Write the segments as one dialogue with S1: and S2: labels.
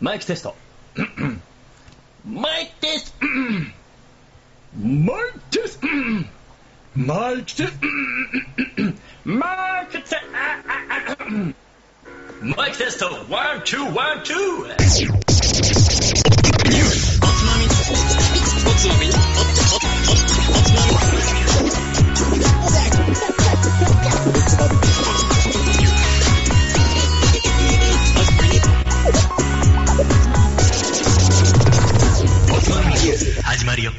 S1: マイクテスト。 マイクテスト。マイクテスト。マイクテスト。マイクテスト。マイクテスト。ワン、ツー、ワン、ツー。始まるよ。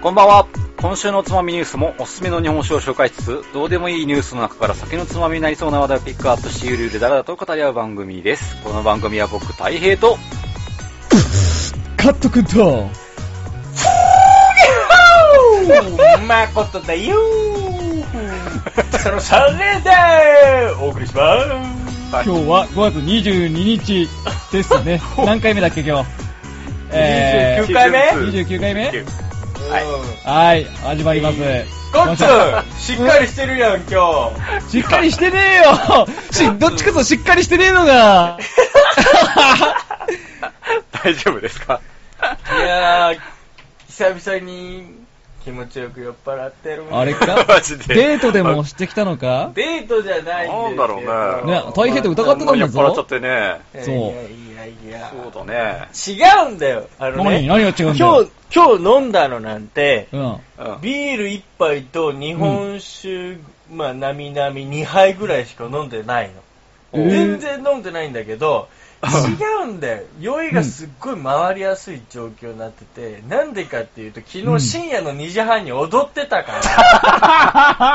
S2: こんばんは。今週のおつまみニュースもおすすめの日本酒を紹介しつつ、どうでもいいニュースの中から先のつまみになりそうな話題をピックアップし、ゆるゆるだらだらと語り合う番組です。この番組は僕、たい平と、
S3: カットくんと、
S4: まことだよーその3連でお送りします
S3: 今日は5月22日です かね。何回目だっけ今日。え
S4: 29回目
S3: ー、29回目
S2: はい
S4: い。
S3: はい、始まります。
S4: ゴ ッツしっかりしてるやん、今日。
S3: しっかりしてねえよし、どっちこそしっかりしてねえのが
S2: 大丈夫ですか
S4: いやー、久々に気持ちよく酔っ払ってる。
S3: あれか
S2: マジで
S3: デートでもしてきたのか
S4: デートじゃないんですけど
S2: なんだろう
S3: ね大変って疑ってたん
S2: 酔
S3: だ
S2: っ払っちゃ
S3: ぞ
S2: っ。てね。
S3: そう
S4: いやいやいや。
S2: そうだね。
S4: 違うんだよ。あの
S3: 何
S4: ね、
S3: 何が違うんだ
S4: 今
S3: よ
S4: 日、今日飲んだのなんて、
S3: うん。
S2: うん。
S4: ビール1杯と日本酒、まあ、なみなみ2杯ぐらいしか飲んでないの。
S3: えー
S4: 全然飲んでないんだけど、違うんだよ。酔いがすっごい回りやすい状況になってて、な、んでかっていうと、
S3: う
S4: 昨
S3: ん
S4: 日深夜の2時半に踊ってた か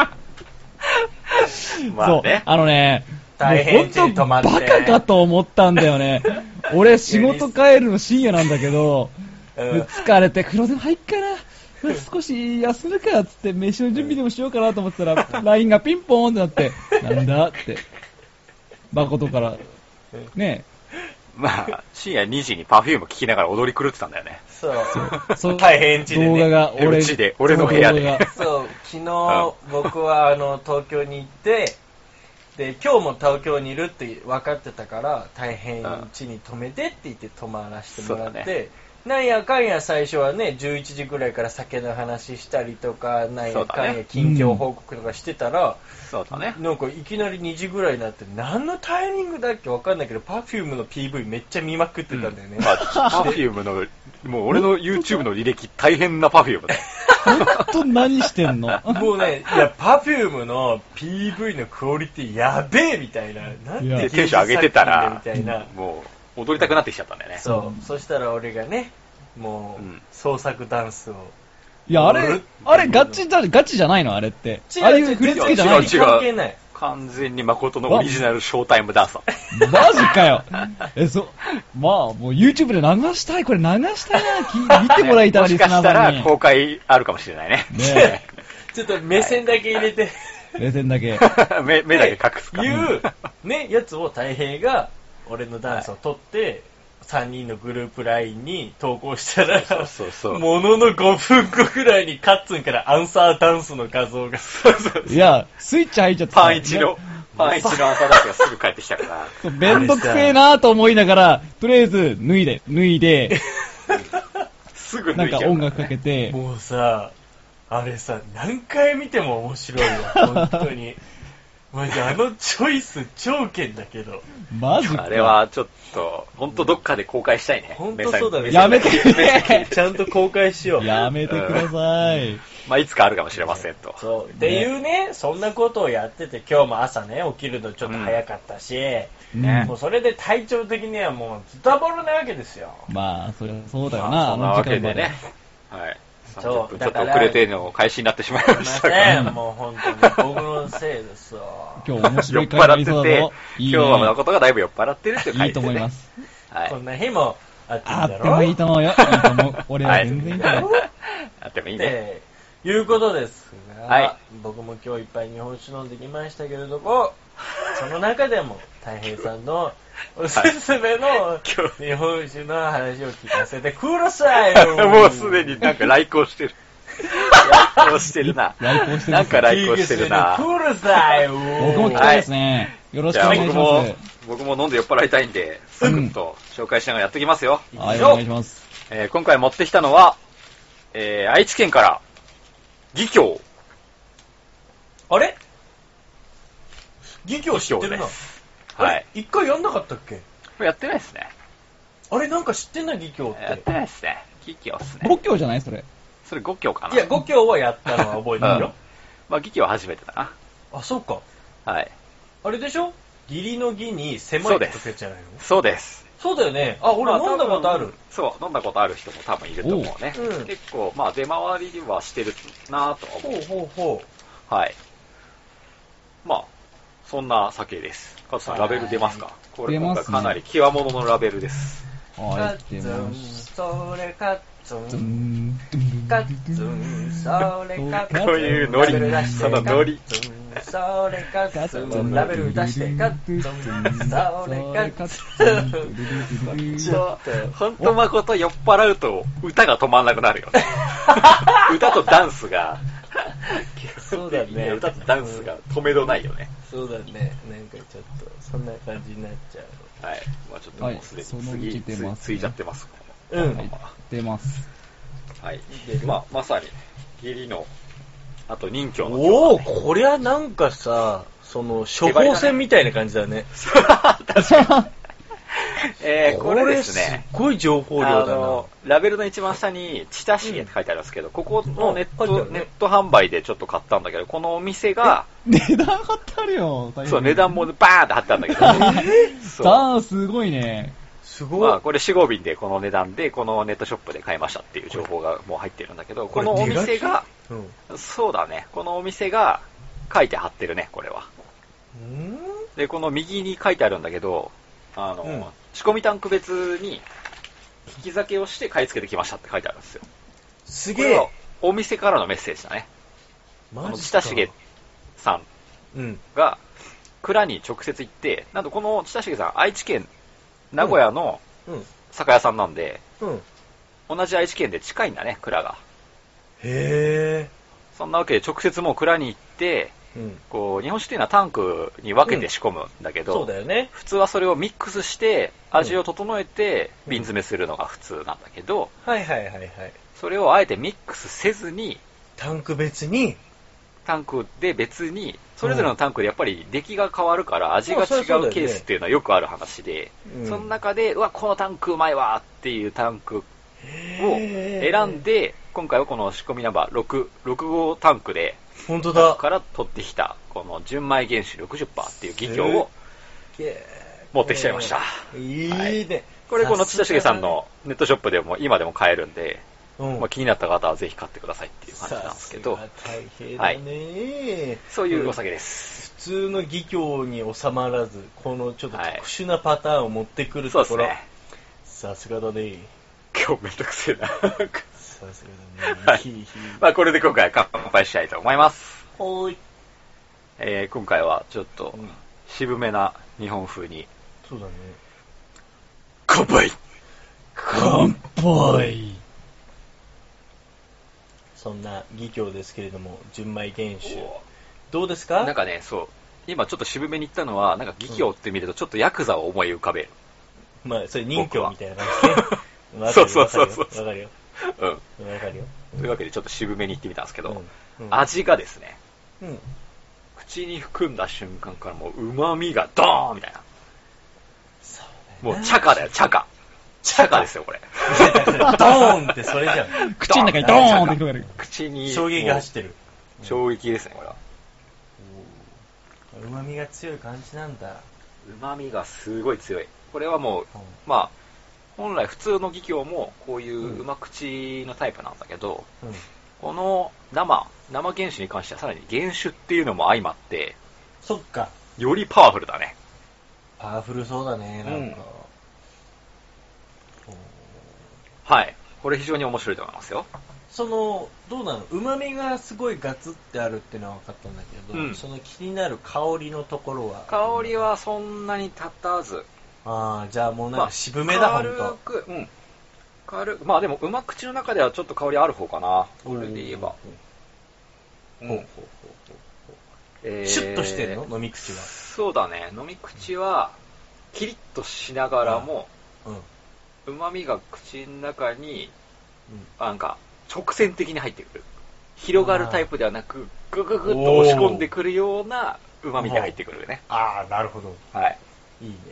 S4: ら、
S2: ま
S3: そ
S2: あ
S3: う
S2: ね。。
S3: あのね、
S4: 大
S3: もう
S4: 変
S3: ほんと
S4: 止ま
S3: バ
S4: って。
S3: カかと思ったんだよね。俺仕事帰るの深夜なんだけど、
S4: うん
S3: 疲れて黒でも入っかな。少し休むかっつって飯の準備でもしようかなと思ってたら、LINE がピンポーンってなって、なんだって、誠から、ね、
S2: まあ、深夜2時にパフューム聴きながら踊り狂ってたんだよね。
S4: そう。
S3: そう
S4: 大変地で、ね。
S3: 動画が俺、
S2: うちで俺の部屋で
S3: 動画 が
S4: そう、昨日僕はあの東京に行って、で、今日も東京にいるって分かってたから、大変うちに泊めてって言って泊まらせてもらっ
S2: そうだ
S4: て、なんやかんや最初はね、11時ぐらいから酒の話したりとか、なんやか
S2: そうんだ
S4: や
S2: ね
S4: 近況報告とかしてたら、
S2: そうだね。
S4: なんかいきなり2時ぐらいになって、何のタイミングだっけ分かんないけど、Perfume の PV めっちゃ見まくってたんだよね。
S2: まあ、パフュームの、もう俺の YouTube の履歴大変なパフュームだよ。
S3: ほんと何してんの
S4: もうね、いや、Perfume の PV のクオリティやべえみたいな。なん
S3: いや
S4: て
S2: でテンション上げてたら
S4: 芸術作品だみたいな。
S2: もう、踊りたくなってきちゃったんだよね。
S4: そう。そしたら俺がね、も
S2: うん
S4: う、創作ダンスを。
S3: いや、あれ、あれガチだ、ガチじゃないのあれって。ああいう振り付けじゃないの
S2: 違う違う
S4: 関係ない。
S2: 完全に誠のオリジナルショータイムダンスだった。
S3: マジ かよ。え、そ、まあ、もう YouTube で流したい、これ流したいな、聞い見てもらいたら
S2: も
S3: リ
S2: し
S3: ス
S2: かし
S3: ナー
S2: た
S3: さん
S2: ら
S3: に。
S2: 公開あるかもしれないね。
S3: ね
S4: ちょっと目線だけ入れて、
S3: え、冷戦だけ。
S2: 目目だけ隠すから。
S4: いう、ね、やつを大平が、俺のダンスを撮って、3人のグループラインに投稿したら、
S2: そうそうそう
S4: ものの5分後くらいにカッツンからアンサーダンスの画像が。そうそう
S3: いや、スイッチ入っちゃった。
S2: パン一の、パン一の朝だけがすぐ帰ってきたから。
S3: そう。めんどくせえなと思いながら、とりあえず、脱いで、脱 いで、
S2: すぐ
S3: な
S2: 抜
S3: ん
S2: いちゃ
S3: か
S2: う
S3: 音楽かけて、
S4: もうさ、あれさ、何回見ても面白い わ、本当に。マジあのチョイス超剣だけど。
S3: マジか。
S2: あれ。はちょっと、ほんとどっかで公開したいね。
S4: 本当そうだ
S2: 目
S4: ね。
S2: 先
S3: やめてくれ
S4: ちゃんと公開しよう。
S3: やめてください。
S2: まあ、いつかあるかもしれませんと。
S4: そう。っていうね、そんなことをやってて、今日も朝ね、起きるのちょっと早かったし、
S3: ね
S4: もうそれで体調的にはもうズタボロなわけですよ。
S3: まあ、そりゃそうだよ
S2: ま
S3: な、
S2: あ
S3: あ
S2: そんな
S3: の
S2: わけ
S3: 時間
S2: で
S3: まで
S2: ね。。はい。30
S4: そう
S2: 分ちょ
S4: だ
S2: っと
S4: から
S2: 遅れての開始になってしまい
S4: すい
S2: ま
S4: ま
S2: した
S4: せ
S2: が。
S4: ん、もう本当に僕のせいですわ。
S3: 今日面 白
S2: 酔っ
S3: い回になり
S2: 払
S3: そ
S2: っ
S3: う
S2: て
S3: だ
S2: て
S3: ぞ。、いいね
S2: 今日は誠がだいぶ酔っ払ってるっていう
S3: い
S2: 回
S3: いと
S2: です
S3: 思いま
S2: ね。
S3: す。
S2: は
S4: こ
S2: い。
S4: んな日もあって
S3: あ
S4: んだ
S3: っ
S4: ろ
S3: てもいいと思うよ。いいと思う。俺は全然いいと思う。
S2: あってもいい
S4: っ
S2: ね。
S4: ていうことですが、
S2: はい
S4: 僕も今日いっぱい日本酒飲んできましたけれ ども、その中でも、たい平さんのおすすめの
S2: 今日
S4: 日本酒の話を聞かせてください よ
S2: もうすでになんか来航してる。
S4: い
S2: 来航してるな。
S3: 来航して
S2: な
S3: ま
S2: ん
S3: す
S2: か来航してるな。
S4: プールさいよ
S3: 僕も聞きたいですね。よろし
S2: じ
S3: くお
S2: ゃあ
S3: 願い
S2: 僕
S3: し
S2: も
S3: ます。、
S2: 僕も飲んで酔っ払いたいんで、サクッと紹介しながらやってきますよ。
S3: はい、お願いします。
S2: えー今回持ってきたのは、えー愛知県から、義教。
S4: あれ義教知って
S2: 義
S4: るな
S2: 経で。はい。
S4: あれ一回やんなかったっけ
S2: これやってないですね。
S4: あれなんか知ってんな、義教
S2: や
S4: っ
S2: ってて。ないですね。義教っすね。
S3: 仏教じゃないそれ。
S2: それ五教かな。
S4: いや、五教はやったのは覚えてるよ。
S2: まあ、義教は初めてだな。
S4: あ、そうか。
S2: はい。
S4: あれでしょ義理の義に狭いって書けじゃないの
S2: そうです。
S4: そうだよね。あ、俺
S2: まあ
S4: 飲んだことある。。
S2: 多分そう、飲んだことある人も多分いると思うね。
S4: おううん
S2: 結構、まあ、出回りはしてるなぁとは
S4: ほ
S2: 思う。
S4: うほうほ
S2: はい。まあ、そんな酒です。カズさん、ラベル出ますかこれ
S3: 出
S2: 今
S3: ます
S2: 回
S3: ね
S2: かなり際物のラベルです。
S4: う。
S3: はい、出まし
S4: それカッツ
S3: た。ズ
S4: ン、
S3: ン
S4: カッツン、それカッツン。
S2: こういうノリ
S4: ラベル出して
S2: そのノリ
S4: カッツンそれカッツ
S3: ズン
S4: ン、ラベル出して、カッツン、それカッツン。ちょっと、
S2: ほんと誠酔っ払うと歌が止まんなくなるよ ね。歌とダンスが、
S4: そうだね。
S2: 歌とダンスが止めどないよね。
S4: そうだね。なんかちょっと、そんな感じになっちゃう。
S2: はい。まあちょっともうすで
S3: はいその
S2: に
S3: う
S2: 次、
S3: ち
S2: つ
S3: 出
S2: い
S3: ますね
S2: ついちゃってます。
S4: うん
S3: はい出ます。
S2: はい。まあ、まさに、義理の、あと任教の
S4: お
S2: 教
S4: お、こりゃなんかさ、その、処方箋みたいな感じだね。
S2: えー、これですね。
S4: これすっごい情報量
S2: あ
S4: だな
S2: の。、ラベルの一番下に、チタシゲって書いてあるんですけど、ここのネッ
S4: あ書いてあ
S2: ト、
S4: るね
S2: ネット販売でちょっと買ったんだけど、このお店が、
S3: 値段張ってあるよ、大変
S2: そう、値段もバーンって貼ってあるんだけど、そう。
S3: ダーすごいね。
S4: すごい。
S2: まあ、これ4号便でこの値段で、このネットショップで買いましたっていう情報がもう入ってるんだけど、
S4: こ
S2: こ
S4: れ
S2: のお店
S4: 手書
S2: が、
S4: うん。う
S2: そうだね、このお店が書いて貼ってるね、これは。
S4: ん
S2: で、この右に書いてあるんだけど、あの、
S4: うん仕
S2: 込みタンク別に、引き酒をして買い付けてきましたって書いてあるんですよ。
S4: す
S2: こ
S4: げ
S2: れ
S4: え
S2: は。お店からのメッセージだね。あ
S4: マ
S2: の、
S4: ジ
S2: 親しげさん
S4: うん。
S2: が、蔵に直接行って、なんとこの親しげさん、愛知県、名古屋の
S4: うん。
S2: 酒屋さんなんで、
S4: うん。
S2: 同じ愛知県で近いんだね、蔵が。
S4: へ
S2: そんなわけで直接もう蔵に行って、
S4: え。うん。
S2: こう、日本酒っていうのはタンクに分けて仕込むんだけど、
S4: そうだよね。
S2: 普通はそれをミックスして、味を整えて、
S4: うん
S2: 瓶詰めするのが普通なんだけど、
S4: はいはいはいはい。
S2: それをあえてミックスせずに、
S4: タンク別に、
S2: タンクで別に、それぞれのタンクでやっぱり出来が変わるから味が違う
S4: そうそうそうだよね
S2: ケースっていうのはよくある話で、
S4: うん
S2: その中で、うわ、このタンクうまいわっていうタンクを
S4: へー
S2: 選んで、今回はこの仕込みナンバー6、6号タンクで、
S4: 本当
S2: タン
S4: だ
S2: ク。から取ってきた、この純米原酒60%っていう技巧
S4: すげえ
S2: を持ってきちゃいました。
S4: いい
S2: はい
S4: ね。
S2: これこの千
S4: さすが
S2: 田茂さんのネットショップでも今でも買えるんで、
S4: だね、うん
S2: まあ、気になった方はぜひ買ってくださいっていう感じなんですけど
S4: さ、すが大変だね、
S2: そういうお
S4: 普
S2: 酒 です。
S4: 通の義教に収まらず、このちょっと特殊なパターンを持ってくる
S2: そう
S4: と
S2: で
S4: こ
S2: す
S4: ろ、
S2: ね。
S4: さすがだね。
S2: 今日めんどくせえな。
S4: さすがだね。
S2: はい
S4: ひいひい
S2: まあこれで今回は乾杯したいと思います。
S4: ほーい。
S2: えー、今回はちょっと
S4: うん
S2: 渋めな日本風に
S4: そうだね。
S2: 乾杯
S4: 乾杯そんな義教ですけれども、純米原酒。どうですか
S2: なんかね、そう。今ちょっと渋めに行ったのは、なんか義教って見るとちょっとヤクザを思い浮かべる。
S4: まあ、それ任教みたいな感じ ね
S2: 僕はそうそうそうそう
S4: わかるよ。
S2: うん。
S4: わかるよ。
S2: というわけでちょっと渋めに行ってみたんですけ
S4: わかるよ。
S2: ど、
S4: うんうん
S2: 味がですね、
S4: うん。
S2: 口に含んだ瞬間からもう旨味がドーンみたいな。
S4: そうだ
S2: も
S4: よな
S2: う、チャカだよ、チャカ。チャカですよ、これ。
S4: ドーンってそれじゃん。
S3: 口の中にドーンってくる。
S2: 口に。
S4: 衝撃が走ってる。
S2: もう衝撃ですね、これは。
S4: うまみが強い感じなんだ。
S2: 旨味がすごい強い。これはもう、まあ、本来普通の技巧もこういううま口のタイプなんだけど、
S4: うん。
S2: この生、生原酒に関してはさらに原酒っていうのも相まって、
S4: そっか。
S2: よりパワフルだね。
S4: パワフルそうだね、なんか。
S2: はい。これ非常に面白いと思いますよ。
S4: その、どうなのうまみがすごいガツってあるってのは分かったんだけど、
S2: うん
S4: その気になる香りのところは。
S2: 香り。はそんなに立たず、
S4: ああ、じゃあもうなん
S2: まあ
S4: か渋めだ、ほん
S2: 軽
S4: と。
S2: く、うん。軽く、まあでも、うま口の中ではちょっと香りある方かな。これで言えば。うん
S4: ほうほうほうほ
S2: え
S4: う。
S2: ー
S4: シュッとしてるの飲み口は。
S2: そうだね。飲み口は、キリッとしながらも、
S4: うん。うん。
S2: 旨味が口の中に、あなんか、直線的に入ってくる。広がるタイプではなく、ぐぐぐっと押し込んでくるような旨味で入ってくるね。
S4: ああ、なるほど。
S2: はい。
S4: いいね。
S2: う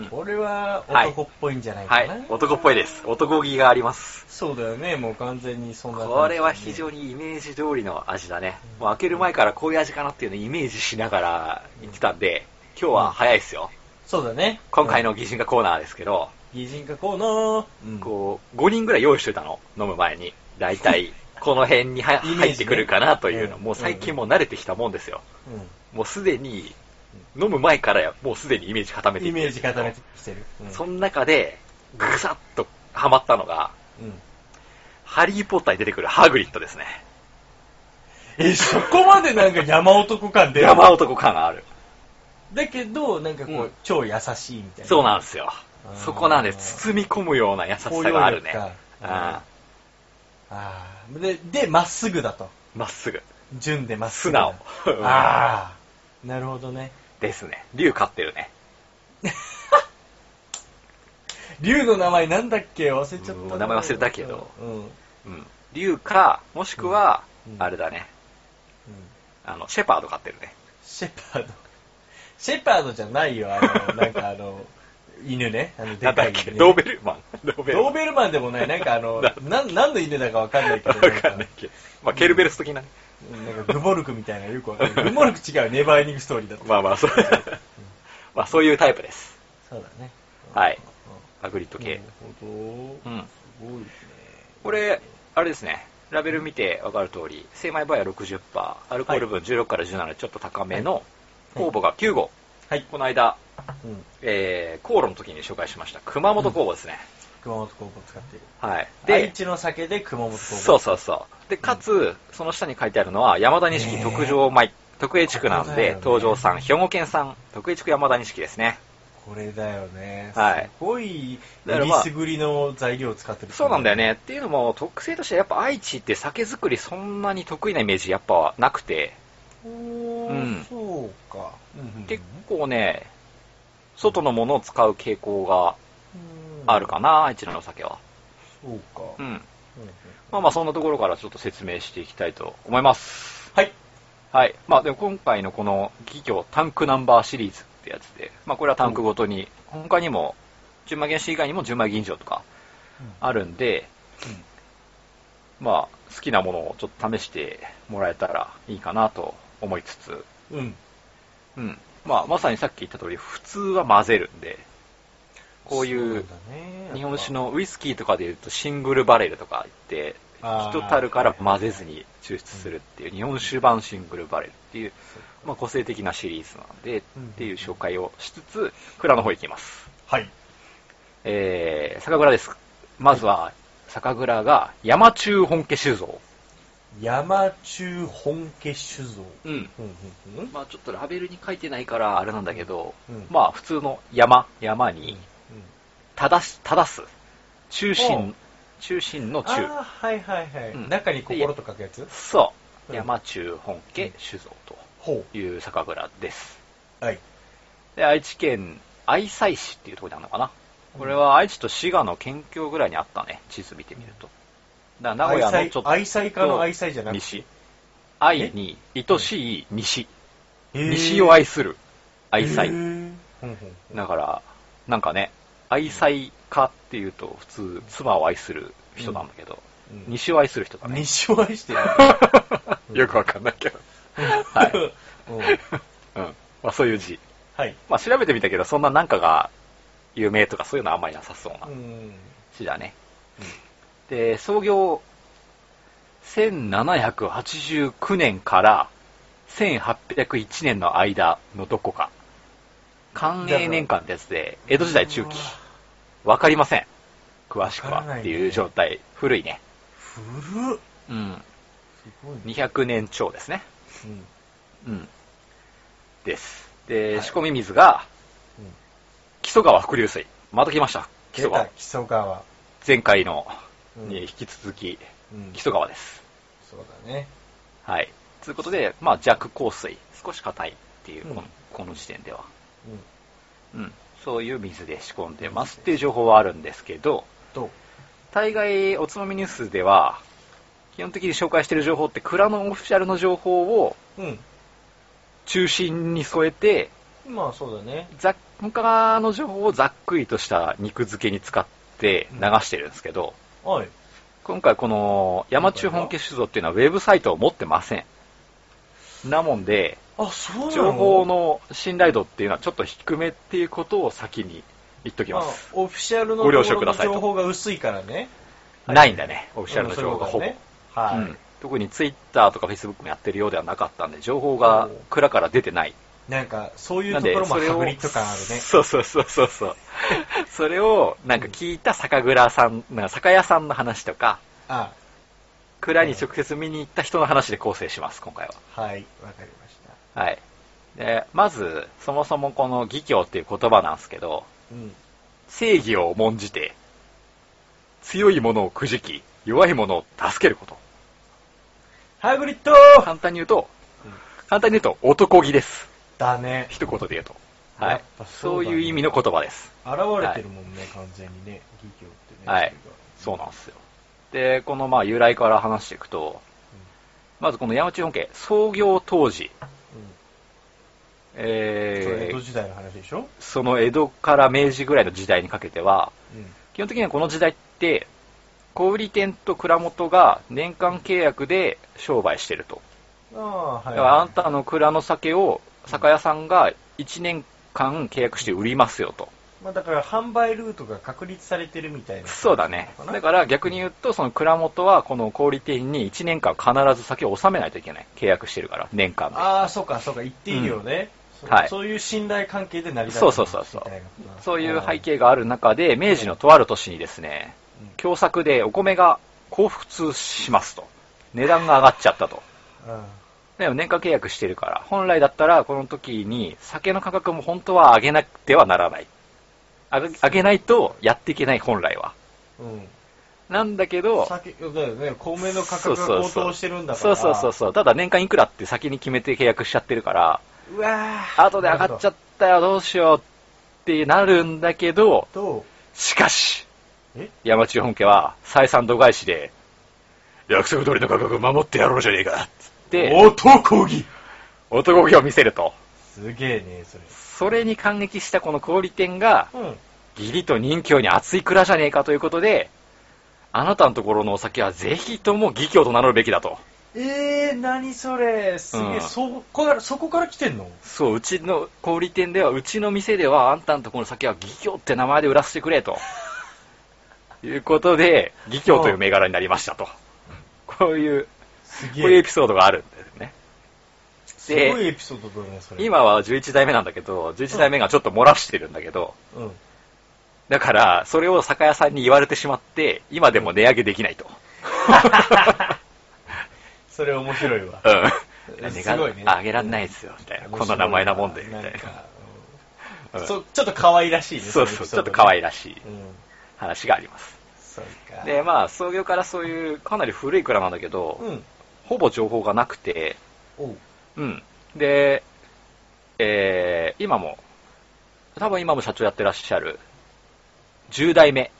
S2: ん
S4: これは男っぽいんじゃない
S2: は
S4: かな。
S2: い。男っぽいです。男気があります。
S4: そうだよね、もう完全にそんな感じだね、
S2: これは非常にイメージ通りの味だね。もう開ける前からこういう味かなっていうのをイメージしながら言ってたんで、今日は早いですよ。
S4: そうだね。
S2: 今回の擬人化コーナーですけど、
S4: 擬人化コーナー。うん
S2: こう、5人ぐらい用意してたの、飲む前に。大 体、この辺には
S4: イメージね
S2: 入ってくるかなというの、
S4: うん
S2: もう最近もう慣れてきたもんですよ。もうすでに、飲む前からもうすでにイメージ固
S4: う
S2: め
S4: ん
S2: てい
S4: イ
S2: って
S4: メ
S2: る
S4: ージ固めてきてる。うん
S2: その中で、ぐさっとハマったのが、
S4: うん
S2: ハリーポッターに出てくるハグリッドですね。
S4: え、そこまでなんか山男感出る。
S2: 山男感がある。
S4: だけど、なんかこう、
S2: うん
S4: 超優しいみたいな。
S2: そうなんですよ
S4: あー。
S2: そこなんです。包み込むような優しさがあるね
S4: 包容力。
S2: うん
S4: かあーで、で、まっすぐだと。
S2: まっすぐ。
S4: 純でまっす
S2: 素
S4: ぐだ。
S2: 直。
S4: ああ。なるほどね。
S2: ですね。竜飼ってるね。
S4: 竜の名前なんだっけ忘れちゃった
S2: う
S4: な。
S2: ん名前忘れたけど
S4: うん。うん。
S2: うん。竜か、もしくは
S4: うんう、ん
S2: あれだね。あの、シェパード飼ってるね。
S4: シェパード。シェパードじゃないよ、あ の、なんかあの、犬ね。あの、
S2: な
S4: で
S2: んだ
S4: か
S2: っ
S4: い
S2: け
S4: 犬ね。
S2: ドーベルマン。ドーベルマ
S4: ド
S2: ン
S4: ー。ベルマンでもない、なんか あの、
S2: な
S4: な何の犬だかわかんないけ ど、
S2: わかんないけど。まあ、ケルベロス的なね。
S4: うんなんかグボルクみたいなよくわかんない。グボルク違う、ネバーエンディングストーリーだと。
S2: まあまあ、そう。 まあ、そういうタイプです。
S4: そうだね。
S2: はい
S4: うん。
S2: ハグリッド系。
S4: なるほど。
S2: うん
S4: すごいね。
S2: これ、あれですね。ラベル見てわかる通り、精米バイは60%、アルコール分16から17、ちょっと高めの、酵母が9号。
S4: はい。
S2: この間、
S4: うん。
S2: えー、航路の時に紹介しました、熊本工房ですね。
S4: 熊本工房使っている。
S2: はい。
S4: 愛
S2: で、
S4: 知の酒で熊本工房。
S2: そうそうそう。で、かつ、その下に書いてあるのは、山田錦特上米、特営地区なん
S4: ここだよ
S2: で
S4: ね、
S2: 東上産、兵庫県産、特営地区山田錦ですね。
S4: これだよね。
S2: はい
S4: すごい、
S2: だか
S4: え
S2: ら
S4: り
S2: まあ
S4: すぐりの材料を使ってる。
S2: そうなんだよ。ね。っていうのも、特性としてやっぱ愛知って酒造りそんなに得意なイメージやっぱなくて、
S4: お
S2: うん
S4: ー、そうか。
S2: 結構ね、外のものを使う傾向がある
S4: か。
S2: かな、愛知のお酒は。
S4: そうか。
S2: う
S4: うん
S2: ん。
S4: うん
S2: まあまあ、そんなところからちょっと説明していきたいと思います。
S4: はい。
S2: はい。まあ、でも今回のこの企業タンクナンバーシリーズってやつで、まあ、これはタンクごとに、他にも、純米原酒以外にも純米吟醸とかあるんで、まあ、好きなものをちょっと試してもらえたらいいかなと思いつつ、
S4: うん。
S2: うん。まあ、まさにさっき言った通り、普通は混ぜるんで、こういう
S4: そだね
S2: 日本酒、のウイスキーとかで言うとシングルバレルとか言って、
S4: あー
S2: 一樽から混ぜずに抽出するっていう日本酒版シングルバレルっていう、まあ、個性的なシリーズなんでっ
S4: うん
S2: ていう紹介をしつつ蔵の方行きます、
S4: はい。
S2: えー、酒蔵ですまずは酒蔵が山中本家酒造
S4: 山中本家酒造。
S2: うん
S4: うんうんうん
S2: まあちょっとラベルに書いてないからあれなんだけど、
S4: うん
S2: まあ普通の山山に正し正す中
S4: お
S2: 心
S4: う
S2: 中心の
S4: あ
S2: 中
S4: ーはいはいはい、
S2: うん
S4: 中に心と書くやつ
S2: そう、
S4: うん
S2: 山中本家酒造
S4: ほ
S2: という酒蔵です。
S4: うはい
S2: で、愛知県愛西市っていうところにあるのかな。これは愛知と滋賀の県境ぐらいにあったね、地図見てみると。だから名古屋のちょっと
S4: 愛妻家の愛妻じゃなくて
S2: 西。愛に愛しい西。
S4: へー
S2: 西を愛する愛
S4: へ
S2: 西。
S4: ーほんほんほん
S2: だから、なんかね、愛妻家っていうと普通妻を愛する人なんだけど、
S4: うん
S2: 西を愛する人 だね。
S4: 西を愛してる、
S2: よくわかんないけど。はい。
S4: うん
S2: うん。まあそういう字。
S4: はい
S2: まあ調べてみたけど、そんななんかが有名とかそういうのはあんまりなさそうな
S4: うん
S2: 字だね。で、創業1789年から1801年の間のどこか。寛永年間ってやつで、江戸時代中期。わかりません。詳しく
S4: わから
S2: は
S4: ないね
S2: っていう状態。古いね。
S4: 古っ
S2: うん。
S4: すごいね
S2: 200年超ですね。
S4: うん
S2: うん。です。で、
S4: はい
S2: 仕込み水が
S4: うん、
S2: 木曽川伏流水。また来ました。木
S4: 出
S2: 曽
S4: た
S2: 川。
S4: 木曽川
S2: 前回の
S4: うん
S2: に引き続き、
S4: うん
S2: 木曽川です。
S4: そうだね
S2: はい。ということで、まあ、弱硬水。少し硬いっていう、
S4: うん
S2: このこの時点では。
S4: うん。
S2: うん。そういう水で仕込んでますっていう情報はあるんですけど、
S4: どう
S2: 大概おつまみニュースでは、基本的に紹介している情報って、蔵のオフィシャルの情報を
S4: う
S2: 中心に添えて、
S4: ん。まあそうだね。
S2: ざっ他の情報をざっくりとした肉付けに使って流してるんですけど、
S4: はい。
S2: 今回この山中本家酒造っていうのはウェブサイトを持ってません。なもんで、
S4: あ、そうなの
S2: 情報の信頼度っていうのはちょっと低めっていうことを先に言っときます。
S4: あオフィシャルの
S2: ご了承くださいと
S4: 情報が薄いからね。はい
S2: ないんだね、オフィシャルの情報がほぼ。
S4: うんそういうことだ
S2: う
S4: ね
S2: ん特にツイッターとかフェイスブックもやってるようではなかったんで、情報が蔵から出てない。
S4: はい。なんか、そういう
S2: な
S4: と
S2: ん
S4: こ
S2: で
S4: ろも
S2: それ
S4: ハ
S2: を
S4: グリッド感あるね。
S2: そうそうそうそうそう。 それを、なんか聞いた酒蔵さん、なんか酒屋さんの話とか、
S4: あ、
S2: 蔵に直接見に行った人の話で構成します、今回は。
S4: はい。わかりました。
S2: はい。で、まず、そもそもこの義教っていう言葉なんですけど、
S4: うん。
S2: 正義を重んじて、強いものをくじき、弱いものを助けること。
S4: ハグリッド
S2: 簡単に言うと
S4: うん、
S2: 簡単に言うと男気です。
S4: だね。
S2: 一言で言うと。
S4: や
S2: は
S4: っ
S2: い
S4: ぱ。そ
S2: そうう
S4: だね
S2: いう意味の言葉です。
S4: 現れてるもんね、完全にね。義教ってね。
S2: はいそうなんですよ。で、このまあ由来から話していくと、まずこの山中本家、創業当時、
S4: それが。うん。それ江
S2: え
S4: 戸
S2: ー、
S4: 時代の話でしょ
S2: その江戸から明治ぐらいの時代にかけては、
S4: うん。
S2: 基本的にはこの時代って、小売店と蔵元が年間契約で商売してると。
S4: ああ、はい。
S2: だからあんたの蔵の酒を酒屋さんが1年間契約して売りますよと。
S4: まあだから販売ルートが確立されてるみたいな。
S2: そうだね。だ
S4: ら、
S2: から逆に言うと、その蔵元はこの小売店に1年間必ず酒を納めないといけない。契約してるから、年間で。
S4: ああ、そうか、そうか、言っていいよね。
S2: うん
S4: そ
S2: はい
S4: そういう信頼関係で成り立っ
S2: そう
S4: てる
S2: そうそうそう
S4: みたいなことなんだ
S2: そういう背。景がある中で、明治のとある年にですね、共作でお米が高通しますと。値段が上がっちゃったと。
S4: うんうん
S2: でも年間契約してるから、本来だったらこの時に酒の価格も本当は上げなくてはならない。上げ上げないとやっていけない本来は。
S4: うん。
S2: なんだけど、
S4: 先だよね、公明の価格が高騰してるんだか
S2: そ
S4: ら。
S2: うそうそうそう。ただ年間いくらって先に決めて契約しちゃってるから、
S4: う。わぁ。
S2: 後で上がっちゃ
S4: っ
S2: ったよ、どうしようってなるんだけど、
S4: た。と、
S2: しかし
S4: え、
S2: 山中本家は採算度外視で、約束通りの価格守ってやろうじゃねえかっつって、
S4: 男気
S2: 男気を見せると。
S4: すげえね、それ。
S2: それに感激したこの小売店が、
S4: うん。
S2: 義理と任教に熱い蔵じゃねえかということで、あなたのところのお酒はぜひとも義教と名乗るべきだと。
S4: えー、何それ。すげえ、
S2: うん
S4: そこから、そこから来てんの
S2: そう、うちの小売店では、うちの店では、あんたのところの酒は義教って名前で売らせてくれと。いうことで、義教という銘柄になりましたと。こういう、
S4: す
S2: こういう
S4: げ
S2: エ
S4: え。
S2: ピソードがあるんですね。
S4: すごいエピソードだね、それ。。
S2: 今は11代目なんだけど、11代目がちょっと漏らしてるんだけど、
S4: うん。
S2: だから、それを酒屋さんに言われてしまって、今でも値上げできないと。
S4: それ面白いわ。
S2: うん。
S4: すごいね
S2: あげらんないですよ、みたいな。 こんな名前なもんで、みたいな。
S4: んかうん
S2: うん
S4: そうちょっと可愛らしいね。
S2: そうそう、ちょっと可愛
S4: ら
S2: らしい
S4: しい。うん。
S2: 話があります。
S4: そうか。
S2: で、まあ、創業からそういうかなり古い蔵なんだけど、
S4: うん。
S2: ほぼ情報がなくて、
S4: おう。
S2: うん。で、えー、今も、多分今も社長やってらっしゃる、10代目。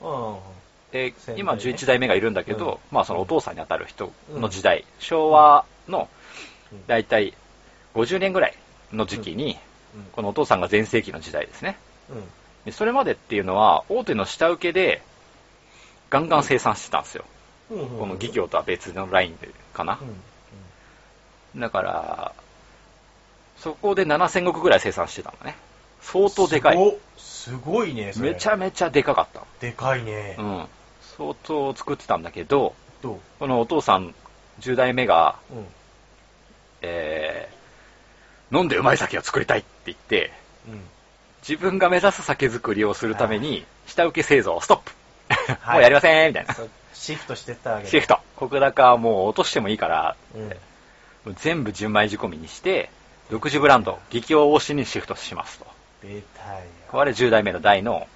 S4: うん。
S2: で
S4: 先代ね
S2: 今11代目がいるんだけど、まあそのお父さんにあたる人の時代、昭和の
S4: うん
S2: だいたい50年ぐらいの時期に、
S4: うん
S2: このお父さんが全盛期の時代ですね。
S4: うん。
S2: でそれまでっていうのは、大手の下請けで、ガンガン生産してたんですよ。
S4: うん
S2: この企業とは別のラインでかな
S4: う。んうん
S2: だから、そこで7000石ぐらい生産してたのね。相当でかい。
S4: すごすごいね、それ。
S2: めちゃめちゃでかかっ
S4: でかいね
S2: た。う。ん。相当作ってたんだけど、
S4: どう
S2: このお父さん、10代目が、
S4: うん。
S2: えー、飲んでうまい酒を作りたいって言って、
S4: うん。
S2: 自分が目指す酒造りをするために、下請け製造をストップ
S4: はい
S2: もうやりませんみたいな。
S4: そうシフトしてったわけだ
S2: シフト。国高はもう落としてもいいから、
S4: うん。
S2: もう全部純米仕込みにして、独自ブランド、激応推しにシフトしますと。
S4: ベタや。
S2: これ10代目の代の、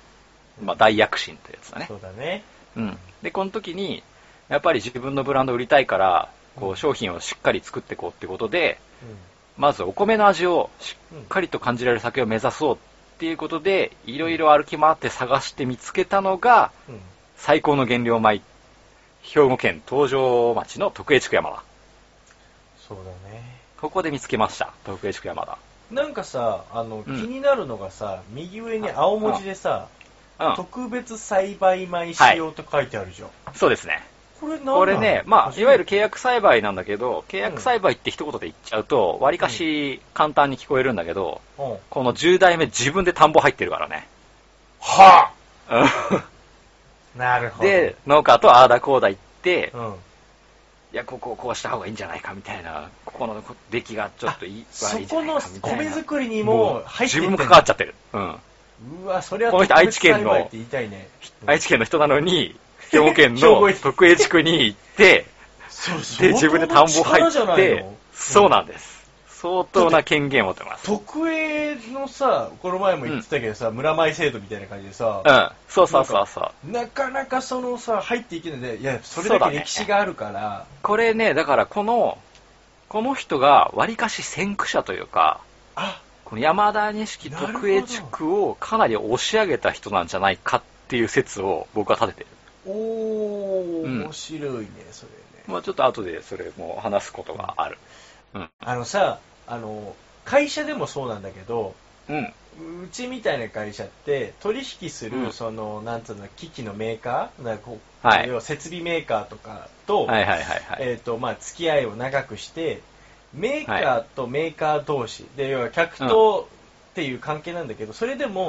S2: まあ、大躍進というやつだね
S4: そ。うだね。
S2: うん。で、この時に、やっぱり自分のブランド売りたいから、こう商品をしっかり作っていこうってことで、まずお米の味をしっかりと感じられる酒を目指そうっていうことで、いろいろ歩き回って探して見つけたのが、
S4: うんうん
S2: 最高の原料米、兵庫県東城町の徳江地区山だ。
S4: そうだね
S2: ここで見つけました、徳江地区山だ。
S4: なんかさあの、
S2: うん
S4: 気になるのがさ右上に青文字でさ
S2: うん、
S4: 特別栽培米使用と書いてあるじゃん、
S2: そうですね。
S4: これなんだ
S2: これね、まあ、いわゆる契約栽培なんだけど、契約栽培って一言で言っちゃうと、わりかし簡単に聞こえるんだけど、
S4: うんは
S2: この10代目自分で田んぼ入ってるからね。
S4: あ
S2: う
S4: なる
S2: ん
S4: ほど
S2: で、農家とああだこうだ言って
S4: う、ん、
S2: いや、ここをこうした方がいいんじゃないかみたいな、ここの出来がちょっといい、
S4: そ
S2: 悪いじゃ
S4: こ
S2: ない
S4: の
S2: かみたいな
S4: 米作りにも入って
S2: 自
S4: んだ
S2: 分も関わっちゃってる。うん。
S4: うわそれは
S2: この人愛知県の
S4: 特別栽培って言いたいね
S2: 愛知県の人なの に、兵庫県
S4: 兵庫
S2: の
S4: 県
S2: 徳江地区に行って、 で、自分で田んぼ入
S4: 相当な力じゃ
S2: っ
S4: ない
S2: て
S4: の、
S2: そうなんです。相当な権限を持ってます。
S4: 特営のさこの前も言ってたけどさ、村前制度みたいな感じでさ、
S2: うん。そうそうそうそう。
S4: なかなかそのさ入っていけないでいやそれ
S2: そう
S4: だ
S2: だ
S4: け
S2: ね
S4: 歴史があるから
S2: これね、だからこの、この人が割かし先駆者というか、
S4: あ
S2: この山田錦徳江地区をかなり押し上げた人なんじゃないかっていう説を僕は立ててる。
S4: おー、
S2: うん
S4: 面白いねそれね
S2: まあちょっと後でそれも話すことがある。うん。
S4: あのさあの会社でもそうなんだけど
S2: うん。
S4: うちみたいな会社って取引する、
S2: うん
S4: そのなんつうの機器のメーカーなんかこう
S2: はい
S4: 要は設備メーカーとかと、
S2: はいはいはいはい。
S4: えーとまあ、付き合いを長くしてメーカーとメーカー同士、で要は客とっていう関係なんだけど、それでも
S2: う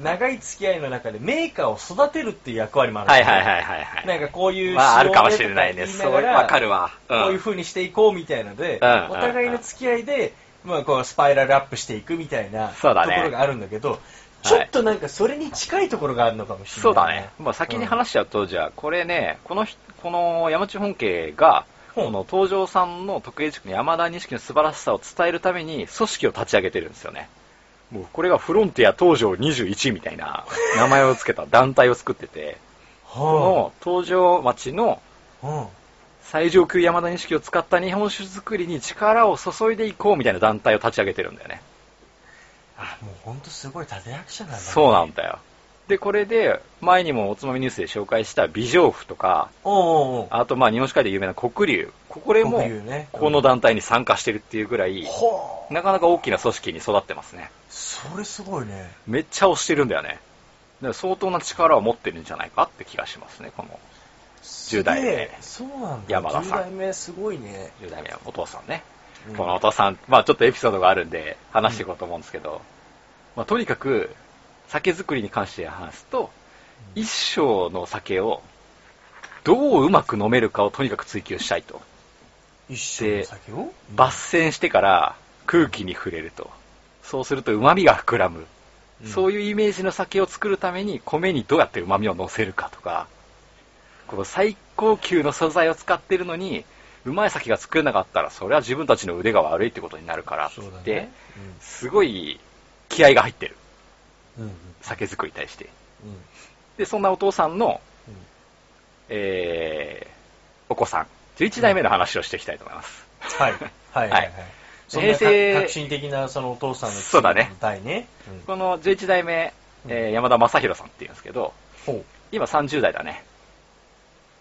S2: ん
S4: 長い付き合いの中でメーカーを育てるっていう役割もあるん
S2: は
S4: で
S2: い
S4: すよ
S2: はいはいはいはい。
S4: なんかこういう
S2: まあ、あるかもし
S4: 仕様
S2: れ
S4: で
S2: ないね。
S4: と
S2: そ
S4: か言な
S2: う、
S4: がら
S2: わかるわ。うん。
S4: こういう風にしていこうみたいので、
S2: うん
S4: お互いの付き合いで、まあ、こうスパイラルアップしていくみたいなと
S2: そ
S4: こ
S2: うだね
S4: ろがあるんだけど、
S2: い
S4: ちょっとなんかそれに近いところがあるのかもし
S2: そ
S4: れ
S2: うだ
S4: ない、
S2: ね。まあ、先に話しちゃうと、じゃあ、これね、このひ、この山地本家が、
S4: ほう
S2: この東条さんの特営地区の山田錦の素晴らしさを伝えるために組織を立ち上げてるんですよね。もうこれがフロンティア東条21みたいな名前を付けた団体を作って て、
S4: は
S2: この東条町の
S4: あうん
S2: 最上級山田錦を使った日本酒作りに力を注いでいこうみたいな団体を立ち上げてるんだよね。
S4: あもう本当すごい立役者なんだ、ね、
S2: そうなんだよ。で、これで、前にもおつまみニュースで紹介した美女婦とか、
S4: おうおうおう
S2: あと、まあ、日本史界で有名な黒龍。これも
S4: 黒龍ね、
S2: ここの団体に参加してるっていうぐらい、
S4: ほう
S2: なかなか大きな組織に育ってますね。
S4: それすごいね
S2: めっちゃ推してるんだよね。だから相当な力を持ってるんじゃないかって気がしますね、この
S4: 10
S2: 代目
S4: そうなんだ
S2: 山田さん
S4: 10代目すごいね、
S2: 10代目のお父さんね。
S4: うん
S2: このお父さん、まあちょっとエピソードがあるんで話していこうと思うんですけど、まあとにかく、酒造りに関して話すと、一升の酒をどううまく飲めるかをとにかく追求したいと。
S4: 一緒の酒を
S2: 抜栓してから空気に触れると。そうすると旨味が膨らむ。そういうイメージの酒を作るために米にどうやって旨味を乗せるかとか、この最高級の素材を使ってるのに、うまい酒が作れなかったら、それは自分たちの腕が悪いってことになるからっつ
S4: そう
S2: っ
S4: だね
S2: て、すごい気合が入ってる。
S4: うんうん
S2: 酒作りに対して。
S4: うん
S2: で、そんなお父さんの、
S4: うん
S2: えー、お子さん、11代目の話をしていきたいと思います。
S4: はい。はい。はい。そんな
S2: 平成
S4: 革新的なそのお父さんの
S2: そうだね
S4: 代ね。うん
S2: この11代目、えー山田正宏さんっていうんですけど、
S4: ほ
S2: 今30代だね。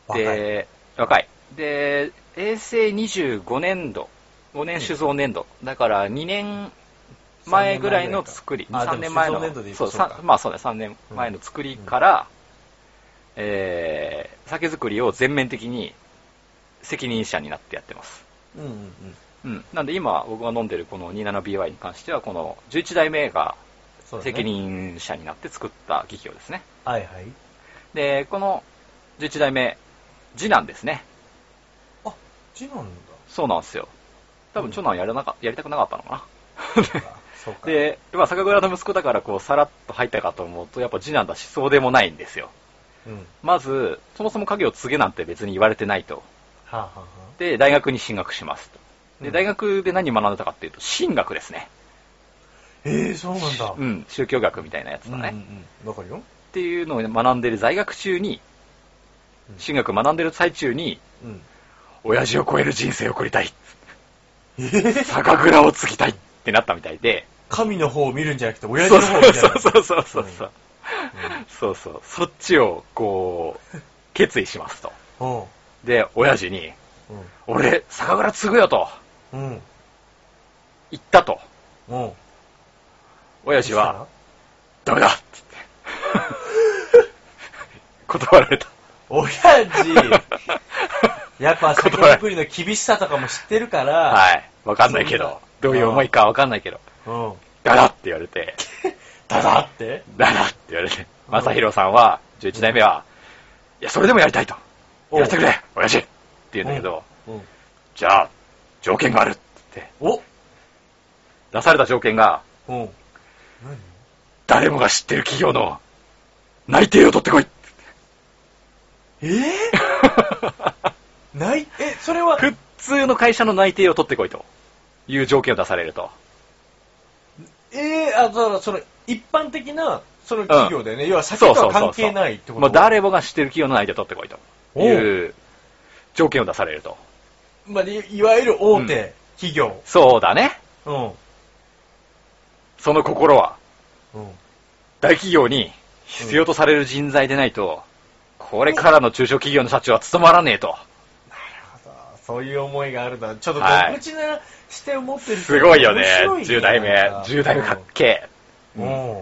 S4: う。で、
S2: で、若い。で、平成25年度、5年酒造年度、だから2年前ぐらいの作り、
S4: あ
S2: 3年前の、
S4: でも酒造年度で言う
S2: そ
S4: と
S2: う、
S4: そうか
S2: さんまあそうね、3年前の作りから、えー酒造りを全面的に責任者になってやってます。
S4: うんうんうん。
S2: うん。なんで今僕が飲んでるこの 27BY に関しては、この11代目が
S4: そうだね
S2: 責。任者になって作った企業ですね。
S4: はいはい。
S2: で、この11代目、次男ですね。
S4: あ、次男だ。
S2: そうなんですよ。多分長男はやらなか、やりたくなかったのか
S4: そう
S2: な
S4: か。そうか。
S2: で、まあ、酒蔵の息子だから、こう、さらっと入ったかと思うと、やっぱ次男だし、そうでもないんですよ。
S4: うん。は
S2: まず、そもそも家業を継げなんて別に言われてないと。
S4: あ、はあは
S2: で、大学に進学しますと。
S4: う
S2: で、
S4: ん
S2: 大学で何学んでたかっていうと、神学ですね。
S4: あ、えー、そうなんだ。
S2: う。ん、宗教学みたいなやつだね。っ
S4: んうん。わかるよ。
S2: ていうのを学んでる在学中に
S4: う、ん
S2: 神学学んでる最中に、
S4: うん。
S2: 親父を超える人生を送りたい。酒蔵を継ぎたいってなったみたいで。
S4: 神の方を見るんじゃなくて、親
S2: そ
S4: 父
S2: う
S4: の方を見るんじゃ
S2: そ
S4: なく
S2: う
S4: て。
S2: そうそうそうそう。
S4: うん
S2: そうそう。そっちを、こう、決意しますと。
S4: うん
S2: で、親父に、俺、酒蔵継ぐよと、
S4: うん。うん。
S2: 言ったと。
S4: うん。
S2: 親父は、ダメだって言って。断られた。
S4: 親 父、やっぱ酒作りの厳しさとかも知ってるから、
S2: はい。わかんないけ
S4: そんな
S2: ど、どういう思いかわかんないけど、
S4: うん。
S2: ダダって言われて、
S4: だだって
S2: ダダって言われて、正宏さんは、11代目は、いや、それでもやりたいと。やらせてくれ、親父って言うんだけど、
S4: うん。
S2: じゃあ、条件があるって言って、
S4: お
S2: 出された条件が、
S4: うん。
S2: 誰もが知ってる企業の内定を取って こい
S4: えぇ、ない、え、それは、
S2: 普通の会社の内定を取ってこいという条件を出されると。
S4: えぇ、あ、だからその、一般的な、その企業だよね。要は酒
S2: そ
S4: と
S2: うそ
S4: は
S2: うそう
S4: 関係ないってこと
S2: もう誰もが知ってる企業の内定を取ってこいという条件を出されると。
S4: まあ、いいわゆる大手企業。
S2: そうだね。
S4: うん。
S2: その心は
S4: うん。
S2: 大企業に必要とされる人材でないと、これからの中小企業の社長は務まらねえと。
S4: そういう思いがあるな。ちょっと
S2: はい
S4: 独自な視点を持ってる人
S2: すごいよね
S4: 面白。い
S2: 10代目。10代目かっけえ。
S4: うん。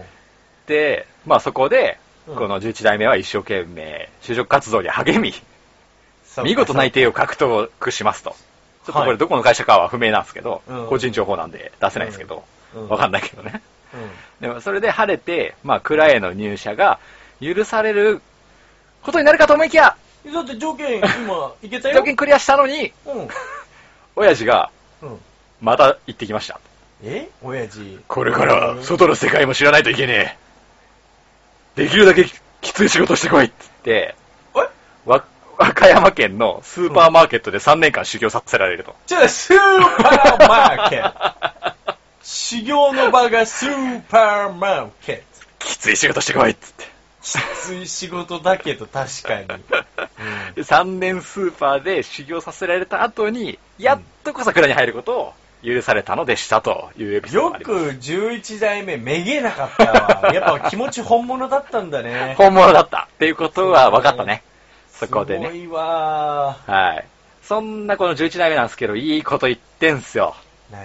S2: で、まあそこで、
S4: うん
S2: この11代目は一生懸命就職活動に励み、見事内
S4: て
S2: 定を獲得しますと。ちょっとこ
S4: はい
S2: れどこの会社かは不明なんですけど、
S4: うん
S2: 個人情報なんで出せないですけど、わかん
S4: ない。
S2: ないけどね。
S4: うん
S2: でもそれで晴れて、まあ蔵への入社が許されることになるかと思いきや、
S4: だって条件今いけたよ。
S2: 条件クリアしたのに、親父が
S4: うん。うん。
S2: また行ってきました。
S4: え親父。
S2: これからは外の世界も知らないといけねえ。できるだけきつい仕事してこいって言って、
S4: え
S2: わ和歌山県のスーパーマーケットで3年間修行させられると。
S4: じゃあスーパーマーケット。修行の場がスーパーマーケット。
S2: きつい仕事してこいっつって。
S4: きつい仕事だけど確かに。
S2: で3年スーパーで修行させられた後に、やっと小桜に入ることを許されたのでしたというエピソード
S4: よ
S2: があり
S4: く
S2: ます。
S4: 11代目めげなかったわ。やっぱ気持ち本物だったんだね。
S2: 本物だったっていうことは分かったね。そこです
S4: ご
S2: ね。
S4: いわ
S2: はい。そんなこの11代目なんですけど、いいこと言ってんすよ。
S4: ー。何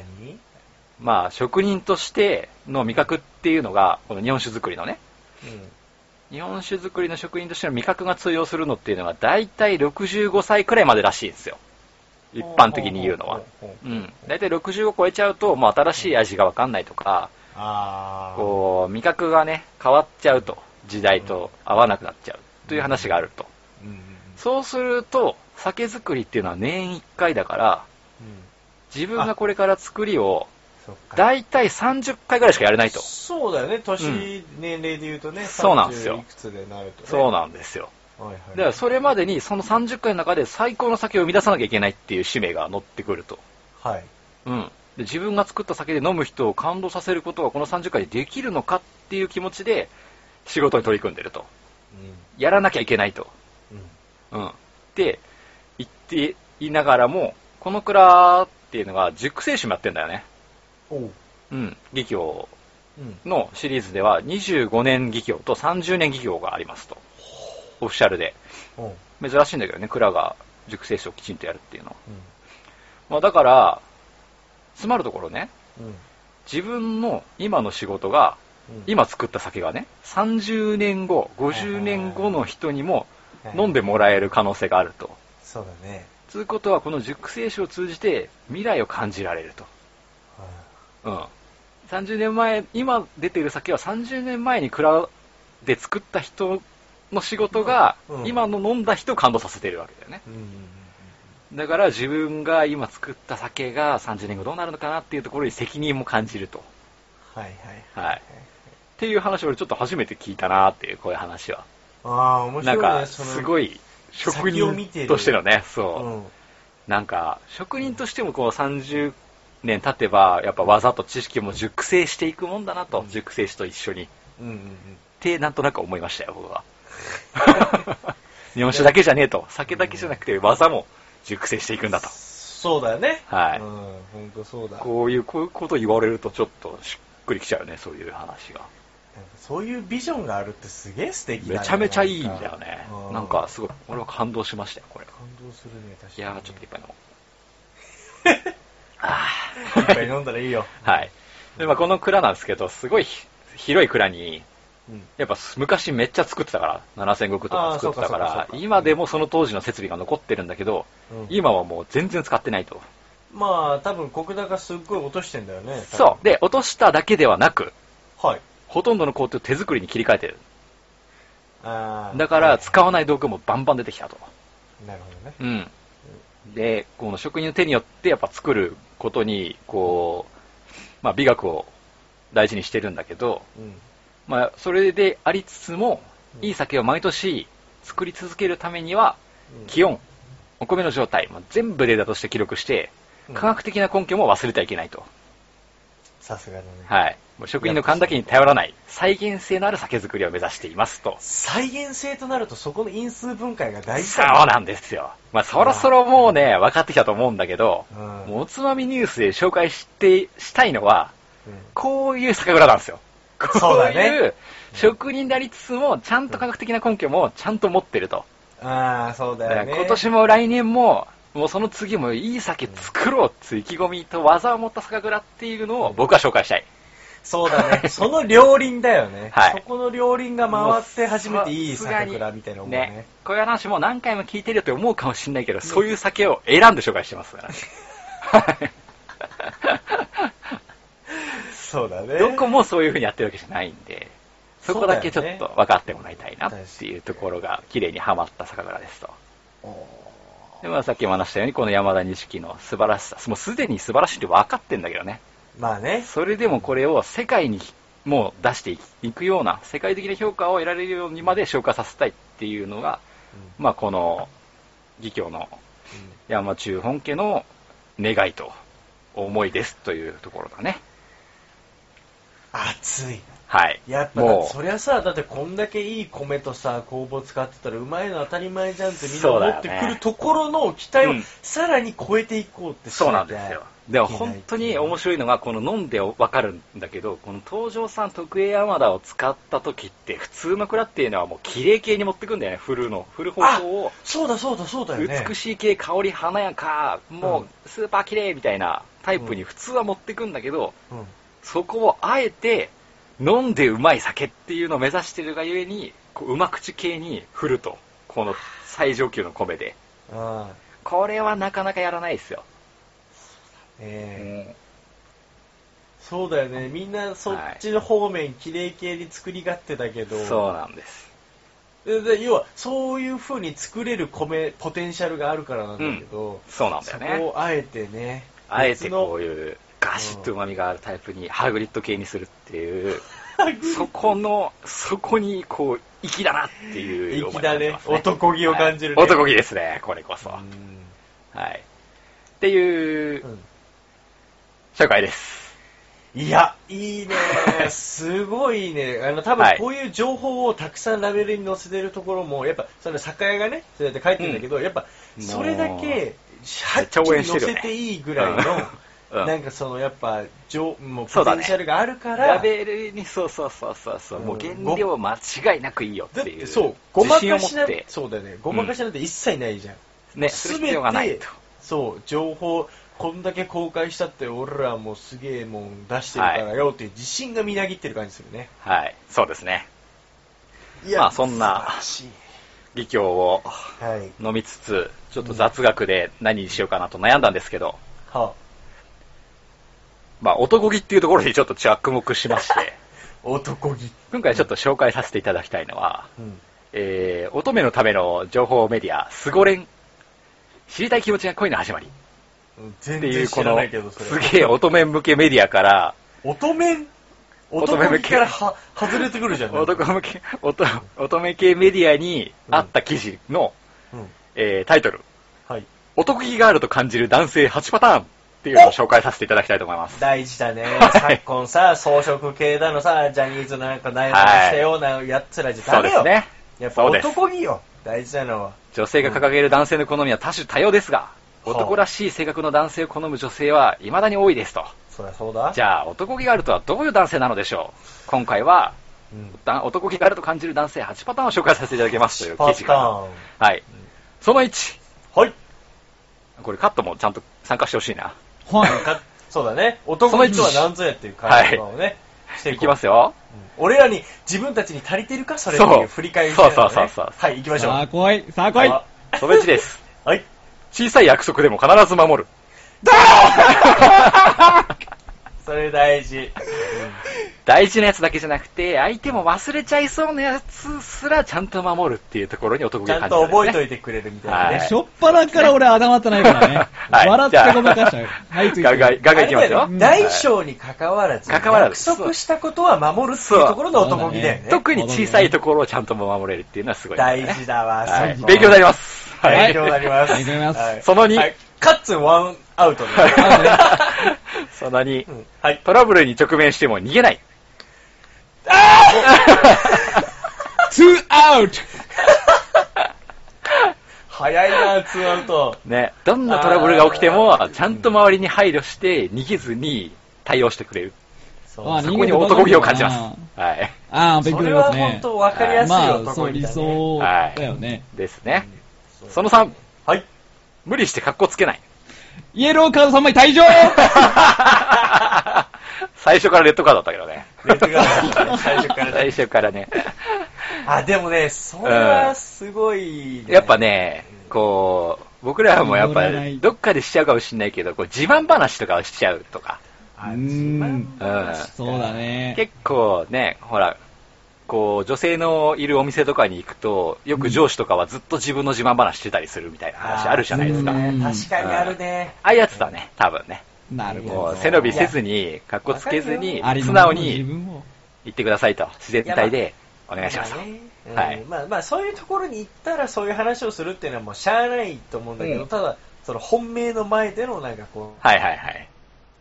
S2: まあ、職人としての味覚っていうのが、この日本酒作りのね、日本酒作りの職人としての味覚が通用するのっていうのが、だいたい65歳くらいまでらしいんですよ。一般的に言うのは。
S4: うん。
S2: うん。だいたい60を超えちゃうと、もう新しい味がわかんないとか、
S4: あー。
S2: こう、味覚がね、変わっちゃうと、時代と合わなくなっちゃうという話があると。
S4: うんうんうん
S2: そうすると、酒造りっていうのは年1回だから、自分がこれから作りを、
S4: そっか
S2: だいたい30回ぐらいしかやれないと。
S4: そうだよね、年、
S2: う
S4: 年齢で言うとね、
S2: そうなんですよ
S4: 30いくつでなるとね。
S2: そうなんですよ。
S4: はいはい。
S2: だからそれまでにその30回の中で最高の酒を生み出さなきゃいけないっていう使命が乗ってくると。
S4: はい。
S2: うん。で自分が作った酒で飲む人を感動させることがこの30回でできるのかっていう気持ちで仕事に取り組んでると。やらなきゃいけないと。
S4: うん。う
S2: う
S4: ん。
S2: ん。って言っていながらも、この蔵っていうのが熟成酒もやってんだよね。
S4: おう。
S2: うん。技業
S4: うん。
S2: のシリーズでは25年技業と30年技業がありますと。オフィシャルで。
S4: おう。
S2: 珍しいんだけどね、蔵が熟成酒をきちんとやるっていうのは。
S4: う
S2: まあだから、つまるところね、
S4: ん。うん。
S2: 自分の今の仕事が、
S4: うん、
S2: 今作った酒がね、30年後、50年後の人にも飲んで
S4: も。
S2: もらえる可能性があると。
S4: そうだね。
S2: つうことは、この熟成酒を通じて未来を感じられると。うん。30年前、今出ている酒は30年前に蔵で作った人の仕事が
S4: うん、
S2: 今の飲んだ人を感動させているわけだよね。
S4: うん。うん
S2: だから自分が今作った酒が30年後どうなるのかなっていうところに責任も感じると。
S4: はいはい。
S2: はい。っていう話を俺ちょっと初めて聞いたなっていう、こういう話は。
S4: ああ、面白
S2: ないん
S4: ね、
S2: か、
S4: その
S2: すごい、職
S4: 先を見て
S2: 人
S4: る
S2: としてのね、
S4: う
S2: そう。
S4: ん。
S2: なんか、職人としてもこう30年経てば、やっぱ技と知識も熟成していくもんだなと、
S4: うん
S2: 熟成師と一緒に。っ
S4: うんうんうん。
S2: て、なんとなく思 いましたよ、僕は。日本酒だけじゃねえと。酒だけじゃなくて技も熟成していくんだと。
S4: そうだよね。
S2: はい
S4: うん、ほんとそうだ。なんか
S2: こういう、こういうこと言われるとちょっとしっくりきちゃうね、そういう話が。
S4: そういうビジョンがあるってすげえ素敵だ
S2: め
S4: ね
S2: ちゃめちゃいいんだよね。
S4: う
S2: なんかすごい、俺は感動しましたよ、これ。
S4: 感動するね、確
S2: い
S4: かに。
S2: やー、ちょっといっぱい飲もう。
S4: いっぱい飲んだら いいよ。
S2: はい。で、まあこの蔵なんですけど、すごいひ広い蔵に、
S4: うん。
S2: やっぱ昔めっちゃ作ってたから、7000石とか作ってたか
S4: あーそうかそうからそう、か
S2: 今でもその当時の設備が残ってるんだけど、
S4: うん
S2: 今はもう全然使ってないと。
S4: まあ、多分国高すっごい落としてんだよね。多分
S2: そう。。で、落としただけではなく、
S4: はい。
S2: ほとんどの工程を手作りに切り替えてる。
S4: あー
S2: だから、
S4: はい
S2: 使わない道具もバンバン出てきたと。
S4: なるほどね。
S2: うん。で、この職人の手によってやっぱ作ることに、こう、まあ美学を大事にしてるんだけど、
S4: うん。
S2: まあそれでありつつも、
S4: うん
S2: いい酒を毎年作り続けるためには、気
S4: 温、
S2: 温、お米の状態、まあ全部データとして記録して、
S4: うん
S2: 科学的な根拠も忘れてはいけないと。
S4: さすがだね。
S2: はい。もう職員の勘だけに頼らない、再現性のある酒造りを目指していますと。
S4: 再現性となるとそこの因数分解が大事
S2: そう
S4: だね。
S2: なんですよ。まあ、そろそろもうね、分かってきたと思うんだけど、
S4: うん
S2: もうおつまみニュースで紹介して、したいのは、
S4: うん
S2: こういう酒蔵なんですよ。
S4: そうだ
S2: こういう
S4: ね。
S2: 職人でありつつも、ちゃんと科学的な根拠もちゃんと持ってると。
S4: ああ、そう
S2: だ
S4: だ
S2: から
S4: よね。
S2: 今年も来年も、もうその次もいい酒作ろうっていう意気込みと技を持った酒蔵っていうのを僕は紹介したい。
S4: そうだ ね。その両輪だよね。
S2: はい
S4: そこの両輪が回って初めていい酒蔵みたいなもん
S2: ね
S4: ね。
S2: こういう話も何回も聞いてると思うかもしれないけど、そういう酒を選んで紹介してますから。 はい
S4: そうだね。
S2: どこもそういう風にやってるわけじゃないんで、そこだけちょっ
S4: そうだ
S2: と
S4: よね
S2: 分かってもらいたいなっていうところが綺麗にはまった酒蔵ですと。で、まあさっきも話したように、この山田錦の素晴らしさ、もうすでに素晴らしいって分かってんだけどね。
S4: まあね。
S2: それでもこれを世界にもう出していくような、世界的な評価を得られるようにまで消化させたいっていうのが、
S4: うん
S2: まあこの、義教の
S4: うん
S2: 山中本家の願いと思いですというところだね。
S4: 熱い。
S2: はい。
S4: やっぱだって
S2: も
S4: そりゃさ、だってこんだけいい米とさ、工房使ってたらうまいの当たり前じゃんってみんな
S2: そうだ
S4: 思
S2: よ
S4: って
S2: ね
S4: くるところの期待
S2: う
S4: を
S2: ん
S4: さらに超えていこうって
S2: う、
S4: し
S2: そうな
S4: なき
S2: んで
S4: ゃい
S2: す
S4: けない
S2: よ。でも本当に面白いのが、この飲んでわかるんだけど、この東条さん特営山田を使った時って、普通の蔵っていうのはもう綺麗系に持ってくんだよね、フルの、フル方
S4: あ
S2: 向を。
S4: そうだそうだそうだよね。
S2: 美しい系、香り華やか、も
S4: うん
S2: うスーパー綺麗みたいなタイプに普通は持ってくんだけど、
S4: うん
S2: そこをあえて飲んでうまい酒っていうのを目指してるがゆえに、こううま口系に振ると、この最上級の米で。
S4: ああ
S2: これはなかなかやらないですよ。
S4: ええそうだよね。みんなそっちの方面、綺麗系に作り勝手だけど、
S2: そうなんです。
S4: でで要はそういう風に作れる米、ポテンシャルがあるからなんだけど、
S2: そうなんだ
S4: そ
S2: よ
S4: こ
S2: ね。
S4: をあえてね、
S2: あえてこう
S4: う。
S2: いうガシッと旨味があるタイプにハーグリッド系にするって いう、
S4: そ
S2: そこの、そこにこう、粋だなっていう思い
S4: 粋
S2: にな
S4: だ
S2: って
S4: ね
S2: ま。すね。
S4: 男気を感じるね。
S2: はい男気ですね、これこそ。
S4: うん
S2: はい。っていう
S4: うん
S2: 紹介です。
S4: いや、い いね。すごいね。あの、多分
S2: はい
S4: こういう情報をたくさんラベルに載せてるところも、やっぱ、その酒屋がね、そうやって書いてるんだけど、やっぱ、それだけ、はっき
S2: 応
S4: り
S2: 援して
S4: 載
S2: るよね
S4: せていいぐらいの、
S2: うん
S4: なんかその、やっぱ、情もう
S2: そ
S4: ポ
S2: うだ
S4: テ
S2: ね
S4: ンシャルがあるから、
S2: ラベルに、そうそうそうそうそう、
S4: うん
S2: もう原料間違いなくいいよ
S4: だ
S2: っ
S4: って
S2: い
S4: て
S2: う。
S4: そう、ごまか
S2: 自
S4: し
S2: 信を持
S4: な
S2: って、
S4: そうだよね、ごまかしなんて一切ないじゃん。
S2: ね、す
S4: すべ
S2: る
S4: て
S2: 必要がないと。
S4: そう、情報、こんだけ公開したって、俺らもうすげえもん出してるからよっていう自信がみなぎってる感じするね。
S2: はい、そうですね。
S4: い
S2: まあそんな
S4: 素晴らしい
S2: 義教を
S4: はい。
S2: 飲みつつ、ちょっと雑学で何にしようかなと悩んだんですけど、
S4: は
S2: まあ男気っていうところにちょっと着目しま して、
S4: あ、男気。
S2: 今回ちょっと紹介させていただきたいのは、
S4: うん。
S2: えー、乙女のための情報メディア、スゴレン。知りたい気持ちが恋の始まり。っ
S4: 全
S2: てい
S4: 然
S2: う、こ
S4: 知ら
S2: の
S4: ないけど、、それ
S2: す。げえ乙女向けメディアから、
S4: 乙女
S2: 乙
S4: 乙
S2: 女
S4: 女
S2: 向
S4: 向
S2: け
S4: けからは外れてくるじゃん。
S2: 男向け、乙乙女系メディアにあった記事の、
S4: うん。
S2: えータイトル、
S4: はい。
S2: 男気があると感じる男性8パターンっていうのを紹介させていただきたいと思います。
S4: 大事だね
S2: はい。
S4: 昨今さ、装飾系だのさ、ジャニーズなんかないのしたようなやつらじゃ
S2: そ
S4: ダ
S2: うで
S4: メ
S2: す
S4: よ。
S2: ね。
S4: やっぱ
S2: そうです
S4: 男気よ。大事なのは。
S2: 女性が掲げる男性の好みは多種多様ですが、男らしい性格の男性を好む女性は未だに多いですと。
S4: そりゃそうだ
S2: じゃあ、男気があるとはどういう男性なのでしょう今回は、
S4: うん
S2: だ男気があると感じる男性8パターンを紹介させていただきますという記事
S4: は
S2: から。はい。その1。
S4: い
S2: これカットもちゃんと参加してほしいな。
S3: はい。
S4: かそうだね男の人は何ぞやっていう会話をね、してい
S2: い
S4: こ
S2: き
S4: う
S2: ますよ。
S4: うん俺らに自分たちに足りてるかそれって
S2: そ
S4: いうう振り返りみたいなのね
S2: そうそうそうそう
S4: はい行きましょう
S3: さあ来い、さあ来い。
S4: あ
S2: その1です。
S4: はい
S2: 小さい約束でも必ず守る。
S4: それ大事
S2: 大事なやつだけじゃなくて、相手も忘れちゃいそうなやつすらちゃんと守るっていうところに男
S4: ち
S2: 気を
S4: ゃん
S2: 感じ
S4: と
S2: る、ね。
S4: 覚えと
S2: い
S4: いてくれるみたいなね、
S2: はい。
S3: しょっぱなから俺頭ってないからね
S2: はい
S3: 笑ってごまかしちゃう。はい、
S2: ガンガン、ガンガンいきますよ。
S4: あれだね大小に関わらず、
S2: 関わらず
S4: 約束したことは守るっていうところの男気だよね。
S2: 特に小さいところをちゃんと守れるっていうのはすごい、ね。
S4: 大事だわ、
S2: はい
S4: そこ
S2: 勉強になります。
S4: 勉強になります。
S3: 勉強になります
S4: はい
S2: その2
S4: はいカッツンワンアウトで。
S2: その2
S4: う、んはい。
S2: トラブルに直面しても逃げない。
S3: ツーアウト
S4: 早いな、ツーアウト。
S2: ね、どんなトラブルが起きても、ちゃんと周りに配慮して、逃げずに対応してくれる。
S4: そう
S3: あ
S2: そこに男気を感じます。はい。
S3: ああ、勉
S4: そ
S3: 強に
S4: れ
S3: なりま
S4: は
S3: すね。
S4: 本当分かりやすい
S3: まあ、そ
S4: 男気
S3: う、理
S4: だね。
S3: 想
S2: はい
S3: だよね。
S2: ですね。
S4: そう
S2: その3、
S4: はい。
S2: 無理して格好つけ ない。
S3: イエローカード3枚 退場
S2: 最初からレッドカードだったけどね。
S4: レッドカードだったね最初から ね
S2: 最初からね。
S4: あ、でもね、それはすごいね、
S2: やっぱね、こう、僕らもやっぱ
S3: 乗らない、
S2: どっかでしちゃうかもしれないけど、こう自慢話とかをしちゃうとか。
S4: あ、
S3: うー
S4: 自慢
S3: ん
S2: うん。
S3: そうだね。
S2: 結構ね、ほら、こう、女性のいるお店とかに行くと、よく上司とかはずっと自分の自慢話してたりするみたいな話あるじゃないですか。
S3: あー
S2: あ
S3: うん
S4: 確かにあるね。
S2: あいうやつだね、多分ね。
S3: なる
S2: も
S3: ほ
S2: う背伸びせずに、格好つけず
S4: い
S2: に、
S3: ど。あり
S2: 素
S3: のま
S2: 直
S3: まの自
S2: に
S3: 分を。
S2: 言ってくださいと、自然体でお願いしますと。
S4: まあね
S2: はい
S4: うんまあまあ、そういうところに行ったらそういう話をするっていうのはもうしゃあないと思うんだけど、
S2: うん
S4: ただ、その本命の前でのなんかこう、
S2: はいはいはい。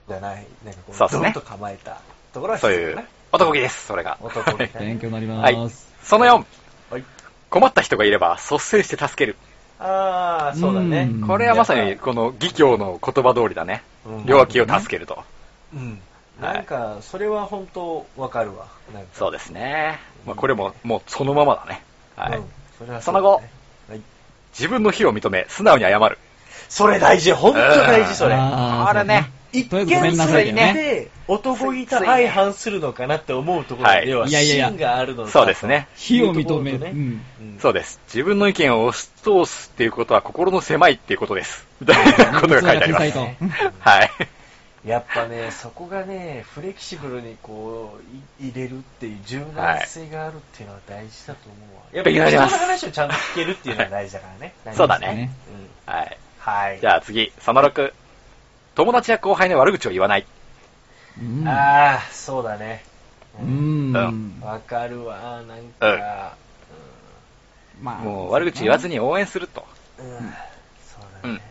S4: じゃない、なんかこ
S2: そう
S4: う、
S2: っす
S4: ド
S2: ね
S4: ンと構えたところは
S2: そう
S4: 必
S2: い
S4: 要だ
S2: う
S4: な。、
S2: 男気です、それが。
S4: 男気ね
S2: はい
S3: 勉強になり
S2: はい
S3: ます。
S2: その4、
S4: はい
S2: 困った人がいれば率先して助ける。
S4: ああ、そうだね。
S3: うん
S2: これはまさに、この義教の言葉通りだね。
S4: うん
S2: 両脇を助けると。
S4: うん。
S2: はい
S4: なんか、それは本当わかるわ。なんか
S2: そうですね。まあ、これも、もうそのままだね。はい。
S4: うんそれは
S2: そうの
S4: だね
S2: 後、
S4: はい
S2: 自分の非を認め、素直に謝る。
S4: それ大事、本当大事、それ。
S3: あー
S2: これね。
S4: 一
S3: とりあえずごめ
S4: 見
S3: んな
S4: す
S3: さい
S4: る
S3: ね
S4: で、男気と相反するのかなって思うところ
S2: はい
S4: では、
S3: いやいやいや
S4: 芯があるのか
S2: そうですね。
S3: 火を認め
S4: い
S3: る
S4: うところとね
S3: うん
S4: うん
S2: そうです。自分の意見を押し通すっていうことは心の狭いっていうことです。みたいなことが書いてあります。
S3: 器が小さい
S2: はい。
S4: やっぱね、そこがね、フレキシブルにこう、い入れるっていう柔軟性があるっていうのは大事だと思うわ。やっぱ
S2: 勉強になり
S4: 人
S2: ま
S4: の
S2: す
S4: 話をちゃんと聞けるっていうのは大事だからね。
S2: そうだ
S3: と
S2: ね。
S4: うん
S2: はい。
S4: はい。
S2: じゃあ次、その6。友達や後輩の悪口を言わない。
S3: うん
S4: ああ、そうだね。
S3: う
S4: うん
S3: ん。
S4: わかるわ、なんか。
S3: まあ
S2: もう悪口言わずに応援すると。
S4: うんうんそう
S2: う
S4: だ
S2: ん
S4: ね。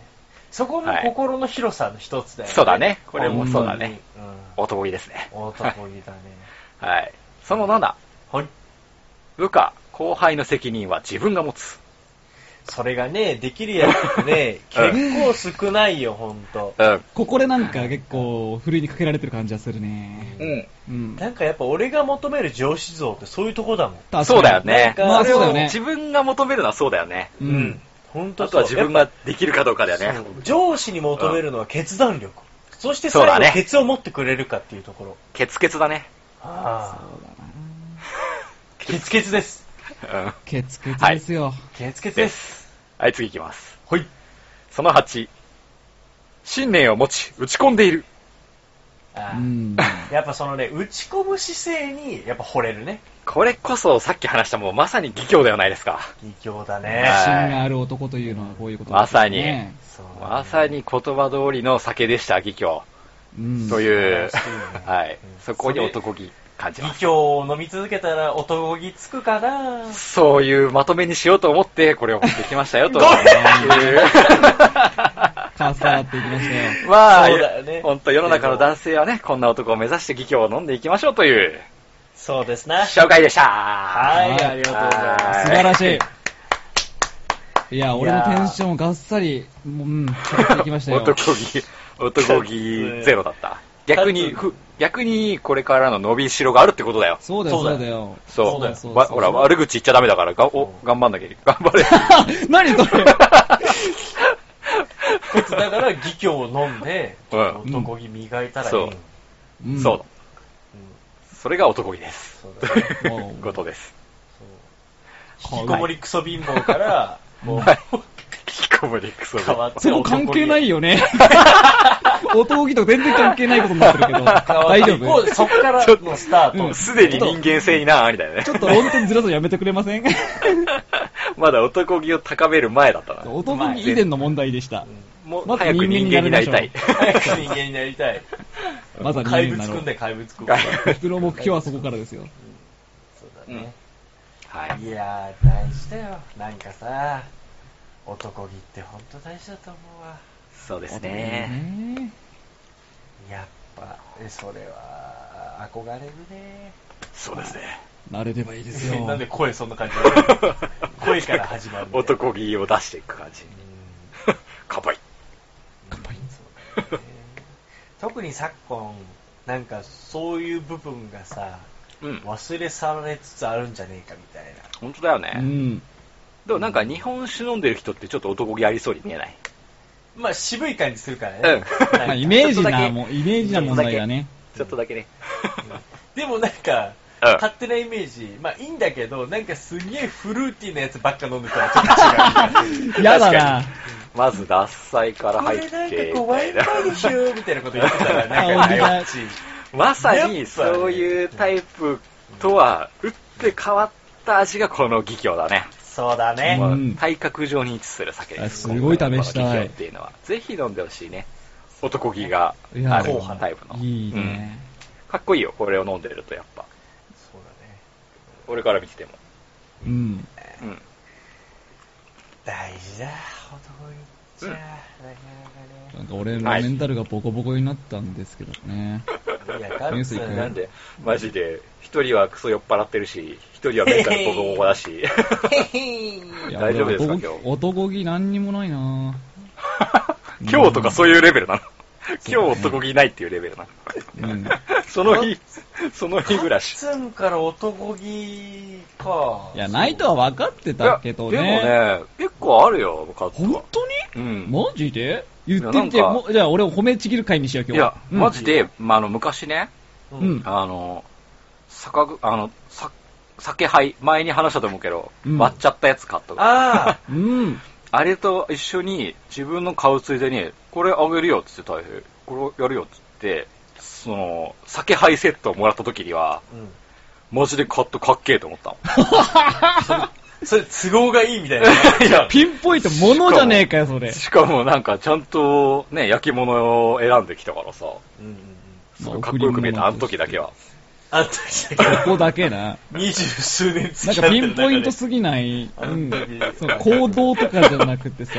S4: そこも心の広さの一つだよね。
S2: そうだね。これもそうだね。
S4: うん。
S2: 男気ですね。
S4: 男気だね。
S2: はい。その7。
S4: はい。
S2: 部下、後輩の責任は自分が持つ。
S4: それがね、できるやつって ね、結構少ないよ、ほんと。
S2: うん。
S3: ここでなんか結構、ふるいにかけられてる感じはするね。
S2: うん。
S3: うん。
S4: なんかやっぱ俺が求める上司像ってそういうとこだもん。
S3: 確かに
S2: そうだよね。
S3: まあそうだよね
S2: 自。分が求めるのはそうだよね。
S3: う
S4: うんん。ほ
S2: あ
S4: んと
S2: とは自分
S4: が
S2: ができるかどうかだよね。
S4: 上司に求めるのは決断力。そして
S2: そう
S4: 最
S2: だね
S4: 後、ケツを持ってくれるかっていうところ。
S2: ケツケツだね。
S4: あ
S3: そうだ
S4: あ、
S3: な
S4: ケツケツです。
S2: うん。
S3: ケツケツですよ。
S4: ケツケツ
S2: で
S4: です。
S2: す。はい、次いきます。
S4: ほい。
S2: その8。信念を持ち、打ち込んでいる。
S4: あ
S3: う
S4: あ
S3: ん。
S4: やっぱそのね、打ち込む姿勢に、やっぱ惚れるね。
S2: これこそさっき話したもうまさに義教ではないですか。
S4: 異教だ
S2: は
S4: ね。
S3: 自信がある男というのはこういうことですね
S2: まさに
S4: そう
S2: まさに言葉通りの酒でした、義教。
S3: うん。
S2: と
S3: う。
S2: いう
S4: 素晴らしいね、
S2: はい
S4: うん。
S2: そこに男気感じ
S4: 異
S2: ます。
S4: 教を飲み続けたら男気つくかな
S2: そういうまとめにしようと思って、これを持ってきましたよ、と。
S4: ごめん
S2: いう
S3: かさらっていきましたよ。
S2: まあ、
S4: そうだよね
S2: 本当世の中の男性はね、こんな男を目指して義教を飲んでいきましょうという
S4: そうですな。
S2: 紹介でした。
S4: はいい、ありがとうございます。
S3: 素晴らしい。いや、俺のテンションをがっさり、もううん、下がっていきましたよ。
S2: 男気、男気ゼロだった。逆に、ふ逆にこれからの伸びしろがあるってことだよ。
S3: そうだよ、
S4: そ
S3: そうう
S4: だ
S3: だよ。
S2: そう。
S4: そうだよ
S3: そう
S2: わ
S3: そう
S2: ほら、悪口言っちゃダメだから、がお頑張んなきゃいけ ない。頑張れ。
S3: 何それ
S4: こいつだから、義教を飲んで、
S2: うん
S4: 男気磨いたらいい。
S2: そう
S3: うん
S2: そう。
S4: うん
S2: それが男気です。
S4: そう
S2: と
S4: だ
S2: い
S4: ね
S2: う ことです。
S4: 引きこもりクソ貧乏から、もう、
S2: はい。引きこもりクソで。
S4: 変わって
S3: そこ関係ない
S4: よ。
S3: よね。男気と全然関係ないことになってるけど、
S4: 変わっ
S3: 大
S4: て
S3: 丈
S4: いこう
S3: 夫
S4: そっからのスター
S3: う
S4: ト。
S3: ん
S2: すでに人間性になありだよね
S3: ちょ。っと論点ずらすのやめてくれません
S2: まだ男気を高める前だったな。
S3: 男気以前の問題でした。
S2: もう
S3: まず
S2: 早く人間になりたい
S3: 人。
S4: 早く人間になりたい。
S3: まずは人間
S4: 怪
S3: に
S4: 物
S3: な
S4: く
S3: ろ
S4: ん
S3: う。
S4: で怪物くん。
S2: はい
S3: 僕の目標はそこからですよ。
S4: そうだね。
S2: はい。
S4: いやー、大事だよ。なんかさ、男気ってほんと大事だと思うわ。
S2: そうですね。
S3: ね
S4: やっぱ、えそれは、憧れるね。
S2: そうですね。
S3: 慣れればいいですよ。
S4: なんで声そんな感じなの声から始まるみたいな。
S2: 男気を出していく感じ
S4: う。ん
S2: かばい。
S3: 乾杯
S4: そうだね特に昨今、なんかそういう部分がさ、
S2: うん。
S4: 忘れ去られつつあるんじゃねえかみたいな。
S2: 本当だよ
S3: う
S2: ね。
S3: ん。
S2: でもなんか日本酒飲んでる人ってちょっと男気ありそうに見えない。
S4: まあ渋い感じするからね。
S2: うん
S4: なんか
S3: まあイメージ
S2: ちょっとだけ
S3: な、もう、イメージな問題だね。
S2: ちょっとだけね。
S4: でもなんか、
S2: うん
S4: 勝手なイメージ、まあいいんだけど、なんかすげえフルーティーなやつばっか飲んでたらちょっと違うみたいな。
S3: やだな。
S2: まず脱菜から
S4: こ
S2: 入
S4: れなん
S2: っ
S4: か
S2: て。
S4: こうワインバーでしょみたいなこと言ってたら、なんか、
S3: あ本当
S4: あ
S3: だ
S4: っち。
S2: まさにそういうタイプとは打って変わった味がこの義教だね。
S4: そうだね。
S2: も
S3: う
S2: うん体格上に位置する酒です。
S3: あすごい試したい
S2: この義教っていうのは。ぜひ飲んでほしいね。男気が
S3: い
S2: あ
S3: や
S2: る
S4: 後半
S2: タイプの。
S3: いいね。
S2: うんかっこいいよ、これを飲んでるとやっぱ。
S4: そうだね。
S2: 俺から見てても。
S3: うん。
S2: うん。
S4: 大事だ、男に。じゃあ、なか
S3: なんか俺のメンタルがボコボコになったんですけどね。
S4: なかね。いや、ガ
S3: ニ
S4: ッ
S3: ュース
S4: ツ
S3: 行く
S4: ー
S3: ね
S4: な
S2: なんん
S4: で。
S2: で、マジで、一人はクソ酔っ払ってるし、一人はメンタルボコボコだし。
S3: いや
S2: 大丈夫ですか
S3: 俺男
S2: 今
S3: 気男気何にもないな
S2: 今日とかそういうレベルなの。今日男気ないっていうレベルな
S3: う
S2: の
S3: ん。
S2: その日、その日暮らし。
S4: ツンから男気か。
S3: いや、ないとは分かってたけどね。
S2: いやでもね、結構あるよ、カットは
S3: 本。当に
S2: うん。
S3: マジで言って
S2: いやなん
S3: みて、
S2: か
S3: もうじゃあ俺を褒めちぎる回にしよう、
S2: い
S3: 今日は
S2: や、。
S3: うん
S2: マジで、まあ、あの、昔ね、
S4: う。
S3: うんん。
S2: あの、酒ぐ、あの、さ酒杯、前に話したと思うけど、
S3: うん
S2: 割っちゃったやつカットが。
S4: あ
S3: うん。
S2: あれと一緒に、自分の買うついでに、これあげるよっつって大平、これやるよっつって、その、酒杯セットをもらった時には、
S4: あ。うん。
S2: マジでカットかっけえと思 ったもん。
S4: それ都合がいいみ たいな。
S2: いや
S3: ピンポイント、ものじゃねえかよ、そ れ。
S2: しかもなんかちゃんとね、焼き物を選んできたからさ、
S4: うんうんうん。
S2: すごいかっこよく見えた、あの時だけは。
S4: あん時だ
S3: こ
S4: け
S3: こだけな。
S4: 二十数年
S3: な
S4: 付き合
S3: ん
S4: っ
S3: か
S4: て
S3: ピ
S4: る
S3: ン
S4: 中
S3: ポイン
S4: で
S3: ト。すぎ ない。
S4: あ
S3: う
S4: の
S3: ん
S4: 時。
S3: その行動とかじゃなくてさ。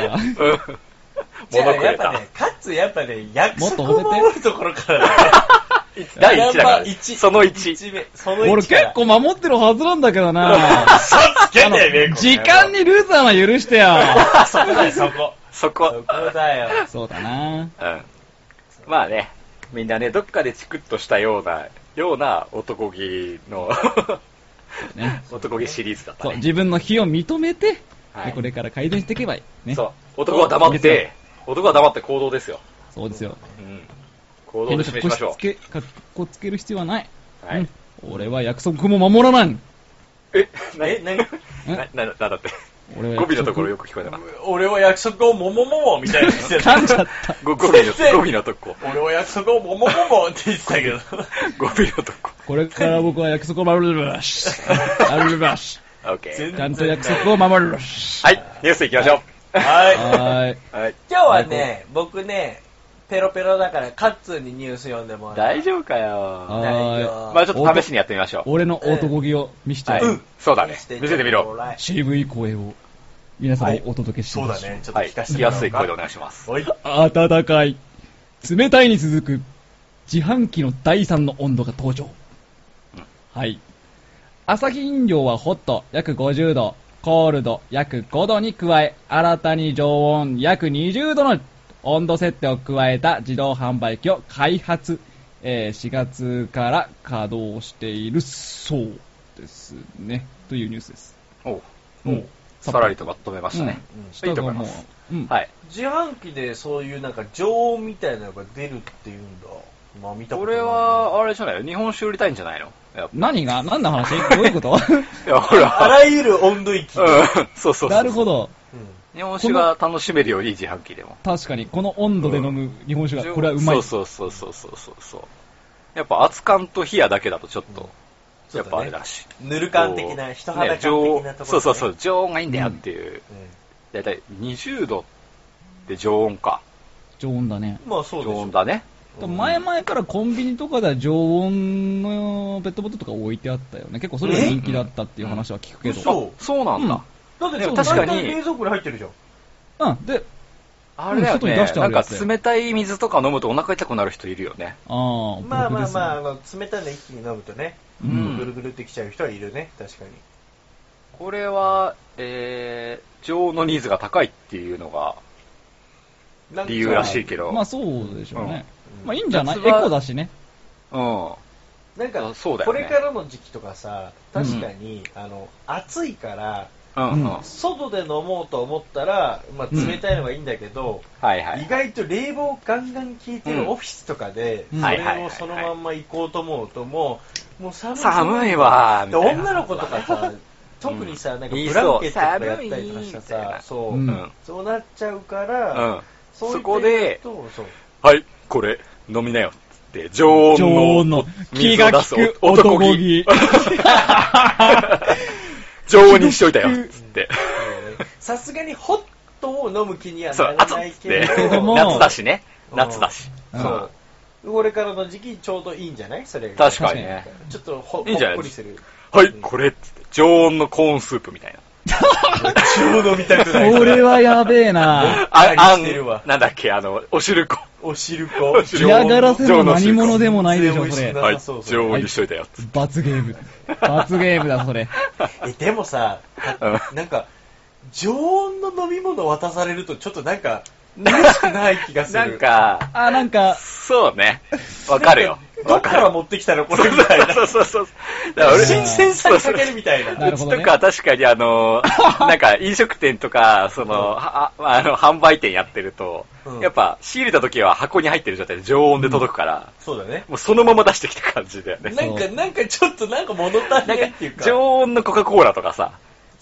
S4: じゃ
S2: 物
S4: あ
S2: く
S4: やっ
S2: れた
S4: ぱね。、かつやっぱね、約束
S3: もっ
S4: を
S3: と褒めて
S4: 守るところからだね。
S2: 第1だからね、
S4: 一
S2: その
S4: 一
S2: 1。
S4: 目その1
S3: 俺結構守ってるはずなんだけどな
S4: 嘘つけてねえ、これ
S3: 時間にルーザーは許し てよ。
S4: あそこだよ、そこ。
S2: そ
S4: そ
S2: こ。
S4: こだよ。
S3: そうだな
S2: うん。まあね、みんなね、どっかでチクッとしたような、ような男気の、
S3: ね。
S2: 男気シリーズだった
S3: そう、
S2: ね。
S3: 自分の非を認めて、
S2: はい
S3: でこれから改善していけばいい。ね。
S2: そう、男は黙っ
S3: そう
S2: て、男は黙って行動ですよ。
S3: そうですよ。
S2: うん。行動
S3: 変
S2: で
S3: に
S2: 示
S3: 格
S2: し
S3: 好
S2: ましょ
S3: つけ、格好つける必要はない。
S2: う。は
S3: う
S2: い
S3: ん。俺は約束も守らない。
S2: え、な
S4: え、何
S2: な、 な、なんだって。
S3: 俺は
S2: 語
S3: 約
S2: 尾
S3: 束
S2: のところよく聞こえなかった。
S4: 俺は約束をももももみたいな言って
S3: 噛んじゃ
S4: た。
S3: った。
S2: ご語尾の、語尾のとこ。
S4: 俺は約束をももももって言ってたけど。
S2: 語尾のとこ。
S3: これから僕は約束を守るらし。 守るらし。
S2: オッケー。
S4: 全
S3: ちゃんと約束を守るらし。
S2: はい、ニュース行きましょ
S4: はい。
S3: はーい。
S2: う。はい。
S4: 今日はね、僕ね、ペロペロだからカッツーにニュース読んでもらう。
S2: 大丈夫か
S3: は
S2: よ。
S4: ないよ
S3: ーい。
S2: まあちょっと試しにやってみましょう。
S3: 俺の男気を見せち
S2: は
S3: ゃ
S2: い
S3: うん。。
S2: そうだね。見せてみろ。
S4: はい
S3: 渋い声を、皆様お届けして
S4: そう
S3: ま
S4: だ
S3: す。
S4: ね、ちょっと
S2: はい。
S4: 聞かせ
S2: 聞
S4: て
S2: き
S4: もら
S2: や
S4: おう
S2: すい
S4: か
S2: 声でお願いします。
S4: おい。
S3: 暖かい。冷たいに続く、自販機の第3の温度が登場
S2: うん。
S3: はい。アサヒ飲料はホット、約50度。コールド約5度に加え、新たに常温約20度の温度設定を加えた自動販売機を開発、えー4月から稼働しているそうですね。というニュースです。
S2: おう
S3: おう
S2: さらりとまとめましたね。
S4: うん
S2: いいと思います。
S3: ううん
S2: はい。
S4: 自販機でそういうなんか常温みたいなのが出るっていうんだ。まあ見たこ
S2: こと
S4: ない
S2: れは、あれじゃない日本酒売りたいんじゃないのやっぱ
S3: 何が何の話どういうこと
S2: いや、ほら。
S4: あらゆる温度域。うん。
S2: うん、そうそうそう。
S3: なるほ。ど。
S2: 日本酒が楽しめるように自販機でも。
S3: 確かに、この温度で飲む日本酒が、これはうまい。
S2: そうそうそうそうそうそう。やっぱ熱感と冷やだけだとちょっと、
S4: うん
S2: やっぱあれだし。
S4: ぬる感的な、
S2: こう
S4: 人肌感
S2: ね
S4: 的な
S2: 常
S4: ところ、ね
S2: そうそうそう、常温がいいんだよっていう。
S4: う
S2: だいたい20度で常温か。
S3: 常温だね。
S4: ん。まあそうでし
S2: 常
S4: ょ
S2: 温だね。
S4: うん
S3: 前々からコンビニとかでは常温のペットボトルとか置いてあったよね。結構それが人気だったっていう話は聞くけ
S4: え
S3: ど。
S4: 嘘
S2: そうなんだ。
S3: うん
S4: だって
S2: でも
S4: 確
S2: 確
S4: か
S2: か
S4: に
S2: に
S4: 冷蔵庫に入ってるじゃん。
S3: うん。で、
S2: あれだよ
S3: うん外に
S2: ね、
S3: 出してあ
S2: な
S3: る
S2: ん
S3: や
S2: か
S3: つ
S2: 冷たい水とか飲むとお腹痛くなる人いるよね。
S3: ああ、
S4: まあまあまあ、あ
S3: あ。
S4: の冷たいの一気に飲むとね、
S3: う
S2: うんん
S4: ぐるぐるってきちゃう人はいるね、確かに。
S2: これは、えー、常温のニーズが高いっていうのが
S4: なんか
S2: 理由らしいけど。
S3: まあそうでしょうね。
S4: うん
S3: まあいいんじゃないエ
S2: 夏場
S3: コだしね。
S2: うん。
S4: なんか
S2: あそうだ
S4: こ
S2: よ
S4: れ
S2: ね
S4: からの時期とかさ、確かに、あの暑いから、
S2: うんうん。
S3: うん
S2: はい
S4: 外で飲もうと思ったら、まあ、
S3: うん
S4: 冷たいのがいいんだけど、
S2: はい。
S4: 意外と冷房ガンガン効いて
S2: う
S4: る
S2: ん
S4: オフィスとかで、
S3: うん
S4: そ
S2: はいはいはい
S4: れ
S2: はい
S4: をそのまんま行こうと思うと、もう、もう寒い。
S2: 寒いわーみ
S4: で
S2: たいな
S4: 女の子とかさ、特にさ、なんかブランケットとかやったりとかして
S2: 言いそう寒いみたい
S4: さ
S2: な、
S4: そう、
S3: うん
S2: うん。
S4: そうなっちゃうか
S2: う
S4: ら、
S2: ん。
S4: そうい
S2: そうこで
S4: 点とそう
S2: はい、これ、飲みなよ。って、常温の。
S3: 常温の気が利く男気。
S2: 常温にしといたよ。つって。
S4: さすがにホットを飲む気には
S2: そ
S4: な
S2: う、
S4: ら
S2: 熱
S4: な
S2: っ
S4: い
S2: つっ
S4: け
S2: て
S4: ど、
S3: けども
S2: 夏だしね。
S4: うん
S2: 夏だし。
S3: うん
S4: そう。これからの時期ちょうどいいんじゃないそれが。
S2: 確かにね。
S4: ちょっとほ
S2: いいんじゃない
S4: ほっこりする。
S2: はい、これ、つって常温のコーンスープみたいな。
S4: 中のみたくない。
S3: それはやべえな
S2: あ、
S4: あ
S2: あ
S4: りしてるわ
S2: ん、なんだっけ、あの、お汁粉。
S4: お汁粉。
S3: 嫌がらせの何者でもないでし
S4: 常
S3: ょ、
S4: 温
S3: そ
S4: の
S3: れ
S4: あ。
S2: はい
S4: そう、そう
S2: 常温にしといたよ。つって
S3: 罰ゲーム。罰ゲームだ、それ。
S4: え、でもさ、なんか、常温の飲み物渡されるとちょっとなんか、嬉しくない気がする。
S2: なん、か、
S3: あ、なんか、
S2: そうね。わかる よ。
S4: どっ
S2: わ
S4: か
S2: からる。
S4: 持ってきたのこれみたい な。
S2: そうそうそうそう。だから俺
S4: 新鮮さにかけるみたいな。
S3: なる
S2: う
S3: ほ
S2: ち
S3: どね
S2: とか確かにあ の、なんか飲食店とか、その、はああの、販売店やってると
S4: うん、
S2: やっぱ仕入れた時は箱に入ってる状態で常温で届くから、
S4: そうだね。
S2: もうそのまま出してきた感じだよね。
S4: なんか、なんかちょっとなんか物足りないっていうか。
S2: 常温のコカ・コーラとかさ、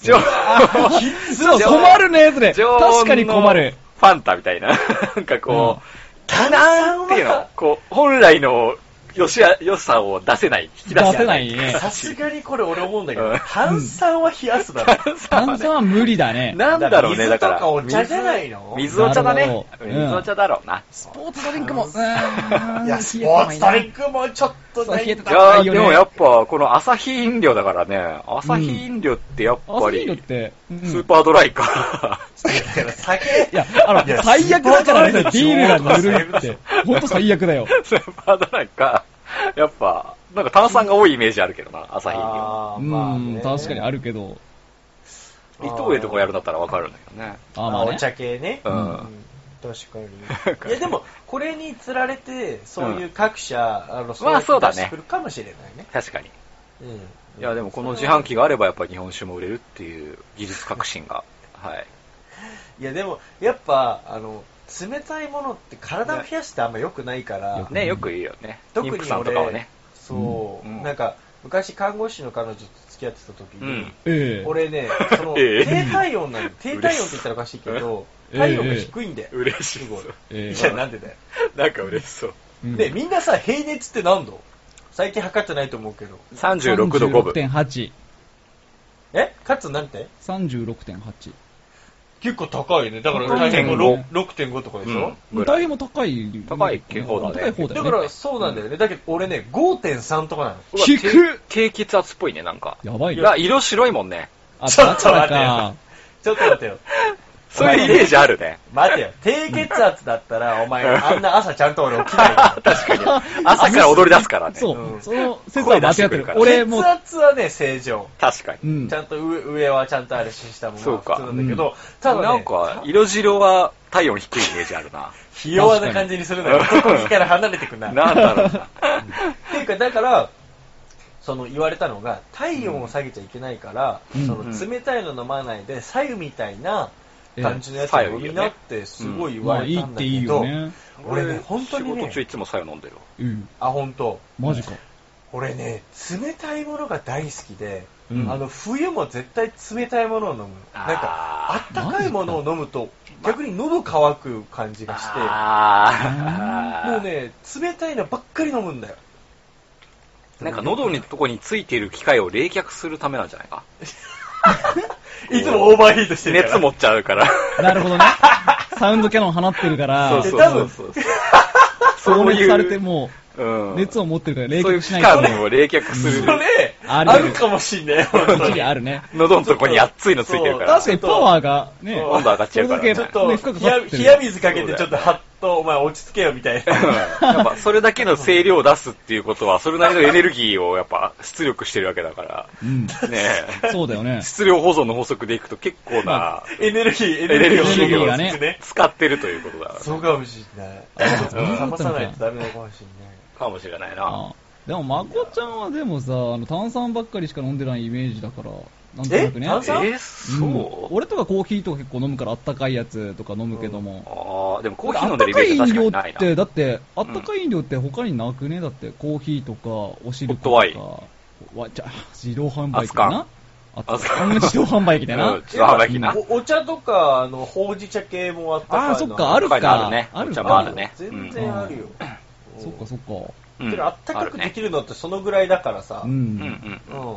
S2: 常 温
S3: そう、
S2: 常温
S3: 困るね、それ。
S2: 常温の
S3: 確かに困 る。
S2: ファンタみたいな、なんかこう、
S4: うん
S2: なんっていうの、こう、本来の良しあ良さを出せない、引き出せない。
S3: 出せな いね
S4: さすがにこれ俺思うんだけ
S2: う
S4: ど、
S2: ん
S4: 炭酸は冷やすだろ。
S2: 炭酸は
S3: 炭
S2: ね
S3: 酸は無理だね。
S2: なんだろうね、だ
S4: だか
S2: から
S4: 水
S2: ら。
S4: とかお茶じゃないの
S2: 水水お茶だ
S3: なるほ
S2: ね。
S3: ど
S2: 水お茶だろうな。
S3: スポーツドリンクも、うーん。
S4: いや、スポーツドリンクもちょっと
S3: そう冷えて
S2: い
S3: た
S2: や
S3: 高
S2: ー
S3: いよ
S2: で
S3: ね
S2: もやっぱ、この朝日飲料だからね、朝日飲料ってやっ
S3: ア
S2: ぱ
S3: スリートっ
S2: り、
S3: て、うん
S2: スーパードライか。
S4: から酒。
S3: いや、あ
S4: いや
S3: の、最悪だから
S4: スーパードライ
S3: ね、
S4: の
S3: ビールがぬるいって。ほんと最悪だよ。
S2: スーパードライか。やっぱ、なんか炭酸が多いイメージあるけどな、朝日飲料。
S4: あ
S3: う
S4: ーまあ
S3: ん
S4: ね、
S3: 確かにあるけど。
S2: 伊藤園とかやるんだったらわかるんだけどね。
S3: あ、まあ
S4: お
S3: ね。
S4: 茶系ね。
S2: う
S4: うん
S2: ん。
S4: 確 かに。いや、でも、これにつられて、そういう各社、あの、
S2: まあそうだね
S4: 出してくるかもしれないね。
S2: 確かに。
S4: うん。
S2: いや、でもこの自販機があればやっぱり日本酒も売れるっていう技術革新が。はい。
S4: いや、でも、やっぱ、あの、冷たいものって体を冷やしてあんま良くないから、
S2: ね、よく言うよね。
S4: 特に
S2: 妊婦さんとかはね。
S4: そう、
S2: うん
S4: なんか、昔看護師の彼女と付き合ってた時
S2: う
S4: に、
S2: ん。
S3: ええ。
S4: 俺ね、その、
S2: ええ
S4: 低体温な の。低体温って言ったらおかしいけど、
S3: ええ
S4: 体温が低いんだよ。
S2: 嬉しい。
S3: え
S4: い
S3: え
S4: や、なんでだよ。
S2: なんか嬉しそう。
S3: うん
S4: で、みんなさ、平熱って何度最近測ってないと思うけど。
S2: 36度5分。
S3: 36.8。
S4: えかつなんて
S3: 36.8。
S4: 結構高いよね。だから
S3: 高い
S4: 大変も
S3: ね
S4: 6.5とかでしょ、
S2: うん
S3: 大変も高い。
S2: 高い方だね
S3: 高い方だ
S4: だか
S3: よね。
S4: らそうなんだよね。だけど俺ね、5.3とかなの。
S2: うわ
S3: 低っ
S2: 低低血圧っぽいね、なんか。
S3: やばい
S2: い
S3: よ。
S2: や、色白いもんね。
S3: あ、
S4: ちょっと待ってよ
S3: だからか
S4: ちょっと待ってよ。
S2: そういうイメージある ね。
S4: 待てよ、低血圧だったら、お前、あんな朝ちゃんと俺起きないよ。
S2: 確かに。朝から踊り出すからね。
S3: そう、
S4: うん
S3: その説は間違
S2: 声出
S3: って
S2: してくる
S3: る
S2: か。ら
S3: 俺も
S4: 血、圧はね、正常。
S2: 確か
S3: う
S2: に。
S3: ん
S4: ち。ゃんと上上はちゃんとあるし、下もま
S2: そう
S4: あ
S2: か
S4: 普通なんだけど、ただね、
S2: なんか、色白は体温低いイメージある な。
S4: ひ弱な感じにするのよ。
S2: 確かに
S4: 男気から離れてくんな。
S2: なんだろうな。
S4: っていうか、だから、その言われたのが、体温を下げちゃいけないから、
S3: うん
S4: その冷たいの飲まないで、白湯みたいな感じのやつ
S2: え
S4: を
S2: え白湯
S4: 飲
S2: いいよね
S4: みなってすごい言
S3: ま
S4: わ
S3: あ、
S4: れ
S3: いい
S4: た
S3: っ
S4: んだ
S3: ていい
S4: け
S3: よ
S4: ど、
S3: ね。
S4: 俺ね、本当に
S2: 仕
S4: ね
S2: 事中、いつも白湯飲んでるわ。
S3: うん。
S4: あ、本当。
S3: マジか。
S4: 俺ね、冷たいものが大好きで、
S3: うん
S4: あの、冬も絶対冷たいものを飲む。なんか、あ
S2: あ
S4: ったかいものを飲むと、逆に喉乾く感じがして、
S2: あー
S4: もうね、冷たいのばっかり飲 むんだよ。
S2: なんか喉のとこについている機械を冷却するためなんじゃないか。
S4: いつもオーバーヒートしてるから。
S2: 熱持っちゃうから。
S3: なるほどね。サウンドキャノン放ってるか ら、
S2: そう
S4: 多分
S2: そうそう
S3: 放
S2: そういう
S3: 熱されても
S2: う
S3: う、
S2: ん。
S3: 熱を持ってるから冷
S2: そういう
S3: 却
S2: 機
S3: しないと。
S2: 関を冷却す
S4: そ
S2: る。
S4: れ、
S3: あ
S4: あ
S3: る
S4: るかもしんない。本当
S3: 一
S4: に
S3: 理あるね。
S2: 喉のとこに熱いのついてるから
S4: そ
S3: 確。かにパワーがね、
S4: そう
S2: 温度上がっちゃうからね。
S3: そ
S4: ちょ
S3: れ
S4: っ
S3: だけ
S4: と
S3: ね深く
S4: 冷
S3: 刺さ
S4: や、
S3: ってる
S4: 冷や水かけてちょっとハッと、お前落ち着けよみたいな。
S2: うんやっぱそれだけの声量を出すっていうことは、それなりのエネルギーをやっぱ出力してるわけだか
S3: うん。
S2: ら、ね
S3: そうだ よ
S2: え
S3: ね。
S2: 質量保存の法則でいくと結構な、
S4: エネルギー、エ
S2: ネルギー
S4: を
S3: がね
S4: つくね。
S2: 使ってるということだから
S4: そうかもしんない。
S3: そうだった
S4: 冷
S3: の
S4: ま
S3: か
S4: さないとダメなのかもしんない。
S2: かもしれないな。
S3: あでも、まこちゃんはでもさ、あの炭酸ばっかりしか飲んでないイメージだから、なんとなく
S2: え
S4: え
S3: ね。
S4: 炭酸
S2: ー、
S3: うん
S2: そう、
S3: 俺とかコーヒーとか結構飲むからあったかいやつとか飲むけども。
S2: ああ、でもコーヒー
S3: あ
S2: 飲
S3: っ
S2: んで
S3: た
S2: るイメー
S3: かい
S2: ジは確か
S3: 飲料
S2: に
S3: っ
S2: ないな。
S3: て、だって、あったかい飲料って他になくねだって、コーヒーとか、お汁粉と
S2: ホ
S3: か
S2: ット、
S3: わじゃあ自動販売機かなあ
S2: アスカン
S3: あんな自動販売機だな。
S2: うん自動販売機な
S3: うん
S4: おお茶とか、あの、ほうじ茶系もあったかいの
S3: あーそっかある
S2: 他にあるね。
S3: あ
S2: お
S3: るか
S2: 茶もあるね。
S4: 全然あるよ。うん
S3: そっかそっか。
S2: うん
S4: けどあったかく
S2: る
S4: で
S2: ね
S4: きるのってそのぐらいだからさ。
S3: う。
S2: うんうんん。
S4: うん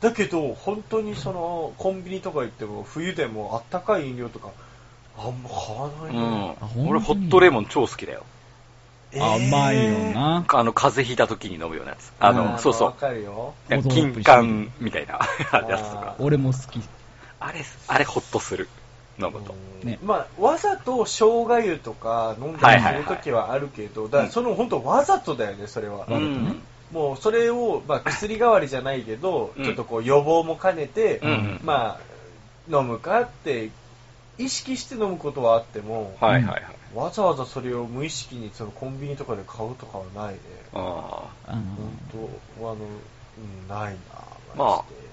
S4: だけど、本当にその、コンビニとか行っても、冬でもあったかい飲料とか、あんま買わな
S2: う
S4: いね。
S2: ん
S3: あ本当に
S2: 俺、ホットレモン超好きだよ。
S4: えー
S3: 甘いよ。な。
S2: あの、風邪ひいた時に飲むようなやつ。あ
S3: う
S2: の、
S3: ん
S2: そうそ
S4: わかるよ。
S2: う。なんか
S3: 喉を
S2: 金
S3: プリプリして
S2: 柑みたいな やつとか。
S3: 俺も好き。
S2: あれ、あれ、ホッとする。飲むと。
S4: うん
S3: ね
S4: まあ、わざと生姜湯とか飲んだ
S2: はい
S4: り
S2: はい
S4: す
S2: はい
S4: るときはあるけど、だからその本当わざとだよね、それは。
S3: う
S2: うんん。
S4: もうそれを、まあ、薬代わりじゃないけど、
S2: うん
S4: ちょっとこう予防も兼ねて、
S2: うんうん
S4: まあ、飲むかって、意識して飲むことはあっても、
S2: はいはいはい。
S4: わざわざそれを無意識にそのコンビニとかで買うとかはないね。
S2: ああ。
S3: あの
S4: 本当あの、うん、ないな。
S2: まあ
S4: マジで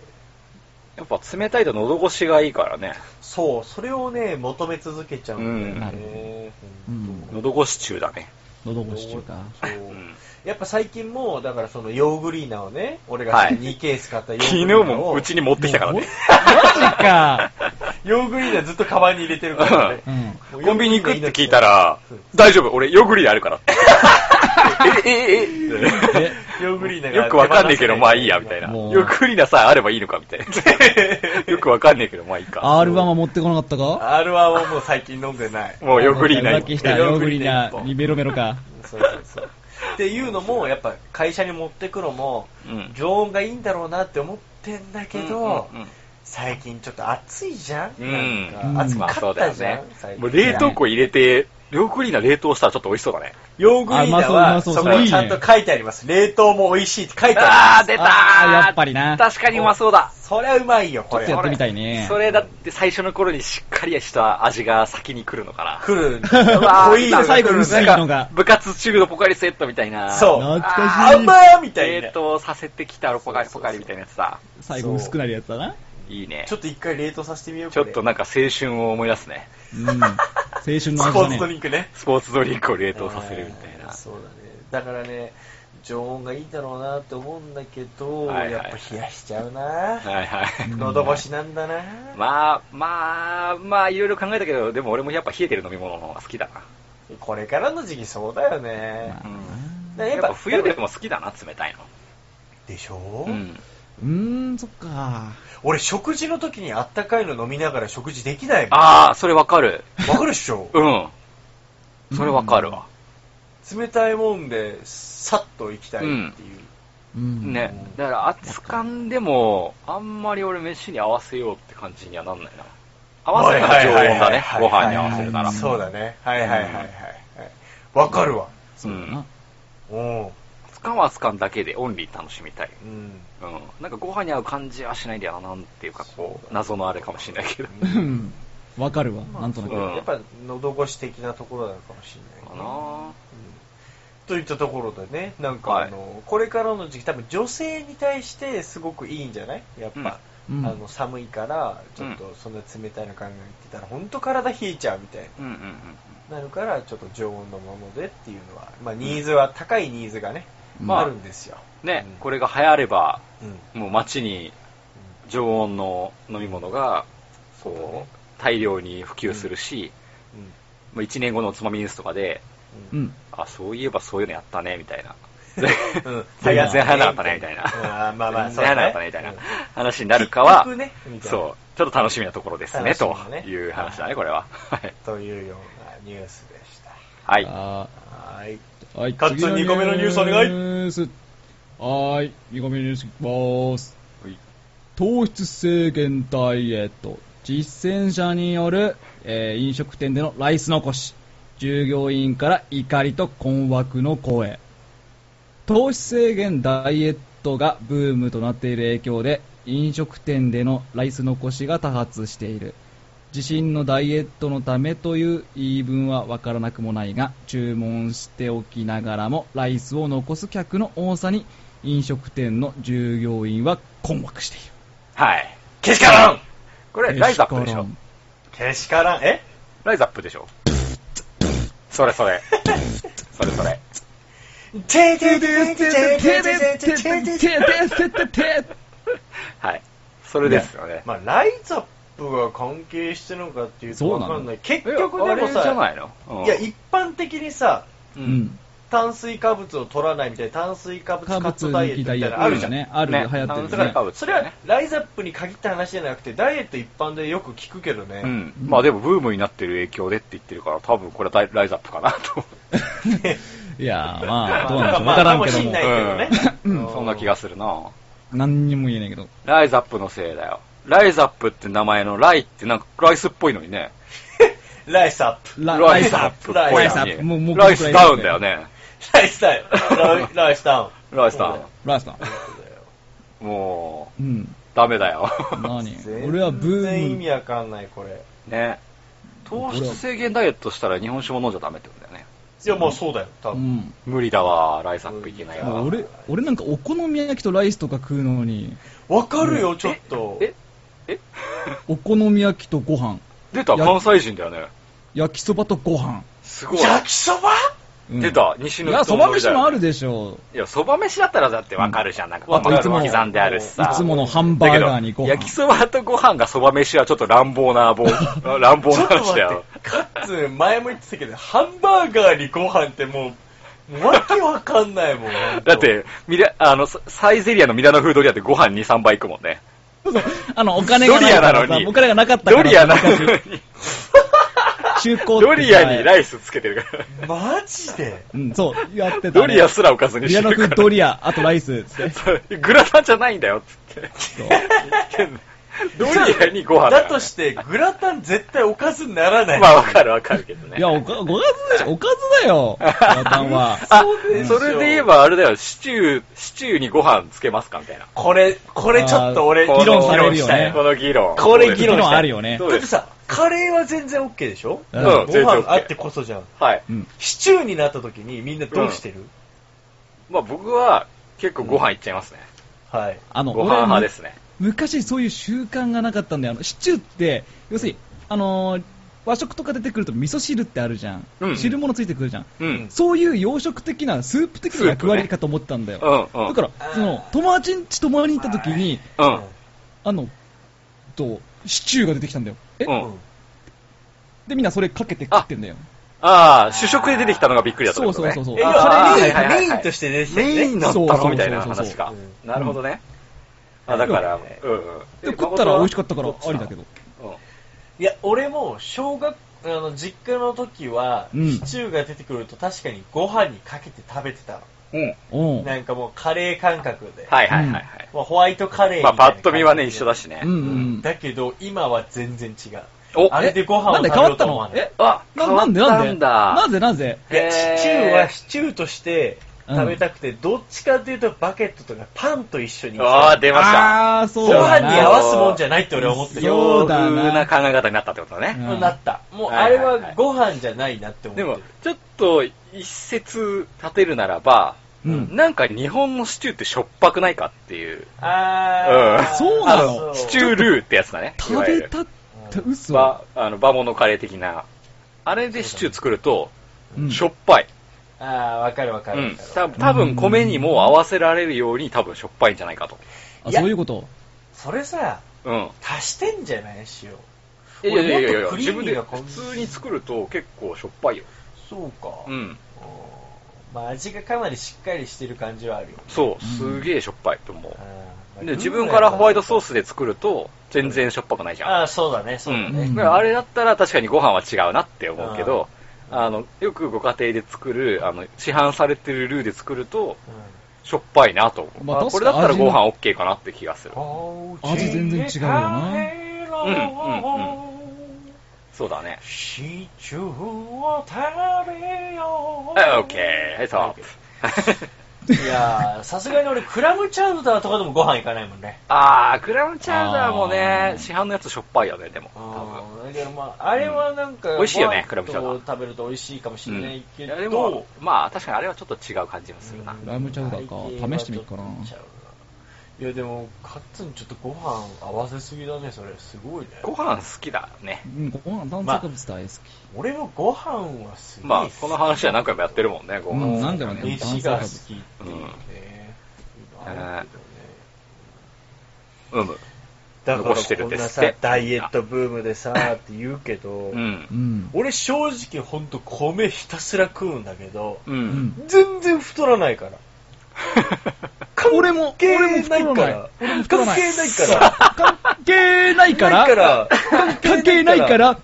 S2: やっぱ冷たいと喉越しがいいからね。
S4: そう、それをね、求め続けちゃうんだよね。
S3: うん
S4: 本当
S2: 喉越し中だね。
S3: 喉越し 中か。
S4: そう
S2: うん
S4: やっぱ最近も、だからそのヨーグリーナをね、俺が
S2: はい
S4: 2ケース買ったヨー
S2: 昨
S4: グリ
S2: 日
S4: ーナを、
S2: もうちに持ってきたからね。
S3: マジか。
S4: ヨーグリーナずっとカバンに入れてるからね
S3: う。ん。
S4: もう
S2: コンビニ行くって聞いたら
S4: そう、
S2: 大丈夫、俺、ヨーグリーナあるからって。え、え、え、え
S3: え、
S4: ヨーグリーナが
S2: よくわかんねえけど、まあいいや、みたいな。
S3: もう
S2: よくりなさえあればいいのか、みたいな。よくわかんねえけど、まあいいか。
S3: R1 は持ってこなかったか
S4: R1 はもう最近飲んでない。
S2: もうよくりな
S3: さっ
S2: い。
S3: きしたヨーグリーナにベロベロか。
S4: そうそうそう。っていうのも、やっぱ会社に持ってくのも、
S2: うん
S4: 常温がいいんだろうなって思ってんだけど、
S2: うんうんうん
S4: 最近ちょっと暑いじゃん、
S2: うん
S4: なんか
S3: うん
S2: まあ
S4: 暑か
S2: そ
S4: っ
S2: うだ
S4: た
S2: よ
S4: じゃん、
S2: ね
S4: 最。近
S2: もう冷凍庫入れて、ヨーグリーナ冷凍したらちょっと美味しそうだね。
S4: ヨーグリーナ
S3: あまあ
S4: は、
S3: そう
S4: そ
S3: まあ
S4: こ
S3: そうそういいね
S4: にちゃんと書いてあります。冷凍も美味しいって書いて
S2: あー、
S4: あります。
S2: 出た
S3: あー
S2: ー
S3: やっぱりな
S2: 確かにうまそうだ。
S4: そりゃうまいよ、こ
S3: ちょ
S4: れ
S3: っとや。ってみたいね
S2: それだって最初の頃にしっかりした味が先に来るのかな。
S4: 来るんだ
S2: うわー
S4: 濃いのが
S3: 最後
S4: 来るん
S3: 薄
S4: だ
S3: いのが
S2: 部活中のポカリスエットみたいな。
S4: そう。
S3: 懐かしい
S4: あんまみたい
S2: 冷
S4: な。
S2: 凍させてきたポカリポカリみたいなやつだ。
S3: 最後薄くなるやつだな。
S2: いいね。
S4: ちょっと一回冷凍させてみよう
S2: ちょっと
S4: な、
S2: なんか青春を思い出すね。
S3: うん。青春の
S4: ス
S3: 味
S4: ポ
S3: だ
S4: ーツド
S3: ね。
S4: リンクね。
S2: スポーツドリンクを冷凍させるみたい
S4: あー
S2: な。
S4: そうだね。だからね、常温がいいだろうなって思うんだけど、
S2: はいはい
S4: やっぱ冷やしちゃうな。
S2: はいはい。
S4: 喉越しなんだな。
S2: まあ、まあ、まあ、いろいろ考えたけど、でも俺もやっぱ冷えてる飲み物の方が好きだな。
S4: これからの時期そうだよね。
S3: ま
S4: だから
S2: やっぱ冬でも好きだな、冷たい
S4: でしょ、
S2: の。うん。
S3: うーん、そっか。
S4: 俺食事の時にあったかいの飲みながら食事できないもん。わ
S2: ああ、それわかる。
S4: かるっしょ
S2: うん。それわかるわ。
S4: 冷たいもんで、さっと行きたいっていう。
S3: うん。
S2: ね。だから、熱燗でも、あんまり俺飯に合わせようって感じにはなんないな。合わせたら常温だね。
S4: はい
S2: ご
S4: はい
S2: 飯
S4: はいはい
S2: に合わせるなら。
S4: そうだね。はいはいはいはいはい。わかるわ。
S3: そうだな。
S4: おお。
S2: つかんはつかんだけでオンリー楽しみたい。
S4: うん。
S2: うん。なんかご飯に合う感じはしないで、あなんていうか、こ
S4: そう
S2: う、謎のあれかもしれないけど。
S3: うん。わかるわ、なんとなく。
S2: うん
S4: やっぱ喉越し的なところなのかもしれな
S2: か
S4: い
S2: な
S4: ね
S2: ぁ
S4: といったところでね、なんか
S2: はい
S4: あの、これからの時期、多分女性に対してすごくいいんじゃないやっぱ、
S3: うん
S4: あの寒いから、ちょっとそんな冷たいの考えてたら、本当体冷えちゃうみたい
S2: うんうんうんうん。
S4: な、なるから、ちょっと常温のものでっていうのは、まあ、ニーズは、高いニーズがね、
S3: まあ
S4: あるんですよ。
S2: ね、
S4: うん
S2: これが流行れば、
S4: うんうん
S2: もう街に常温の飲み物が、
S4: そうだ
S2: こ
S4: ね
S2: う、大量に普及するし、まあ、1年後のおつまみニュースとかで、
S3: う
S4: うん
S3: ん。
S2: あ、そういえばそういうのやったね、みたいな。
S4: うん
S2: 最悪全然流行らなかったね、みたいな。
S4: うんまあまあ
S2: 全然流行らなかったね、
S4: そう
S2: みた
S4: だ
S2: い
S4: ね
S2: な話になるかは
S4: 結局ねみ、たいな
S2: そう、ちょっと楽しみなところですね、と
S4: 楽しみだね
S2: いう話だね、これは。はい
S4: というようなニュースでした。
S2: はい。
S3: あ
S4: はーい。
S3: ーはい。
S4: カッツン
S3: 次
S4: 二個目のニュースお願い
S3: ニュースはーい。2個目のニュースいきます。糖質制限ダイエット。実践者による、えー飲食店でのライス残し。従業員から怒りと困惑の声。糖質制限ダイエットがブームとなっている影響で、飲食店でのライス残しが多発している。自身のダイエットのためという言い分はわからなくもないが、注文しておきながらもライスを残す客の多さに飲食店の従業員は困惑している。
S2: はい。けしからんこれ、ライズアップで
S3: エ
S2: し
S3: シコロ
S2: ょ
S3: ン
S4: けしからん、え
S2: ライズアップでしょそれそれ。それそれ。
S4: てててててててててて
S2: はい。それですよね。
S4: まあ、ライズアップが関係してるのかっていうと
S3: そう
S4: わ
S3: なの
S4: かんない。結
S2: え
S4: 局でも
S2: あれじゃな
S4: さ
S2: い、の、うん
S4: いや、一般的にさ、
S2: う
S3: うんん。
S4: 炭水化物を取らないみたいな炭水化物カ
S3: カ
S4: ット
S3: ブツ
S4: ダイエッ
S3: 抜き
S4: ト
S3: ダ
S4: み
S3: イ
S4: たい
S3: エッ
S4: な
S3: ト
S4: のあるじゃん。
S3: ね。ある、流
S2: ね
S3: 行って
S2: 炭
S3: る
S2: 水
S3: よね
S2: 化。物
S4: それはライズアップに限った話じゃなくて、ダイエット一般でよく聞くけどね。
S2: うん。まあでも、ブームになってる影響でって言ってるから、多分これはライズアップかなと。
S3: いやー、ま
S4: ま
S3: あ、
S4: あ
S3: どうなんでしょう。
S4: まあ
S3: わからんけ
S4: かもし
S3: ど
S4: ん
S3: も
S4: な。いけどね。
S2: うんそんな気がするな
S3: 何にも言えないけど。
S2: ライズアップのせいだよ。ライズアップって名前のライってなんかライスっぽいのにね。
S4: ライスアップ。
S3: ラ
S2: ライズアップっぽいのに。
S3: ライスアップもうもう
S2: ライスダウンだよね。
S4: ライスダウン。ライライスダウン。
S2: ライスダ
S3: ラスター。
S2: ウン。もう、
S3: うん。
S2: ダメだよ。
S3: 何
S4: 全
S3: 俺はブ
S4: 然
S3: ー
S4: 意
S3: ム
S4: 味わかんない、これ。
S2: ね。糖質制限ダイエットしたら日本酒も飲んじゃダメってことだよね。
S4: いや、まあそうだよ、多
S3: う
S4: 分。
S3: ん。
S2: 無理だわ、ライスアップいけない
S3: も
S2: わ。
S3: う俺、俺なんかお好み焼きとライスとか食うのに、
S4: わかるよ、ちょっと。
S2: ええ
S3: お好み焼きとご飯、
S2: 出た、
S3: や
S2: 関西人だよね。
S3: 焼きそばとご飯。
S2: すごい。
S4: 焼きそば
S3: うん
S2: 出た、西
S3: い
S2: の
S3: や、そば飯もあるでしょ
S2: いや、そば飯だったらだってわかるじゃん。なんか、
S3: わかる
S2: 細かく刻んであるしさ。
S3: いつものハンバーガーにご飯
S2: だけど焼きそばとご飯がそば飯はちょっと乱暴 な、暴乱暴
S4: ちょ
S2: な
S4: っと
S2: 話
S4: 待
S2: だ
S4: っ
S2: よ
S4: て。、カッツン前も言ってたけど、ハンバーガーにご飯ってもう、わけわかんないもん。
S2: だっ、て、ミラ、あの、ササイゼリアのミラノ風ドリアってご飯2、3杯いくもんね。
S3: あの、お金がないから
S2: ドリアなの
S3: さ
S2: に
S3: お金がなかったから
S2: ド
S3: さ。
S2: リアなの
S3: 昔
S2: に、
S3: 中古ってさ
S2: ドリアにライスつけてるから。
S4: マジで
S3: うん、そう、やってたね。
S2: ドリアすらおかずに
S3: ミ
S2: し
S3: ラ
S2: て
S3: ノ
S2: る
S3: 風
S2: から。
S3: ドリア、あとライスっつって。
S2: そうグラタンじゃないんだよ、つって。
S3: そう
S2: ドリアにご飯。
S4: だとしてて、グラタン絶対おかずにならない。
S2: まあわかるわかるけどね。
S3: いや、おか、ごかずでしょ、おかずだよ、ご飯は。
S2: あ
S4: そうで、しょ
S2: それで言えばあれだよ、シチュー、シチューにご飯つけますかみたいな。
S4: これ、これちょっと俺、
S3: あー議論される
S4: 議
S3: よね
S4: したい
S2: この議論。
S4: これ議論
S3: のあるよね。
S2: そう
S4: だっ
S2: で
S4: て
S2: す
S4: さ、カレーは全然 OK でしょ
S3: う
S4: ご
S3: ん
S2: うん全然 OK
S4: 飯あってこそじゃん。
S2: はい。
S3: うん。
S4: シチューになった時にみんなどうしてる
S2: まあ僕は結構ご飯いっちゃいますね。
S4: はい。
S3: あの、
S2: ご飯派
S3: 俺
S2: ですね。
S3: 昔そういう習慣がなかったんだよ。あの、シチューって、要するに、あのー和食とか出てくると味噌汁ってあるじゃん。
S2: うん
S3: 汁物ついてくるじゃん。
S2: うん。
S3: そういう洋食的な、スープ的な役割かと思ったんだよ。
S2: うんうん。
S3: だから、その、友達んち泊まりに行った時に、
S2: ら
S4: うん
S3: あの、と、シチューが出てきたんだよ。え、
S2: うん。う
S4: うん
S2: ん。
S3: で、みんなそれかけて食ってんだよ。
S2: ああ、主食で出てきたのがびっくりだったってことね。
S3: そうそうそう
S4: え、
S3: そう
S4: 要
S2: あ
S4: は
S2: ー
S4: メ
S2: は
S4: イ
S2: いはい
S4: ン
S2: はいはい
S4: メインとして出てきたよね
S2: メインだった
S3: そうそうそうそ
S2: の
S3: う
S2: みたいな話か。なるほどね。
S3: うん
S2: あ、だから、
S4: う
S2: うんうん。
S3: で、食ったら美味しかったから、ありだけど。
S2: うん。
S4: いや、俺も小学あの実家の時は、
S3: うん
S4: シチューが出てくると確かにご飯にかけて食べてたの。
S2: うん。
S3: うん。
S4: なんかもうカレー感覚で。
S2: はいはいはいは
S4: まあ、ホワイトカレー
S2: い。
S4: み
S2: ま
S4: た
S2: あ
S4: いな感
S2: パ
S4: じ
S2: ッと見はね、一緒だしね
S3: う。んうん。
S4: だけど、今は全然違う。
S2: お
S4: あれでご飯
S3: なん
S4: を
S3: で
S4: 食べ
S3: 変
S4: よ
S3: わっ
S4: うと
S3: た
S4: 思わ
S3: の
S4: ない
S3: え
S2: あ、
S3: な
S2: 変わ
S3: な
S2: った
S3: ん
S2: ん
S3: で
S2: だ。
S3: なんでなぜなぜ
S4: いや
S2: へー
S4: シチューはシチューとして
S3: うん
S4: 食べたくて、どっちかというとバケットとかパンと一緒に行き
S2: あ
S4: た
S2: あ、
S4: い
S2: 出ました。
S3: あー、そう
S4: ご飯
S3: だ
S4: に合
S3: な。
S4: わすもんじゃないって俺は思ってる
S3: そ
S2: 洋
S3: うだな
S2: 風な考え方になったってことだね。
S3: うん
S4: なったもう
S2: は
S4: あ
S2: い
S4: れ
S2: はいはい
S4: はご飯じゃないなって思って
S2: で
S4: る、
S2: も、ちょっと一説立てるならば、
S3: うん
S2: なんか日本のシチューってしょっぱくないかっていう、
S4: あー
S2: うん
S3: そうなの
S4: そう
S2: シチュールーってやつだね。い
S3: 食
S2: わゆ
S3: べ
S2: る
S3: たって、嘘。
S2: ばあの、バモのカレー的な。あれでシチュー作ると、
S3: うん
S2: しょっぱい。
S4: あーわかるわか
S2: う
S4: るわ
S2: ん
S4: かる。
S2: た多分米にも合わせられるように多分しょっぱいんじゃないかと。
S3: あ、そういうこと。
S4: それさ
S2: うん。
S4: 足してんじゃない塩
S2: いやいやいやい
S4: もっ
S2: や、
S4: とクリ
S2: 自
S4: ー
S2: 分
S4: ミー
S2: で
S4: な感
S2: 普
S4: じ
S2: 通に作ると結構しょっぱいよ。
S4: そうか
S2: うん。
S4: おーまあ味がかなりしっかりしてる感じはあるよ
S2: そう、すげえしょっぱいと思
S4: あーまあ
S2: う。で、自分からホワイトソースで作ると全然しょっぱくないじゃん。
S4: ああそうだねそううだ
S2: ん
S4: ね、
S2: だからあれだったら確かにご飯は違うなって思うけど、あの、よくご家庭で作る、あの、市販されてるルーで作ると、しょっぱいなと思う。
S3: ま
S2: あ
S3: あ確か
S2: これだったら
S3: 味の
S2: ご飯 OK かなって気がする。
S4: うん
S3: 味全然違うよな
S2: うんうんそうだね。
S4: シチューを食べよう
S2: はい、OK。はい、ストップ。
S4: いやーさすがに俺クラムチャウダーとかでもご飯いかないもんね
S2: あー、クラムチャウダーもね
S3: あ、ー
S2: 市販のやつしょっぱいよね、でも。多
S4: うんだけどまああれはなんか、
S2: うん美味しいよね
S4: ご飯と
S2: クラムチャウダー
S4: 食べると美味しいかもし
S2: 分。う。
S4: れなんい
S2: い
S4: けど、
S2: やでも、まあ確かにあれはちょっと違う感じがするな。
S3: クラムチャウダーか試してみっかな
S4: ないやでもカッツンちょっとご飯合わせすぎだねそれすごいね
S2: ご飯好きだね。
S3: うん、ご飯、炭水化物大好き。
S4: 俺もご飯はすごい
S2: まあ、この話は何回もやってるもんね、ご
S3: う
S2: 飯。
S3: ん何回もやってる
S4: 飯が好きっていうね、
S2: うん
S4: いうのあるけどね
S2: うむ。
S4: だから
S2: 残してる
S4: こ
S2: ん
S4: ん
S2: で
S4: な
S2: すって
S4: さダイエットブームでさって言うけど、
S2: うん
S3: う。ん。
S4: 俺正直ほんと米ひたすら食うんだけど、
S2: う。
S3: うんん。
S4: 全然太らないから
S3: 俺も、
S4: 関係
S3: 俺も太らない。俺も太
S4: 関
S3: らない。
S4: 係ないから
S3: 関
S4: な
S3: 係ないか
S4: いか
S3: ら。
S4: ら
S3: 関係ない から。
S2: はい。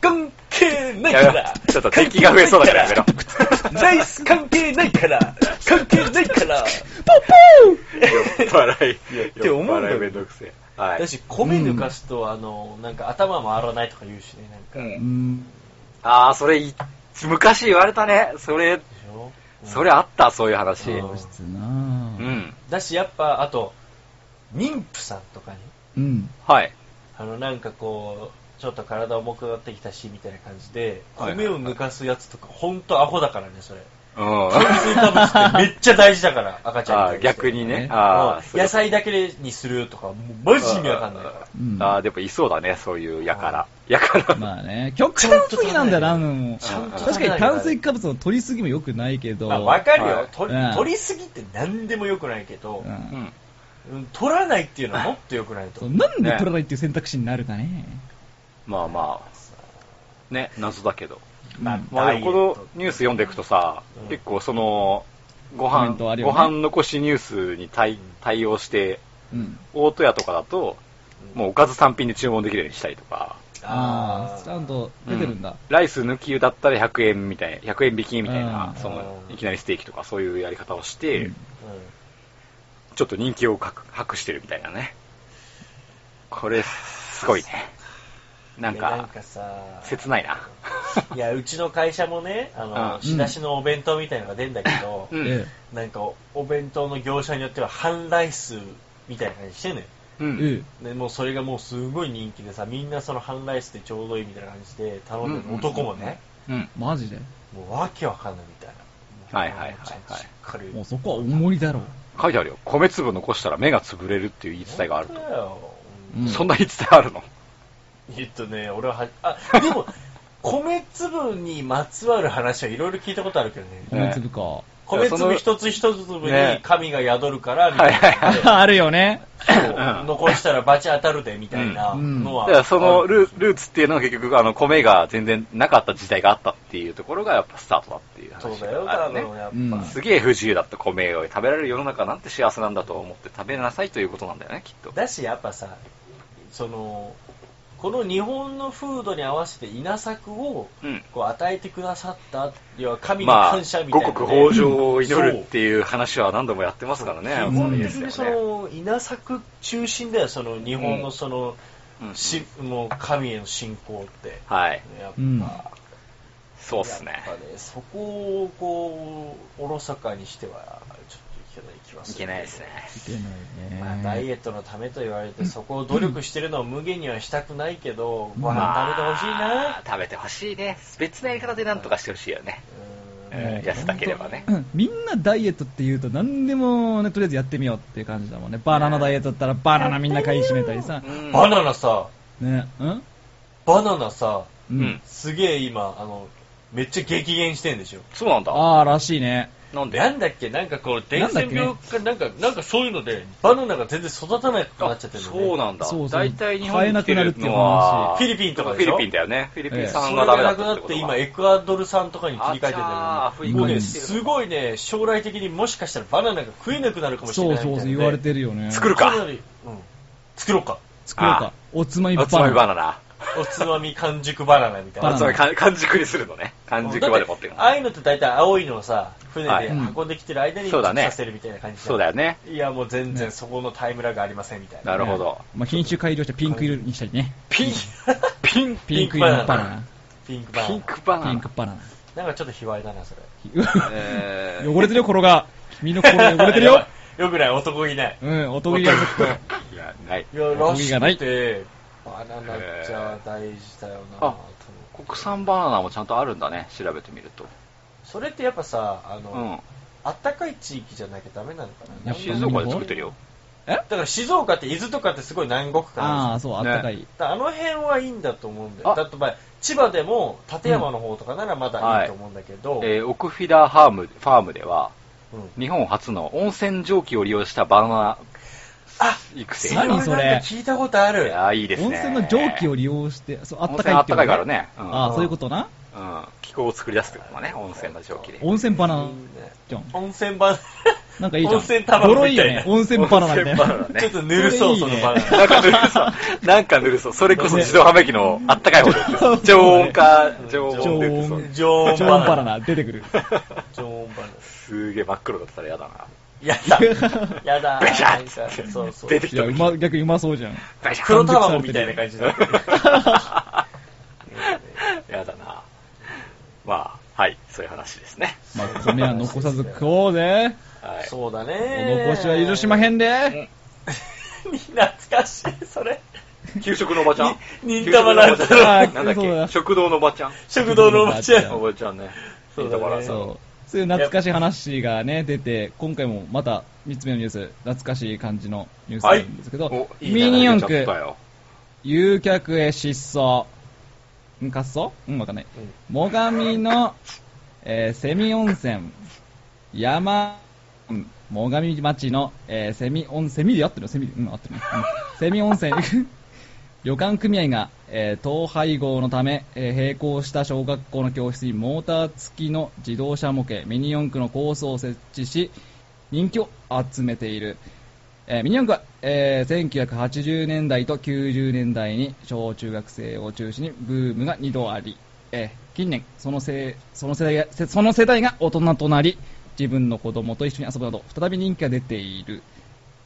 S4: 関係ない
S2: や
S4: か
S2: めろ
S4: ら。
S2: ちょっと敵が増えそうだからやめろ。
S4: ナイス関係ないから関係ないか
S2: 酔
S4: ら
S2: っ払い。
S4: いや
S2: 酔っ
S4: って思うんだけ
S2: 払い
S4: ど
S2: めんどくせえ。はい。
S4: だし、米抜かすと、あの、なんか頭回らないとか言うしね、なんか。
S2: う
S4: で
S3: うんん。
S2: あー、それい、昔言われたね。それ、
S4: しょ
S2: それあった、そういう話。
S4: う
S2: うん
S3: 質なぁ。
S2: ん。
S4: だし、やっぱ、あと、妊婦さんとかに、
S3: うん。
S2: はい。
S4: あの、なんかこう、ちょっと体重くなってきたし、みたいな感じで、
S2: はいはい
S4: 米を抜かすやつとか、ほんとアホだからね、それ。
S2: うん。
S4: 炭水化物ってめっちゃ大事だから、赤ちゃん
S2: あー
S4: に対して。
S2: 逆にね
S3: ね。
S2: あ
S4: う
S2: ー、
S4: ん野菜だけにするとか、もうマジ意味わかんないから。
S3: うん。
S2: あー、でもいそうだね、そういうやから。やから。
S3: まあね、極端すぎなんだよな、もう。
S4: ちゃんと
S3: 確かに炭水化物を取りすぎも良くないけど。
S4: まあ、わかる
S2: は
S4: よ
S2: い。
S4: 取
S3: うん
S4: り取りすぎって何でもよくないけど
S3: う、
S2: うんん。
S4: うん取らないっていうのはもっとよくないと
S3: そ
S4: 思
S3: う
S4: う。
S3: なんで取らないっていう選択肢になるかね。
S2: まあまあ。ね、謎だけど。
S4: まあ
S2: まあでもこのニュース読んでいくとさ
S4: うん、
S2: 結構その、ご
S3: コメ
S2: 飯、
S3: ントあるよ
S2: ご
S3: ね
S2: 飯残しニュースに対対応して、
S3: うん。
S2: 大戸屋とかだと、もうおかず単品で注文できるようにしたりとか、
S3: ああ、ちゃんと出てるんだ。
S2: ライス抜きだったら100円みたいな、100円引きみたいな、
S3: うん
S2: その
S4: う、ん
S2: いきなりステーキとかそういうやり方をして、
S3: うん
S2: ちょっと人気をかく博してるみたいなね。これ、すごいね。
S4: な
S2: なん
S4: んか、なん
S2: か、
S4: かさ、
S2: 切ない な。
S4: いや、うちの会社もね、あの、
S2: うん
S4: 仕出しのお弁当みたいなのが出んだけど、
S2: うん。
S3: え
S4: なんか、お弁当の業者によっては、半ライスみたいな感じしてんのよ。
S2: う
S3: え。
S2: ん
S3: ええ。
S4: でもうそれがもうすごい人気でさ、みんなその半ライスでちょうどいいみたいな感じで頼んでる、
S2: うんうん
S4: 男もね、
S2: うん。
S3: マジで。
S4: もうわけわかんないみたいな。
S2: はいはいはいはい
S4: ちゃんとしっかり。
S3: もうそこは重りだろ。
S2: 書いてあるよ。米粒残したら目が潰れるっていう言い伝えがある
S4: 本
S2: と。
S4: 当だよ。
S3: うん
S2: そんな言い伝えあるの
S4: えっとね、俺はは、あ、でも、 米粒にまつわる話はいろいろ聞いたことあるけどね。
S3: 米粒か。
S4: 米粒一つ一つ粒に
S2: ね
S4: 神が宿るから、み
S2: はい
S4: た い
S2: はい
S4: な。
S2: はい。
S3: あるよね。
S4: そう
S2: うん
S4: 残したらバチ当たるで、みたいな
S2: だ
S4: のは。
S2: からそのルルーツっていうのは結局あの米が全然なかった時代があったっていうところがやっぱスタートだっていう話
S4: そうだよ、
S2: があ
S4: 多
S2: るね
S4: 分、やっ
S3: うん
S4: ぱ。
S2: すげえ不自由だった米を食べられる世の中なんて幸せなんだと思って食べなさいということなんだよねきっと
S4: だし、やっぱさ、その、この日本の風土に合わせて稲作を
S2: うん
S4: こう与えてくださった、要は神に
S2: まあ
S4: 感謝みた
S2: 五
S4: いなね。
S2: 穀豊穣を祈るっていう話は何度もやってますからね
S4: 基
S3: そう
S2: 本当
S4: 本
S2: に
S4: 的
S2: ですよ
S4: にそ
S2: ね
S4: の稲作中心だよ、その日本のその
S2: うん
S4: しもう神への信仰って
S2: はい。
S4: やっぱ、
S3: うん
S2: そうっすね。
S4: やっぱねそこをこうおろそかにしてはちょっといけない気はす
S2: い
S4: る
S2: けないですね。
S3: けないね。
S4: まあ、ダイエットのためと言われてそこを努力してるのを無限にはしたくないけどご飯食べてほしいな、
S2: まあ食べてほしいね。別のやり方でなんとかしてほしいよね。
S4: うん
S2: うん痩せたければね。
S3: うんみんなダイエットって言うと何でも、ね、とりあえずやってみようっていう感じだもんね。バナナダイエットだったらバナナみんな買い占めたりさ。
S2: うん
S4: バナナさ
S3: ね、うん
S4: バナナさ
S3: う
S2: うん。
S4: すげえ今あのめっちゃ激減してんでしょ
S2: そうなんだ。
S3: ああ、らしいね。
S2: なんで
S4: なんだっけなんかこう伝染
S3: な
S4: 病
S3: ん
S4: かなんかなんかそういうのでバナナが全然育たなくなっちゃってるのね
S2: そうなんだ。
S3: そうそう
S2: 大体日
S3: 買
S2: 本
S3: え
S2: に
S3: な
S2: 来て
S3: くなる
S2: る
S3: っていう話
S2: のは、
S4: フィリピンとか
S2: フ
S4: でし
S2: ィ
S4: ょ
S2: リピンだよね。フィリピン
S4: そ
S2: 産
S4: れ
S2: が
S4: が
S2: ダメだ
S4: な
S2: っ
S4: く
S2: た
S4: な
S2: って
S4: っ
S2: こと
S4: て
S2: か
S4: 今エクアドル産とかに切り替えてるん
S2: あ
S4: だ
S2: ー
S4: よねもう
S3: う
S4: ね
S3: ん
S4: すごいね将来的にもしかしたらバナナが食えなくなるかもしれな
S3: そ
S4: いみたい
S3: うそう
S4: な
S3: そう
S4: ね
S3: 言われてるよね。
S2: 作るか
S4: かなりうん作ろうか
S3: 作ろう
S2: あ
S3: か。おつまみバ
S2: お
S3: ナ
S2: つまみバナ
S3: ナ。
S2: ナ。
S4: おつまみ完熟バナナみたい
S3: バナ
S4: な
S2: あ
S3: ナ
S2: つまり完完熟にするのね。完熟まで持ってる
S4: だああいうのって大体青いのをさ船
S2: はい
S4: で運んできてる間に
S2: そうだね
S4: させるみたいな感じ
S2: そうだよね。
S4: いやもう全然そこのタイムラグありませんみたいな
S2: なるほど。
S3: まあ、品種改良してピンク色にしたりね。
S2: ピン、ピン、
S3: ピンク色のバナナ。
S4: ピンクバナナ
S2: ピンクバナナ。
S3: ピンクバナナ。
S4: なんかちょっと卑猥だなそれ
S2: えー
S3: 汚れてるよ、心が。君の心が汚れてる
S4: や
S3: よ。
S4: ばいよくない男いない
S3: うん、おとぎりはずっと。
S2: いや、ない。
S4: いや
S3: 男
S4: ら
S3: 気
S4: し
S3: がない
S4: くてバナナじゃ大事だよなと思
S2: あ
S4: う
S2: 国産バナナもちゃんとあるんだね、調べてみると。
S4: それってやっぱさあ
S2: う
S4: の
S2: ん。
S4: あったかい地域じゃなきゃダメなのかな
S3: やっぱ
S2: 静岡で作ってるよ。
S4: だから静岡って伊豆とかってすごい南国感あるじゃん
S3: ああ、そう、あったかい。
S4: だからあの辺はいいんだと思うんだ
S2: あ
S4: よ。だってまあ千葉でも館山の方とかならまだいいと思うんだけど、
S2: えー、オクフィダーハーム、ファームでは、
S4: うん
S2: 日本初の温泉蒸気を利用したバナナ
S4: あ
S2: 育成。
S4: それ
S3: 何
S4: はなん
S3: それ
S4: か聞いたことあ
S2: い
S4: る。
S2: やーいいですね。
S3: 温泉の蒸気を利用して、そう、あったかい
S2: 温泉あ
S3: っ
S2: ってた
S3: こと
S2: かいからね。うん
S3: ああ、そういうことな。
S2: うん。気候を作り出すってことだね、温泉の蒸気で。
S3: 温泉バナナ
S4: いいね
S3: じゃん。
S4: 温泉バナ
S3: なんかいいじゃん。
S4: 温泉卵みたいな
S3: ボロいよね。温泉バナナみた
S2: 温
S3: い
S2: 泉バナ
S3: な
S2: ナ。
S4: ナ、ちょっとぬるそう、そ
S3: それいい
S4: の
S3: ね
S4: バナ
S2: な
S4: ナ。
S2: んかぬるそう。なんかぬるそう。それこそ自動販売機のあったかい方ですよ。常温か、常温で売ってそう。
S4: 常温
S3: ジョン
S4: バナ
S3: バナ
S4: ナ。
S3: ナ出 てくる。
S4: 常温バナナ。
S2: すげえ真っ黒だったら嫌だな。
S4: やだ。やだ。
S2: ベシャッつ
S4: なん
S2: っ
S4: か
S2: て
S4: そうそう。
S2: 出てき
S3: い
S2: た
S3: や、
S2: 時
S3: うま、逆にうまそうじゃん。
S2: バシャッ
S4: 黒卵みたいな感じだ。
S2: やだな。まあ、はい、そういう話ですね。
S3: まあ、米は残さず食おうぜ。
S2: はい。
S4: そうだ
S3: お
S4: ね。
S3: 残しは許しまへんで。
S4: 懐かしい、それ。
S2: 給食のおばちゃん。
S4: に忍たまなんだろ
S2: なんだっ
S3: そうだ
S2: け食堂のおばちゃん。
S4: 食堂のおばちゃん。
S2: おばちゃんね。
S4: そうだね
S2: 忍たまさん
S3: そう。そういう懐かしい話がね、出て、今回もまた3つ目のニュース、懐かしい感じのニュースなんですけど、
S2: おいい
S3: ミニ四
S2: 流れ
S3: 駆
S2: ちゃっ、たよ
S3: 誘客へ失踪。ん滑走うん、わかんない。最上の、えー、セミ温泉、山、うん、最上町の、えー、セミ温、セミで合ってるセミで、うん、合ってる、うん、セミ温泉、旅館組合が、えー、統廃合のため、えー並行した小学校の教室にモーター付きの自動車模型、ミニ四駆のコースを設置し、人気を集めている。えーミニ四駆は、えー1980年代と90年代に小中学生を中心にブームが2度あり、えー近年そのせその世代がせその世代が大人となり自分の子供と一緒に遊ぶなど再び人気が出ている、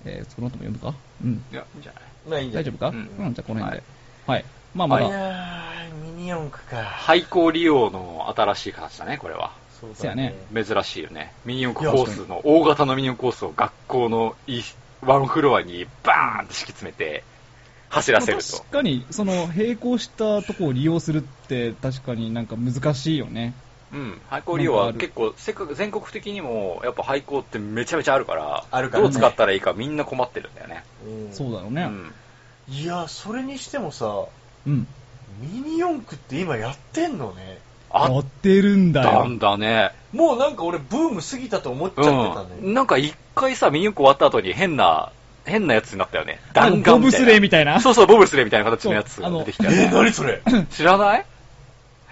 S3: えー、その後も読むか、うん、
S2: いや、いいんじゃない
S4: ないんじゃな
S3: 大丈
S4: い
S3: 夫か、
S2: う
S3: うんんじゃあこの辺で、はいまあま
S4: あ
S3: だ
S4: いやーミニ四駆か。
S2: 廃校利用の新しい形だね、これは。
S4: そう
S3: そうやね
S2: 珍しいよね。ミニ四駆コースの、大型のミニ四駆コースを学校のいワンフロアにバーンと敷き詰めて、走らせる
S3: まあ
S2: と
S3: 確。かにその並行したとこを利用するって確かになんか難しいよね
S2: うん、廃校利用は結構、せっかく全国的にも、やっぱ廃校ってめちゃめちゃあるから、
S4: あるから
S2: ど
S4: ね
S2: う使ったらいいかみんな困ってるんだよね。
S4: うん
S3: そうだろう
S2: う
S3: ね
S2: ん。
S4: いやそれにしてもさ
S3: うん、
S4: ミニ四駆って今やってんのね
S2: あ
S3: や
S2: っ
S3: ってるんだ
S2: た
S3: よ
S2: んだね。
S4: もうなんか俺ブーム過ぎたと思っちゃってたね、
S2: うん。なんか一回さ、ミニ四駆終わった後に変な、変なやつになったよね。
S3: なんかボブスレーみたいな
S2: そうそう、ボブスレーみたいな形のやつが出てきたよ
S4: えー、
S2: ね。
S4: 何それ
S2: 知らない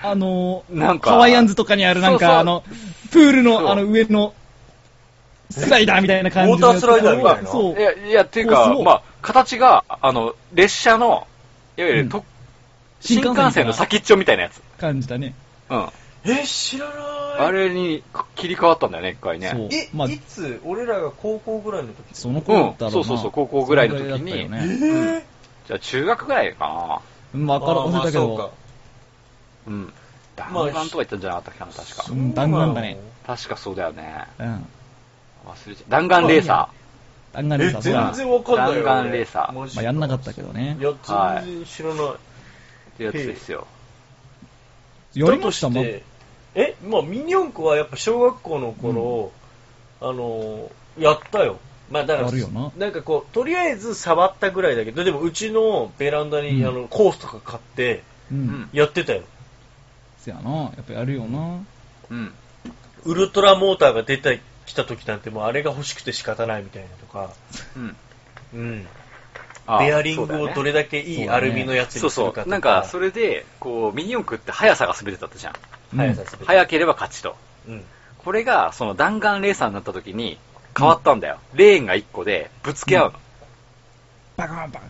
S3: あのー、
S2: なんか
S3: ハワイアンズとかにあるなんか、
S2: そうそう
S3: あの、プール
S2: そう
S3: の、あの、上の、スライダーみたいな感じの。
S4: ウォータースライダーみたいな
S3: そう。
S2: いや、いや、っていう
S3: お
S2: か
S3: す、ごい
S2: まあ、形が、あの、列車の、いわゆ
S3: う
S2: る
S3: ん
S2: と、新
S3: 新幹線みたいな
S2: 幹線の先っちょみたいなやつ。
S3: 感じだね。
S2: うん。
S4: えー知らない
S2: あれに切り替わったんだよね、一回ね。
S3: そう。
S4: え、
S3: まあ、
S4: いつ俺らが高校ぐらいの時
S3: その頃だ
S2: う
S3: った
S2: ん、
S3: ら
S2: そうそうそう、高校ぐらいの時
S3: そのぐらいだ
S2: に、
S3: ったよね
S4: えー
S2: じゃあ中学ぐらいかな。
S3: うんわからん、忘れたけ
S4: あーまあ
S3: ど。
S2: うん。弾
S4: まあ
S2: 丸とか言ったんじゃなかったっけな、確
S4: そうか
S2: か。
S3: うん弾丸だね
S4: そうなの
S2: 確かそうだよね。
S3: うん。
S2: 忘れちゃ弾丸レーサ
S3: 弾丸レ
S4: え、
S3: ーサー、
S4: 全
S3: そうだ。
S4: 然わかんないよ。
S2: 弾丸レーサー
S4: マジ
S3: まあ、やんなかったけどね
S4: い。や、全然知らない。
S2: ーってやつですよ。
S3: やりましたも
S4: だ
S3: ん
S4: と。てえ、まあ、ミニ四駆はやっぱ小学校の頃、あのー、やったよ。まあ、だから、
S3: やるよなん
S4: かこう、とりあえず触ったぐらいだけど、でもうちのベランダに、
S3: うん
S4: あの、コースとか買って、
S3: う
S2: うんん。
S4: やってたよ。
S3: せやな。やっぱやるよな。
S2: うん。
S4: ウルトラモーターが出てきた時なんて、もうあれが欲しくて仕方ないみたいなとか、
S2: うん。
S4: うん。
S2: あー
S4: ベアリン
S2: そうだ
S4: グ
S2: よ
S4: を
S2: ね
S4: どれだけいいアルミのやつ
S2: そう
S4: にする
S2: そ
S4: かとか。
S2: う。なんか、それで、こう、ミニ四駆って速さが全てだったじゃん。
S3: うん
S4: 速さすべて
S2: 速ければ勝ちと。
S4: うん。
S2: これが、その弾丸レーサーになった時に変わったんだよ。レーンが1個で、ぶつけ合うの。
S3: バカンバン。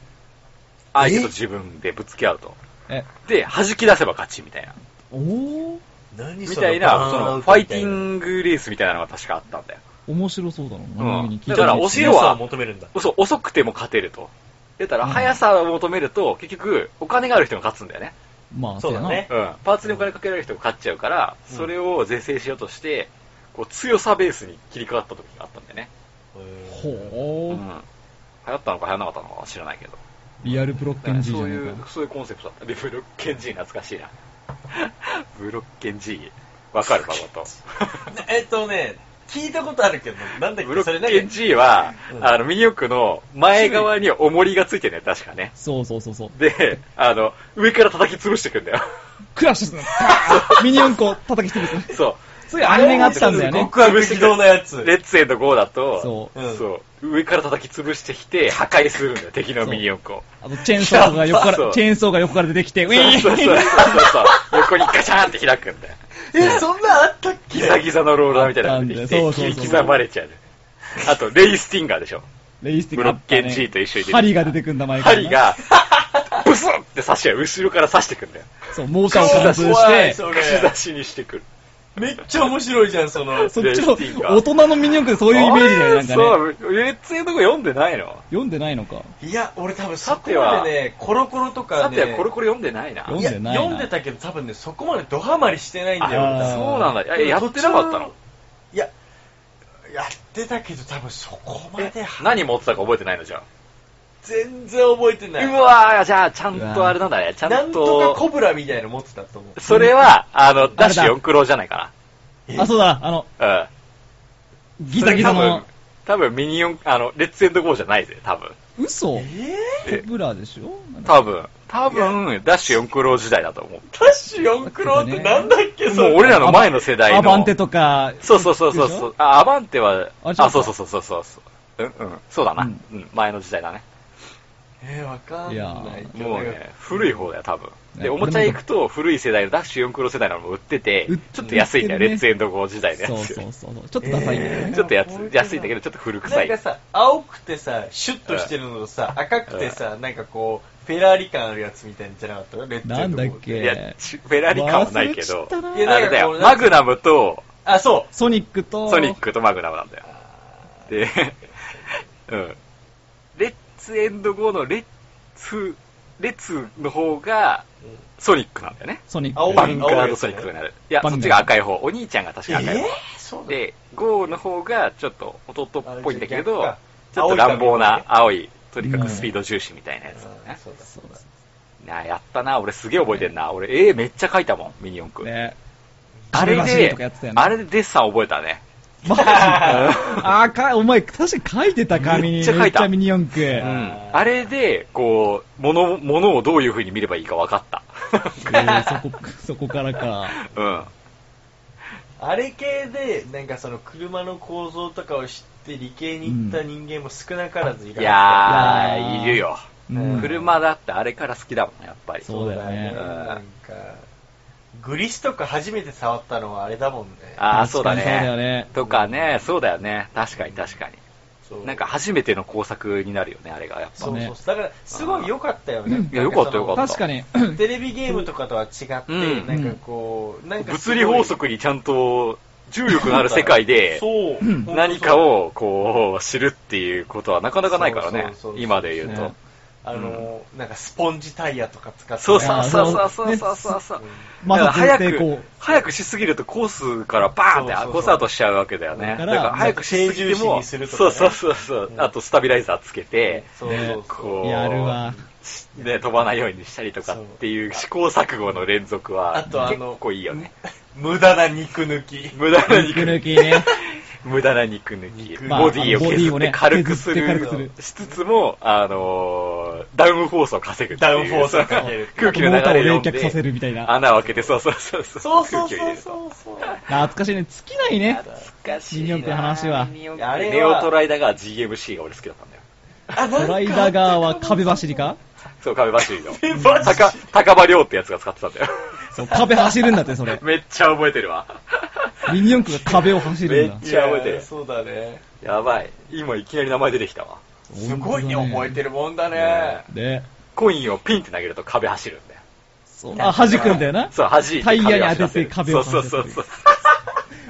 S2: 相手と自分でぶつけ合うと。
S3: え、
S2: で、弾き出せば勝ちみたいな。
S3: おー、
S4: 何
S2: み
S4: そ
S2: たいな、その、ファイティ
S4: グ。
S2: ングレースみたいなのが確かあったんだよ。
S3: 面白そうだな。
S2: う
S3: 何気
S2: ん
S3: に聞い
S2: だ
S3: た
S2: から、
S3: こと
S2: お
S3: ないし
S2: 城
S4: 強さを
S2: は、
S4: 求めるんだ。
S2: そう、遅くても勝てると。だから、
S3: うん
S2: 速さを求めると、結局、お金がある人が勝つんだよね。
S3: まあ、
S4: そうだ
S3: せや
S4: ね
S3: な。
S2: うん。パーツにお金かけられる人が勝っちゃうから、
S4: うん
S2: それを是正しようとして、こう、強さベースに切り替わった時があったんだよね。
S4: へ
S2: う
S3: ほ
S2: ん。
S3: ー。
S2: 流行ったのか流行らなかったのかは知らないけど。
S3: リアルブロッケン G じ
S2: そ
S3: ゃ
S2: うい
S3: ね
S2: う、そういうコンセプトだった。で、ブロッケン G 懐かしいな。 ブロッケン G。わかるか、こと。
S4: ー えっとね、聞いたことあるけど、なん だっ
S2: ブ
S4: け、
S2: ロ
S4: それ
S2: ッ
S4: 何
S2: ケン G は、
S4: うん
S2: あの、ミニ四駆の前側に重りがついてるね、確かね
S3: え。か。そうそうそうそう。
S2: で、あの、上から叩き潰してくんだ よ。
S3: クラッシュするの。パーンミニ四駆を叩きつぶす。
S2: そう。
S3: そういうアニメがあったんだよね。
S4: 極悪非道なやつ。
S2: レッツエンド5だと、
S3: そう
S4: うん
S2: そう上から叩き潰してきて、破壊するんだよ、敵のミニ四駆を。
S3: あと、チェーンソーが横か
S2: そう
S3: ら、チェーンソーが横から出てきて、ウィーン
S2: そうそうそうそうそう。横にガチャーンって開くんだよ。
S4: え、そんなんあったっ
S2: ギザギザのローラーみたいなのが出て
S3: あっ
S2: き
S3: たんだ
S2: て、切
S3: よそうそうそう
S2: り刻まれちゃう。あと、レイスティンガーでしょ。
S3: レイスティ
S2: ブ
S3: ック
S2: ロ
S3: あ
S2: ッ
S3: った
S2: ケ
S3: ね
S2: ン G と一緒に出てくる
S3: 針が出てくんだ、前からな。
S2: 針が、ブスンって刺して、後ろから刺してくんだよ。
S3: そう、モーターを貫通
S4: 怖い
S3: して、
S4: それ
S2: 串刺しにしてくる。
S4: めっちゃ面白いじゃん、その。
S3: そっ
S2: レ
S3: ち
S2: イ
S3: の、
S2: スティンが
S3: 大人のミニ四駆でそういうイメージだよね、なんか
S2: あ
S3: ね。
S2: れそう、レッツエンド5読んでないの
S3: 読んでないのか。
S4: いや、俺多分そこまでね、コロコロとか
S2: さ
S4: ね、
S2: てはコロコロ読んでないな。
S3: 読ん
S4: いや
S3: でないな
S4: 読んでたけど多分ね、そこまでドハマりしてないんだよ、
S3: あ
S4: 俺多
S2: あ
S4: 分
S2: そうなんだ。
S4: で
S2: え、
S4: も
S2: やってなかったの
S4: いや、やってたけど多分そこまで
S2: 何持ってたか覚えてないのじゃ
S4: 全然覚えてな
S2: あ。
S4: い。
S2: うわー、じゃあ、ちゃんとあれなんだね。ちゃ
S4: なんんとかコ
S2: と、
S4: ブラみたいなの持ってたと思う。
S2: それは、あの、ダッシ
S3: あれ
S2: ュ
S3: だ
S2: 4クロじゃないか
S4: え
S3: あ、そうだ、あの、
S2: な。うん。
S3: ギザギザの、
S2: 多分ミニオン、あの、レッツエンド5じゃないぜ、多分。
S4: え
S3: 嘘
S4: ー
S2: え
S3: コブラでしょなんか
S2: 多分。多分、ダッシュ4クロ時代だと思う。
S4: ダッシュ4クロってなんだっけ、そ
S2: もう
S4: れ。
S2: 俺らの前の世代の。
S3: アバンテとか、
S2: そうそうそうそう
S3: でし
S2: そう
S3: ょ。
S2: あ、アバンテは、あ
S3: あ違うか
S2: そうそうそうそうそう。うんうん。そうだな。
S3: う
S2: うんん、前の時代だね。
S4: えー、わかんないけど。
S2: もうね、古い方だよ、多分。
S3: ね
S2: で、おもちゃ屋行くと、古い世代のダッシュ4クロ世代のも売ってて
S3: 売っ、
S2: ちょっと安いんだよ、
S3: 売ってるね
S2: レッツエンド5時代の
S3: そう
S2: やつ。
S3: そうそうそう。ちょっとダサいんだよ
S4: え
S3: ね。
S2: ちょっとや
S4: 覚え
S2: つ
S4: てない
S2: 安いんだけど、ちょっと古
S4: な
S2: 臭
S4: ん
S2: い。
S4: かさ、青くてさ、シュッとしてるのとさ、赤くてさ、なんかこう、フェラーリ感あるやつみたいなんじゃなかったレッド
S3: なんだっ
S2: い
S3: け
S2: や、ちフェラリ感はないけど
S3: 忘れちゃったな、
S2: いやあれだ
S4: いや
S2: よ、
S4: なんかこう
S2: マグナムと、
S4: あ、そ
S3: ソニックと、
S2: ソニックとマグナムなんだよ。で、 うん。レッツエンド5のレッツ、レッツの方が、ソニックなんだよね。
S3: ソニック。
S4: 青い
S2: バンガードソニックになる。いや、
S3: バ
S2: そ
S3: ンガード
S2: っちが赤い方。お兄ちゃんが確
S4: う。
S2: か赤い
S4: え
S2: 方。
S4: ーそうだ
S2: で、ゴーの方がちょっと弟っぽいんだけど
S4: あ、
S2: ちょっと乱暴な
S4: 青
S2: 青い、とにか
S3: うん
S2: くスピード重視みたいなやつだ
S4: うん
S2: ね。
S4: そうだそうだ。
S2: なあやったな、俺すげえ覚えてんな。俺、絵めっちゃ描いたもん、ミニ四駆。
S3: ね。
S2: あれで、あれでデッサン覚えたね。
S3: マ ジあーか、お前、確かに書いてた、紙に。
S2: めっちゃ書いた
S3: めっミニ四
S2: う
S3: 駆。
S2: ん。あれで、こう、もの、ものをどういう風に見ればいいか分かった。
S3: えーそこ、 そこからか。
S2: うん。
S4: あれ系で、なんかその車の構造とかを知って理系に行った人間も少なからず
S2: い
S4: いらっし
S2: や
S4: ゃ
S3: いやー
S2: ー、いるよ。
S3: うん
S2: 車だってあれから好きだもん、やっぱり。
S3: そうだよね
S4: なんか、グリスとか初めて触ったのはあれだもんね。
S2: ああ、そうだ
S3: 確かにそうだよ
S2: ね
S3: ね。
S2: とかね、そうだよね。確かに確か
S4: そう
S2: に。なんか初めての工作になるよね、あれが、やっぱ。
S4: そう
S3: ね
S4: そうそう。だから、すごい良かったよね。
S2: いや良かった良かった
S3: 確かに。
S4: テレビゲームとかとは違って、
S2: うん
S4: なんかこう、なんかす
S2: 物
S4: ごい
S2: 理法則にちゃんと重力のある世界で、
S4: そう
S3: う
S4: 本
S3: ん
S4: 当そう
S2: 何かをこう知るっていうことはなかなかないからね
S4: そうそうそう、そう
S2: 今で言う
S3: ね
S2: と。
S4: あの、なんかスポンジタイヤとか使って。
S2: そう
S3: さ
S2: そうそうそうそうそうそう。
S3: ま
S2: だ
S3: だ
S2: から早
S3: 絶対こ
S2: く
S3: う、
S2: 早くしすぎるとコースからバーンって
S4: そうそうそう
S2: コースアウトしちゃうわけだよね。だ
S3: だ
S2: か
S3: から
S2: ら早くしすぎて
S4: なんか低重
S2: も、
S4: 視にするとか
S2: そう
S4: ね
S2: そうそうそう、
S4: うん
S2: あとスタビライザーつけて、
S4: そうそうそう。
S2: こう、
S3: やるわ。
S2: ね、飛ばないようにしたりとかっていう試行錯誤の連続は、
S4: あとあの
S2: 結構いいよね。
S4: 無駄な肉抜き。
S2: 無駄な肉抜
S3: 肉抜
S2: き。
S3: きね。
S2: 無駄な肉抜き。
S4: まあ
S2: ボディを
S3: ボディ
S2: 削っ
S3: を
S2: て
S3: ね
S2: 軽くする
S3: 削って軽くす
S2: しつつも、あのーダウンフォースを稼ぐっていう。
S4: ダウンフォースを稼ぐ
S2: 空気の流れを読
S3: モー
S2: ん
S3: ターを冷却させ
S2: で、
S3: るみたいな。
S2: 穴を開けて、そうそうそうそう。
S4: そうそう
S2: 空気を入
S4: そ
S2: れ
S4: う
S2: ると
S4: そうそう。
S3: 懐かしいね。尽きないね。
S2: 懐かしい
S3: ミニ四駆の話は
S4: あ
S2: あ
S4: れ
S2: れ
S4: は
S2: ネオトライダが GMC が俺好きだったんだよ。
S4: あ、
S3: ドライダー側は壁走りか
S2: そう、壁走 りの。高、高場亮ってやつが使ってたんだよ。
S3: そう、壁走るんだって、それ。
S2: めっちゃ覚えてるわ。
S3: ミニ四駆が壁を走るんだ
S2: めっ。ちゃ覚えてる
S4: いやそうだね。
S2: やばい。今いきなり名前出てきたわ。
S4: すごいね、覚えてるもんだね
S2: ね。
S3: る。で、
S2: コインをピンって投げると壁走るんだよ。
S3: そう、あ、弾くんだよな。
S2: そう、弾いて
S3: タイ
S2: 壁
S3: ヤに
S2: 走
S3: 当
S2: らせ
S3: てて
S2: る
S3: 壁を走
S2: そ
S3: ら
S2: う
S3: せ
S2: そ
S3: る
S2: うそうそう。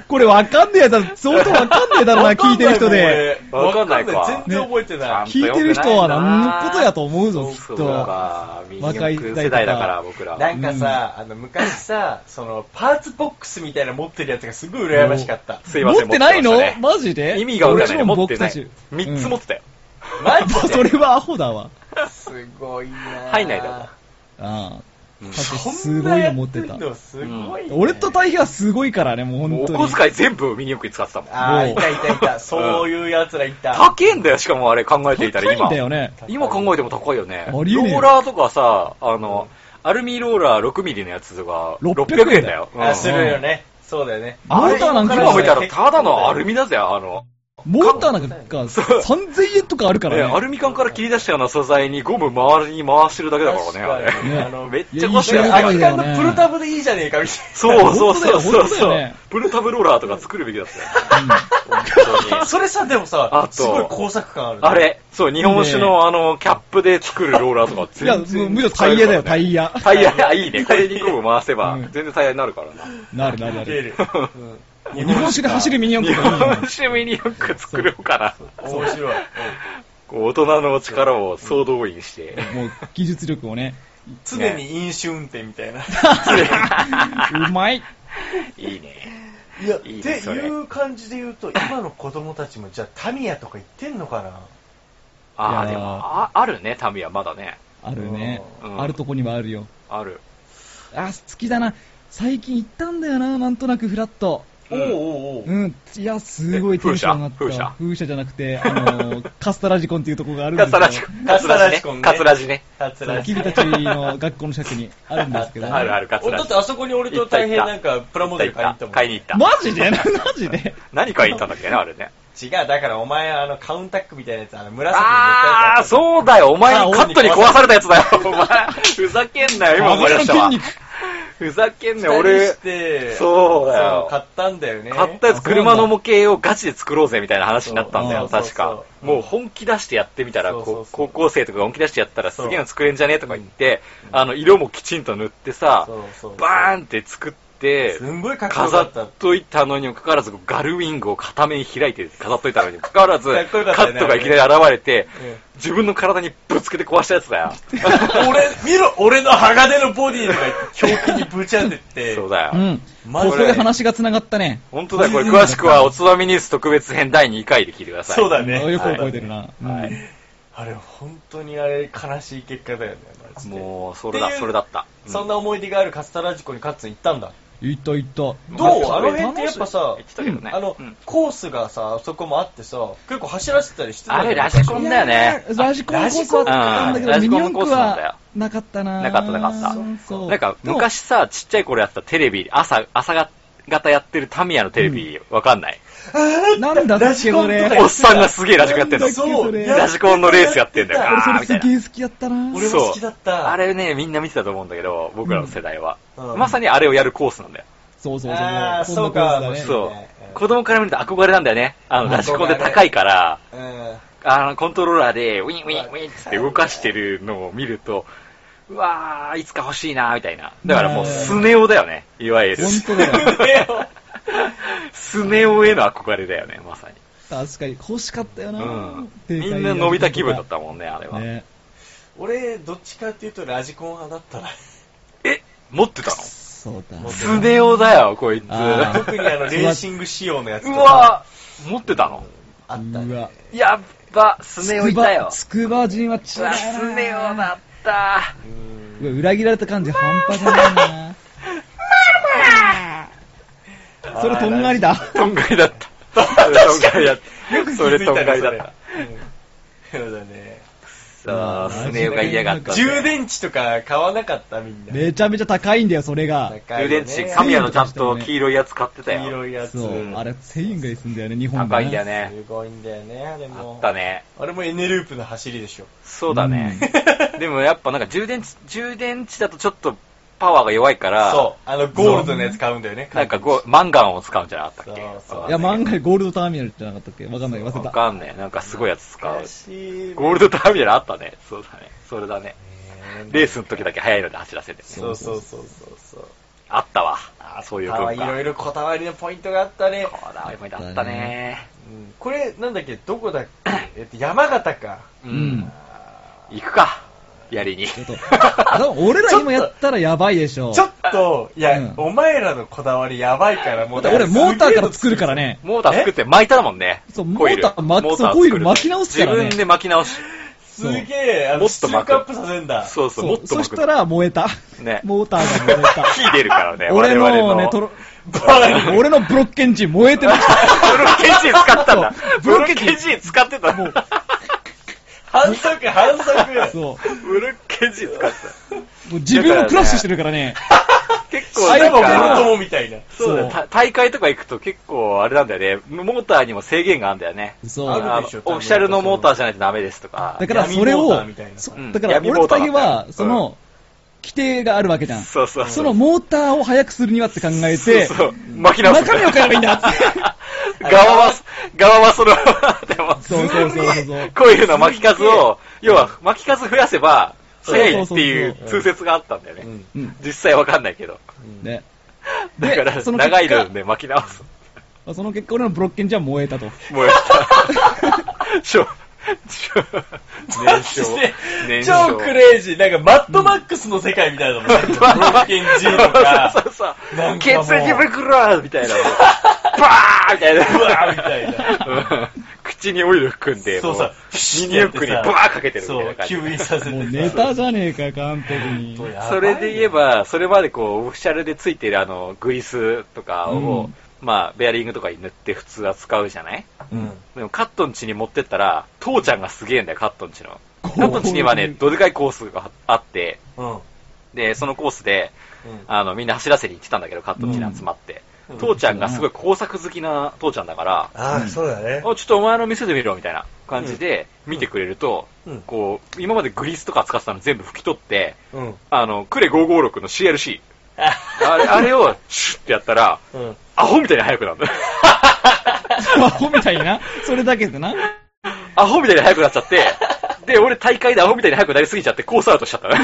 S3: これわかんねえだろ、相当わかんねえだろな、聞いてる人で。
S4: わかんない。
S2: わかんないか
S4: 全然覚えてない。
S2: ね
S3: 聞いてる人は何のことやと思うぞ、き
S2: そ
S3: っ
S2: う
S3: と。
S2: か。ミニ四
S3: 若い
S2: 駆
S3: 世代とか
S2: 世代だから、僕ら
S4: な
S2: は。
S4: んかさ、あの、昔さ、 その、パーツボックスみたいなの持ってるやつがすごい羨ましか った。
S2: すいま
S3: 持
S2: せん。
S3: ってないの
S2: 持ってま
S3: マジ
S2: したね
S3: で
S2: 意味がわかんない。
S3: 俺も
S2: 持って
S3: 僕
S2: な
S3: たち
S2: い。。3つ持ってたよ。
S4: マジ
S3: うんそれはアホだわ。
S4: すごいなぁ
S2: 入んないだろ。
S3: あ
S2: うん
S3: あ。さっき
S4: そ
S3: す
S4: ん
S3: ご
S4: ないや
S3: の
S4: っ
S3: 持って
S4: て
S3: た
S4: ん。のすごいね。
S3: 俺と対比はすごいからね、も
S2: も
S3: う
S2: う
S3: 本
S2: お
S3: 当に。
S2: 小遣い全部ミニ四駆に使ってたもん。
S4: ああ、いたいたいた。そういう奴らいた。
S2: 高えんだよ、しかもあれ考えていたら
S3: 高い
S2: 今
S3: んだ。よね。
S2: 今考えても高いよね。ロ
S3: ありえねえよ
S2: ーラーとかさ、あの、アルミローラー6ミリのやつとか、600
S3: 600
S2: 円
S3: 円
S2: だ
S3: だ
S2: よ
S3: よ。
S2: うん
S4: あ、するよね。そうだよね。
S3: モーターなん
S4: あ
S3: か
S4: れ
S2: 今見たら、
S4: 結構
S2: ただのアルミだぜ、あの。
S3: モーターなんかが
S2: そう
S3: 3000円とかあるから
S2: ね
S3: ね。
S2: アルミ缶から切り出したような素材にゴム周りに回してるだけだからね、あ
S4: 確かに
S2: れ。
S4: あの、
S2: めっ
S4: め
S2: ちゃコスト
S3: いや
S2: やる
S3: いい
S2: ね
S3: ね
S4: あのプルタブでいいじゃねえか、みたい
S2: そうそうそう
S3: 本当だ
S2: そ
S3: よ
S2: う
S3: 本当
S2: そ
S3: だよ
S2: う
S3: ね。
S2: プルタブローラーとか作るべきだったよ。本当に
S4: な。それさ、でも
S2: あ
S4: さ、
S2: と
S4: すごい工作感あるね。
S2: あれ、そう、日本酒のあの、キャップで作るローラーとか
S3: いや、
S2: 全
S3: も
S2: 然。
S3: うむしろタイヤだよ、タイヤ。
S2: タイヤ、あいいね。これにゴム回せば
S3: うん、
S2: 全然タイヤになるからな。
S3: なるなるな
S4: 見え
S3: る。
S4: る。
S3: 日本酒で走るミニ四
S2: 日
S3: 駆がいい
S2: 本
S3: ね
S2: 酒ミニ四駆作ろうかな。
S4: 面 白い。
S2: こう大人の力を総動員 して。
S3: もう技術力をね。
S4: 常に飲酒運転みたいな。
S3: うまい。
S2: いいね。
S4: いや、っ
S2: い
S4: て
S2: いねそれ
S4: いう感じで言うと、今の子供たちも、じゃあタミヤとか行ってんのかな
S2: ああ、
S3: いやー
S2: でも、ああるね、タミヤ、まだね。
S3: あるね
S2: う。ん
S3: あるとこにはあるよ。
S2: ある。
S3: あ、好きだな。最近行ったんだよな、なんとなくフラット。
S4: お
S2: うん
S4: おうおうおう
S3: うん。いや、すごいテンション上がった。
S2: 風車風車
S3: じゃなくて、あの ー、カスタラジコンっていうとこがあるんで
S2: カ
S3: す
S2: ツ
S3: けど。
S2: ラジコン。カツラジね。カ
S4: カ
S2: ツ
S4: ツ
S2: ラ
S4: ラ
S2: ジね。
S4: カツ
S3: そ
S4: ラジ
S3: う君たちの学校の近くにあるんですけ ど、
S2: あるある、カツ
S4: お
S2: ラ
S4: だっ
S2: ジ
S4: て。あそこに俺と大変なんかプラモデル買いに行ったもん。
S2: 買いに行った。
S3: マ ジでマジで
S2: 何買いに行ったんだっけね、あれね。
S4: 違う、だからお前あのカウンタックみたいなやつ、あの紫に塗ったや
S2: あ
S4: つあ
S2: あ、
S4: ったじゃん
S2: そうだよ。お前
S4: あ、俺
S2: カットに壊されたやつだよ。お前、ふざけんなよ。今思い出したわ
S3: あの筋。
S2: ふざけんなよ。
S4: 二人
S2: 俺
S4: し、て
S2: そうだよ
S4: そう買ったんだよね。
S2: 買ったやつ、
S3: あそうなんだ
S2: 車の模型をガチで作ろうぜみたいな話になったんだよ、
S4: そううん
S2: 確か
S4: そう。そうそう
S2: もう本気出してやってみたら、
S4: そうそうそう
S2: こう高校生とかが本気出してやったらすげえの作れんじゃねえとか言って、あの、色もきちんと塗ってさ
S4: そう、そうそう
S2: バーンって作って
S4: す、んごいかっこよ
S2: 飾
S4: かった
S2: っ。といたのにもかかわらず、ガルウィングを片面開いて飾っといたのにもかかわらず、
S4: かっこよかっ
S2: カ
S4: たよ
S2: ッ
S4: ね
S2: トがいきなり現れて
S4: うん、
S2: 自分の体にぶつけて壊したやつだ よ。
S4: 俺、見ろ俺の鋼のボディとか言って、表記にぶち当てて。
S2: そうだよ。
S3: うん。
S4: マジで
S3: ここで話が繋がったね。
S2: 本当だよ、これ詳しくは、おつまみニュース特別編第2回で聞いてください。
S4: そうだね。
S3: よく覚えてるな。
S2: は
S3: うん
S2: い。
S4: あれ、本当にあれ、悲しい結果だよね、マジで
S2: もう、それだ、それだった。うん
S4: そんな思い出があるカスタラジコにカッツン行ったんだ。
S3: いったいった。
S4: どうあの辺ってやっぱさ
S2: 言ってたけどね
S4: あの
S2: うん、
S4: コースがさ、あそこもあってさ、結構走らせてたりしてた
S2: あれ、ラジコンだよね。
S3: ラジコンコースはあったんだけ
S2: あラ
S3: ど、
S2: ジ
S3: ミ
S2: コ
S3: ニ
S2: ン
S3: 四
S2: コース
S3: 駆
S2: なんだよ
S3: はなかったな。
S2: なかったなかった
S3: そう
S2: なんか、昔さ、ちっちゃい頃やってたテレビ、朝、朝方やってるタミヤのテレビ、わかんない。
S3: なんだっけ、これ。
S2: おっさんがすげえラジコンやってんの。
S3: そう
S4: やってた
S2: ラジコンのレースやってんだよ。
S4: や
S2: ガ
S3: 俺そ
S2: ーみた
S3: れす
S2: いな
S3: げ。え好きやったな。
S4: 俺も好きだった。
S2: あれね、みんな見てたと思うんだけど、僕らの世代は。
S4: うん
S2: まさにあれをやるコースなんだよ。
S3: そうそうそう。
S4: あー
S3: んなコースだね
S4: そうか
S2: そう
S4: ねうん。
S2: 子供から見ると憧れなんだよね。あの、ラジコンで高いから、
S4: うん。
S2: あの、コントローラーで、ウィンウィンウィンって動かしてるのを見ると、うわー、いつか欲しいなーみたいな。だからもう、スネ夫だよね。いわゆる。
S3: 本当だよ。
S2: スネ夫への憧れだよね、まさに。
S3: 確かに欲しかったよ
S2: う
S3: な。
S2: ん。みんな伸びた気分だったもんね、あれは。
S3: ね。
S4: 俺、どっちかっていうとラジコン派だったな。
S2: え持ってたの
S3: そうだ。
S2: スネ夫だよ、こいつ。う
S3: あ ー
S4: 特にあの、レーシング仕様のやつとか。
S2: わ持ってたの
S4: あった
S3: うわ
S4: ね。
S2: やっぱ、スネ夫いたよ。
S3: つくば人は違
S2: う
S3: うな
S2: わスネ夫だった。
S4: うん
S3: うわ裏切られた感じ半端じゃないな。 それとんがり だ。
S2: とんがりだった。 それとんがりだった。
S4: よく気づ
S2: そ
S4: いたね
S2: れとんがりだった。
S4: それうんそうだね。
S2: さあ、スネ夫が嫌がった。
S4: 充電池とか買わなかったみんな。
S3: めちゃめちゃ高いんだよ、それが。
S4: 高い
S2: 充
S4: よね
S2: 電池、神谷のちゃんと黄色いやつ買ってた
S4: 黄色
S2: よ。
S4: いやつ。
S3: そう、あれ1000円がいすんだよね、日本で
S2: 高いんだよね。
S4: すごいんだよね、あれ
S2: あ
S4: も。
S2: った。ね。
S4: あれもエネループの走りでしょ。
S2: そうだね。 でもやっぱなんか充電池、充電池だとちょっとパワーが弱いから、
S4: そう。あの、ゴールドのやつ買うんだよね。
S2: なんかこう、マンガンを使うんじゃなかったっけ
S4: そうそう
S3: いや、漫画ゴールドターミナルじゃなかったっけわかんない、忘
S2: わ
S3: れた。
S2: かんない。なんかすごいやつ使う
S4: 懐か。しい。
S2: ゴールドターミナルあったね。そうだね。それだね。
S4: ね
S2: レースの時だけ速いので走らせてね。
S4: そうそうそうそうそう。
S2: あったわ。
S4: あ
S2: そういう
S4: あ
S2: 文化。
S4: いろいろこだわりのポイントがあったね。
S2: こだわりもいっぱいあったね。
S4: うんこれ、なんだっけ、どこだっけ、えっと、山形か。
S2: う
S3: うんん。。
S2: 行くか。やりに。
S3: ちょ っと、多分俺ら今やったらやばいでしょ。
S4: ちょっと、いや、
S3: うん
S4: お前らのこだわりやばいから、も
S3: だ
S4: う。
S3: って俺モーターから作るからね。
S2: モーター作って巻いたもんね。
S3: そう
S2: コイル
S3: モーター巻きそう
S2: モ
S3: コイル
S2: 作る
S3: 巻き直すからね
S2: 自分で巻き直し。
S4: すげえ、あ
S2: も
S4: の、
S2: っと
S4: ス
S2: 巻く
S4: カップさせんだ。
S2: そうそう、もっと
S3: そ
S2: 巻
S3: し
S2: く。
S3: たら燃えた。
S2: ね
S3: モーターが燃えた。
S2: 火出るからね、我
S3: 俺
S2: 々
S3: の
S2: の
S3: ね、トロ、
S4: バカに
S3: 俺のブロッケンチン燃えてま した。
S2: ブロッケンジン使ったんだ
S3: そう。
S2: ブロッケンジン使ってた。
S3: も
S2: ブ
S3: う
S4: 反則、反則。
S3: そ
S2: ロッケンジン使って
S3: う。もう自分をクラッシュしてるからね。
S2: た。結構
S4: あれ
S2: なん
S4: も子
S2: か、
S4: 供みたいな。
S2: そうだよ
S3: そ
S2: た大会とか行くと結構あれなんだよね。モーターにも制限があるんだよね。
S3: そう。
S4: ある
S2: あ
S4: でしょ
S2: のオフィシャルのモーターじゃないとダメですとか。
S3: だからそれ
S4: 闇モータ
S3: を
S4: ーみたい、な
S3: そ
S2: うん
S3: だから
S2: 闇
S3: 俺
S2: モー
S3: と
S2: ターだ
S3: 竹
S2: ったら
S3: は、その、規定があるわけじゃん。
S2: そうそうそう。
S3: そのモーターを速くするにはって考え
S2: そう
S3: て、
S2: そう、巻き直す。
S3: 中身を変えればいいんだって
S2: 側は、側はその、 でも
S3: そうそうそうそうそう
S2: コイルの巻き数を、要は巻き数増やせば、
S3: そう
S2: 早いっていう
S3: そうそう
S4: そう
S2: 通説があったんだよね。
S4: うん
S3: うん。
S2: 実際わかんないけど。
S3: ね。
S2: だから、
S3: その結
S2: 長
S3: 果
S2: いので巻き直す。
S3: その結果俺のブロッケンじゃ燃えたと。
S2: 燃え た。 しょ、しょ、燃焼。燃焼。
S4: 超クレイジー。なんか、マッドマックスの世界みたいだもん。ブロッケン G と
S2: そうそ
S4: か、
S2: うそう
S4: な。ん
S2: ケ
S4: かもう
S2: ツに袋みたいな。バーみたいな。
S4: うわーみたいな。
S2: な。口にオイル含んで、
S4: そうさ
S2: も、ニンニクにバーかけてるみたい
S4: そ
S2: な
S4: う
S2: 感、じ。
S4: 吸引させて
S3: もう
S4: さ
S3: ネタじゃねえか、完璧に。
S2: それで言え、
S4: やばいね
S2: ば、それまでこう、オフィシャルでついてるあの、グリスとかを、
S3: うん
S2: まあ、ベアリングとかに塗って普通は使うじゃない
S4: うん。
S2: でも、カットンチに持ってったら、父ちゃんがすげえんだよ、カットンチの。
S3: こう
S2: カットンチにはね、どでかいコースがあって、
S4: うん。うん
S2: で、そのコースで、あの、みんな走らせに行ってたんだけど、カットンチに集まって。
S4: うん
S2: 父ちゃんがすごい工作好きな父ちゃんだから、
S4: ああ、そうだね。
S2: おちょっとお前の見せてみろみたいな感じで見てくれると、
S4: うん
S2: こう、今までグリスとか使ってたの全部拭き取って、
S4: うん。
S2: あの、クレ556の CLC。あ れあれをシュッてやったら、
S4: うん。
S2: アホみたいに速く なるの
S3: アホみたいにな。それだけでな。
S2: アホみたいに速くなっちゃって、で、俺大会でアホみたいに速くなりすぎちゃってコースアウトしちゃったの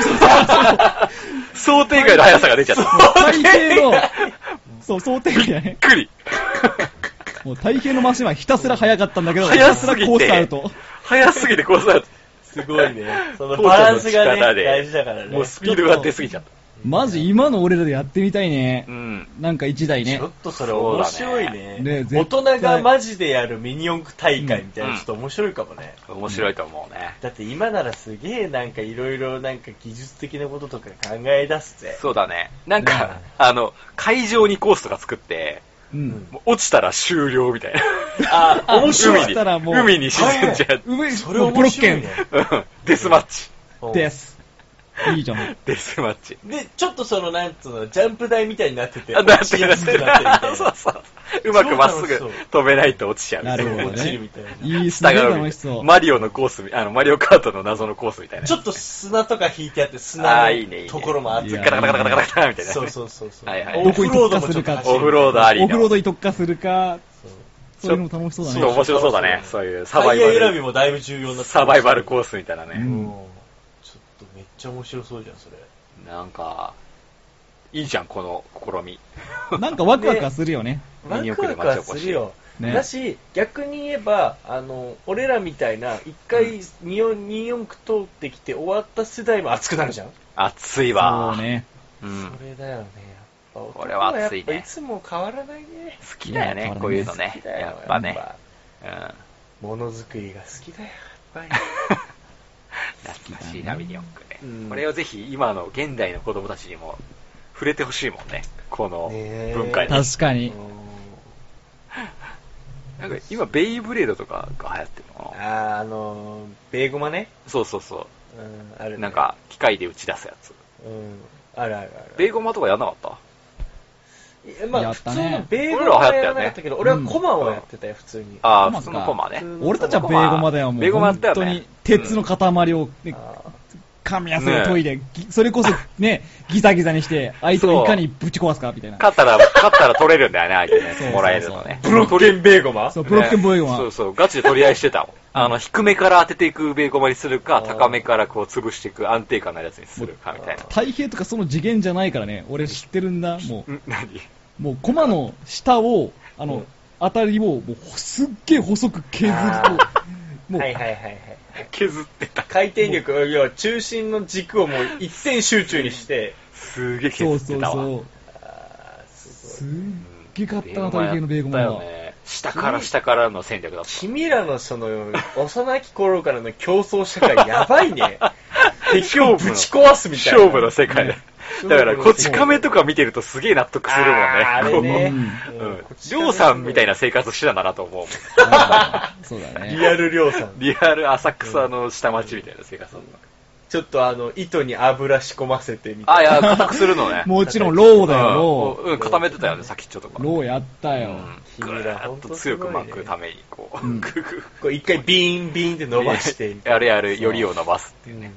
S2: 想定外の速さが出ちゃった。
S3: 大抵 の、そう、想定外だね。
S2: びっく り。
S3: もう大抵のマシンはひたすら速かったんだけど、ひ
S2: 速
S3: たす
S2: す
S3: ら
S2: ぎて、
S3: コースアウト。
S2: 速すぎてコースアウト。
S4: すごい ね。そのバラン
S2: 父
S4: スがね、
S2: ちゃんの力で
S4: 大事だからね。
S2: もうスピードが出すぎちゃった。
S3: マジ今の俺らでやってみたいね
S2: う。ん。
S3: なんか一台ね
S4: ちょ。っとそれ面白いね。
S3: ね絶対
S4: 大人がマジでやるミニ四駆大会みたいな、
S2: うん
S4: ちょっと面白いかもね。
S2: 面白いと思うね。
S4: だって今ならすげえなんかいろいろなんか技術的なこととか考え出すぜ。
S2: そうだね。なんか
S4: ね、
S2: あの、会場にコースとか作って、
S3: うん。
S2: もう落ちたら終了みたいな。
S4: あー、面白
S2: 海に
S4: い。
S3: 落ちたらもう
S2: 海に沈んじゃう。
S3: 上、
S4: それ
S3: もうブロ
S4: 面
S3: ッケ
S4: 白い
S3: ン
S4: ね。
S2: うんデスマッチ。
S3: で
S4: うん
S3: す。いいじゃん。
S2: デスマッチ。
S4: で、ちょっとそのなんつうの、ジャンプ台みたいになってて、
S2: あ、だって、
S4: 落ちやすくなってるみたいな。
S2: そうそう。うまくまっすぐ
S4: 超楽し
S2: 飛べないと落ちちゃうみた
S3: ない
S2: な。
S3: るほど
S4: 落ちるみ
S3: ね
S4: たいな。
S3: いい、す
S2: 下
S3: げえ
S2: が
S3: 楽しそう。
S2: マリオのコースみ、あの、マリオカートの謎のコースみたいな。
S4: ちょ
S2: っ
S4: っと砂とか引いてあって、
S2: あ
S4: 砂
S2: ーいいねいいね
S4: のところもあって
S3: いや
S2: ガタガタガタガタガタみたいな。
S4: そうそうそうそう。
S2: はいはい
S4: オフロードもちょっと走る
S2: オフロードあり
S3: オ
S2: の。
S3: フロードに特化するか、
S4: そう
S3: そういうのも楽しそうだ
S2: ちょっと
S3: ね。
S2: 面白そうだね。そういうサ
S4: タ
S2: バ
S4: イ
S2: イバ
S4: ヤ選び
S2: ル。
S4: もだいぶ重要になって
S2: サバイバルコ
S4: ー
S2: ースみたいな
S3: う
S4: う
S2: ね。
S4: ん
S3: ん
S4: ちょっとめっちゃ面白そうじゃん、それ。
S2: なんか、いいじゃん、この試み。
S3: なんかワクワクはするよね。
S2: ミニ四
S4: ワク
S2: 駆
S4: ワ
S2: で町
S4: クは
S2: おこし
S4: するよ。
S3: ね
S4: だし、逆に言えば、あの、俺らみたいな、一回24、24区通ってきて終わった世代も熱くなるじゃん。
S2: 暑いわ。
S3: そう。ね。
S2: うん。
S4: それだよね。やっぱ
S2: これは熱いね
S4: 男やっぱいつも変わらないね。
S2: 好きだよ
S3: いや
S2: ね、こういうの
S4: 好
S2: ね
S4: き。だよ
S2: やっぱね。うん。
S4: ものづくりが好きだよ、やっぱり。
S2: 懐かしいな、ミニオンクね
S4: うん。
S2: これをぜひ、今の現代の子供たちにも触れてほしいもんね。この
S4: ねえ
S2: 文化に。なん
S3: 確 かに。
S2: か今、ベイブレードとかが流行ってるのかな
S4: あーあのー、ベーゴマね。
S2: そうそうそ
S4: うん、あるね
S2: う。なん、か、機械で打ち出すやつ。
S4: うん、あるあるある。
S2: ベーゴマとかやんなかった
S4: いやま
S3: や
S4: あ、
S3: っ
S4: 普
S3: た
S4: 通
S3: ね
S4: のベーゴマはやらなかったけど、
S3: 俺
S4: 俺
S3: らは
S4: は
S3: 流行ったよね
S4: コマをやってたよ、普通に。
S2: ああ、
S3: コマか
S2: 普通のコマね。
S3: 俺たちはベーゴマだよ、も
S2: ベ
S3: う。
S2: ーゴマや
S3: 本
S2: ったよね
S3: 当に、鉄の塊を、ね
S4: あ
S3: 神谷すトイレ、ぎそれこそね、ギザギザにして、相手をいかにぶち壊すか、みたいな。
S2: 勝ったら、勝ったら取れるんだよね、相
S3: そうそ
S2: 手ね。
S3: うそう
S2: もらえるのね。
S4: ーブロッケンベーゴマ
S3: そう、ブロックンボーイ
S2: ねそ
S3: は
S2: う、そう、ガチで取り合いしてたもん。あの、低めから当てていくベーゴマにするか、高めからこう潰していく安定感のやつにするか、みたいな。
S3: 太平とかその次元じゃないからね、俺知ってるんだ、も
S2: ん何
S3: う。もう、コマの下を、あ
S4: う
S3: の
S4: ん、
S3: 当たりを、もう、すっげえ細く削る
S4: あ
S3: と、もう
S4: は、いはいはいはい。
S2: 削ってた。
S4: 回転力、要は中心の軸をもう一点集中にして、
S2: すげえ
S3: そ
S2: 削
S3: うそ
S2: って
S3: う
S2: たわ。
S3: そう。
S4: あーす
S3: す
S4: ご
S3: っ
S4: い。
S3: げえ勝ったな、太平のベーゴマ
S2: だ
S3: は
S2: よ。ね。下から下からの戦略だった。
S4: 君らのその、幼き頃からの競争社会やばい ね。敵をぶち壊すみたいな。
S2: 勝負の世界だ。だから、こち亀とか見てるとすげえ納得するもんね。
S4: あーあれね
S2: こう。
S4: う
S2: うんん。りょうさんみたいな生活してたんだなと思う。
S3: あーそうだ ね。
S4: リアル量産。
S2: リアル浅草の下町みたいな生活だった。
S4: ちょっとあの、糸に油仕込ませてみた
S2: あ、
S4: い
S2: いや、固くするの ね。
S3: もちろん、ローだよ、ロ
S2: うん、うん固めてたよね、先っちょとか。
S3: ー。ローやった
S2: う
S3: よ。
S2: んぐ
S4: 君ら
S2: ー
S4: ほん
S2: っ
S4: と
S2: と
S4: す
S2: 強
S4: ごい
S2: く
S4: ね
S2: 巻くために、こう、
S3: うん
S2: ググ
S4: な。こう一回ビーンビーンって伸ばしてみたいな
S2: あれあれ、よりを伸ばすっていうね。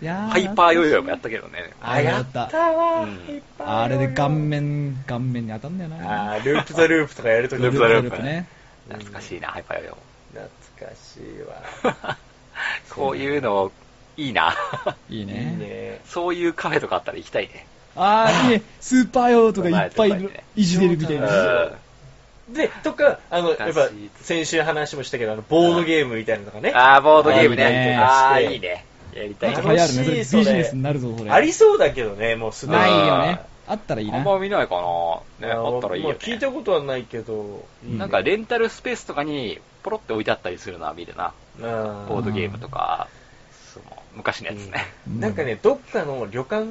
S3: いや
S2: ハイパーヨーヨーもや
S3: っ
S2: ったけどね。
S4: あ、やったわ、
S2: うん
S4: いっぱい
S3: あれで顔面、顔面に当たんだよな。
S4: あーループザループとかやるとき
S2: ループザループ
S3: ね。
S2: 懐かしいな、ハイパーヨーヨ
S4: 懐かしいわ。
S2: ー。こういうの、いいな。
S3: いい
S4: いい
S3: ね。
S4: ね。
S2: そういうカフェとかあったら行きたいね。
S3: ああ、いいね。スーパーヨーとかいっぱいいじれるみた
S2: う
S3: い
S2: ん
S4: う
S3: な。
S4: で、とか、あの、やっぱ
S2: 懐かしい、
S4: 先週話もしたけど、あの、ボードゲームみたいなのとかね。
S2: あー、ボードゲーム
S3: あいいね
S2: ね。あー、いいね。やりた
S3: なん
S2: い
S3: か
S2: ね。
S3: 流行るね。それ
S4: 楽し
S3: ビ
S4: いそれ
S3: ジネスになるぞ、それ。
S4: ありそうだけどね、もうすでに。
S3: ないよ
S2: あ
S3: ね。あったらいい
S2: あん
S3: な。
S2: ま見ないかな。ね、
S4: ー
S2: あったらいいよ
S4: まあ聞いた
S2: ね。
S4: ことはないけど、いい
S2: なんか、レンタルスペースとかに、ポロって置いてあったりするのは見るな。
S4: あ
S2: ボードゲームとか、その昔のやつね。
S3: うん
S4: なんかね、どっかの旅館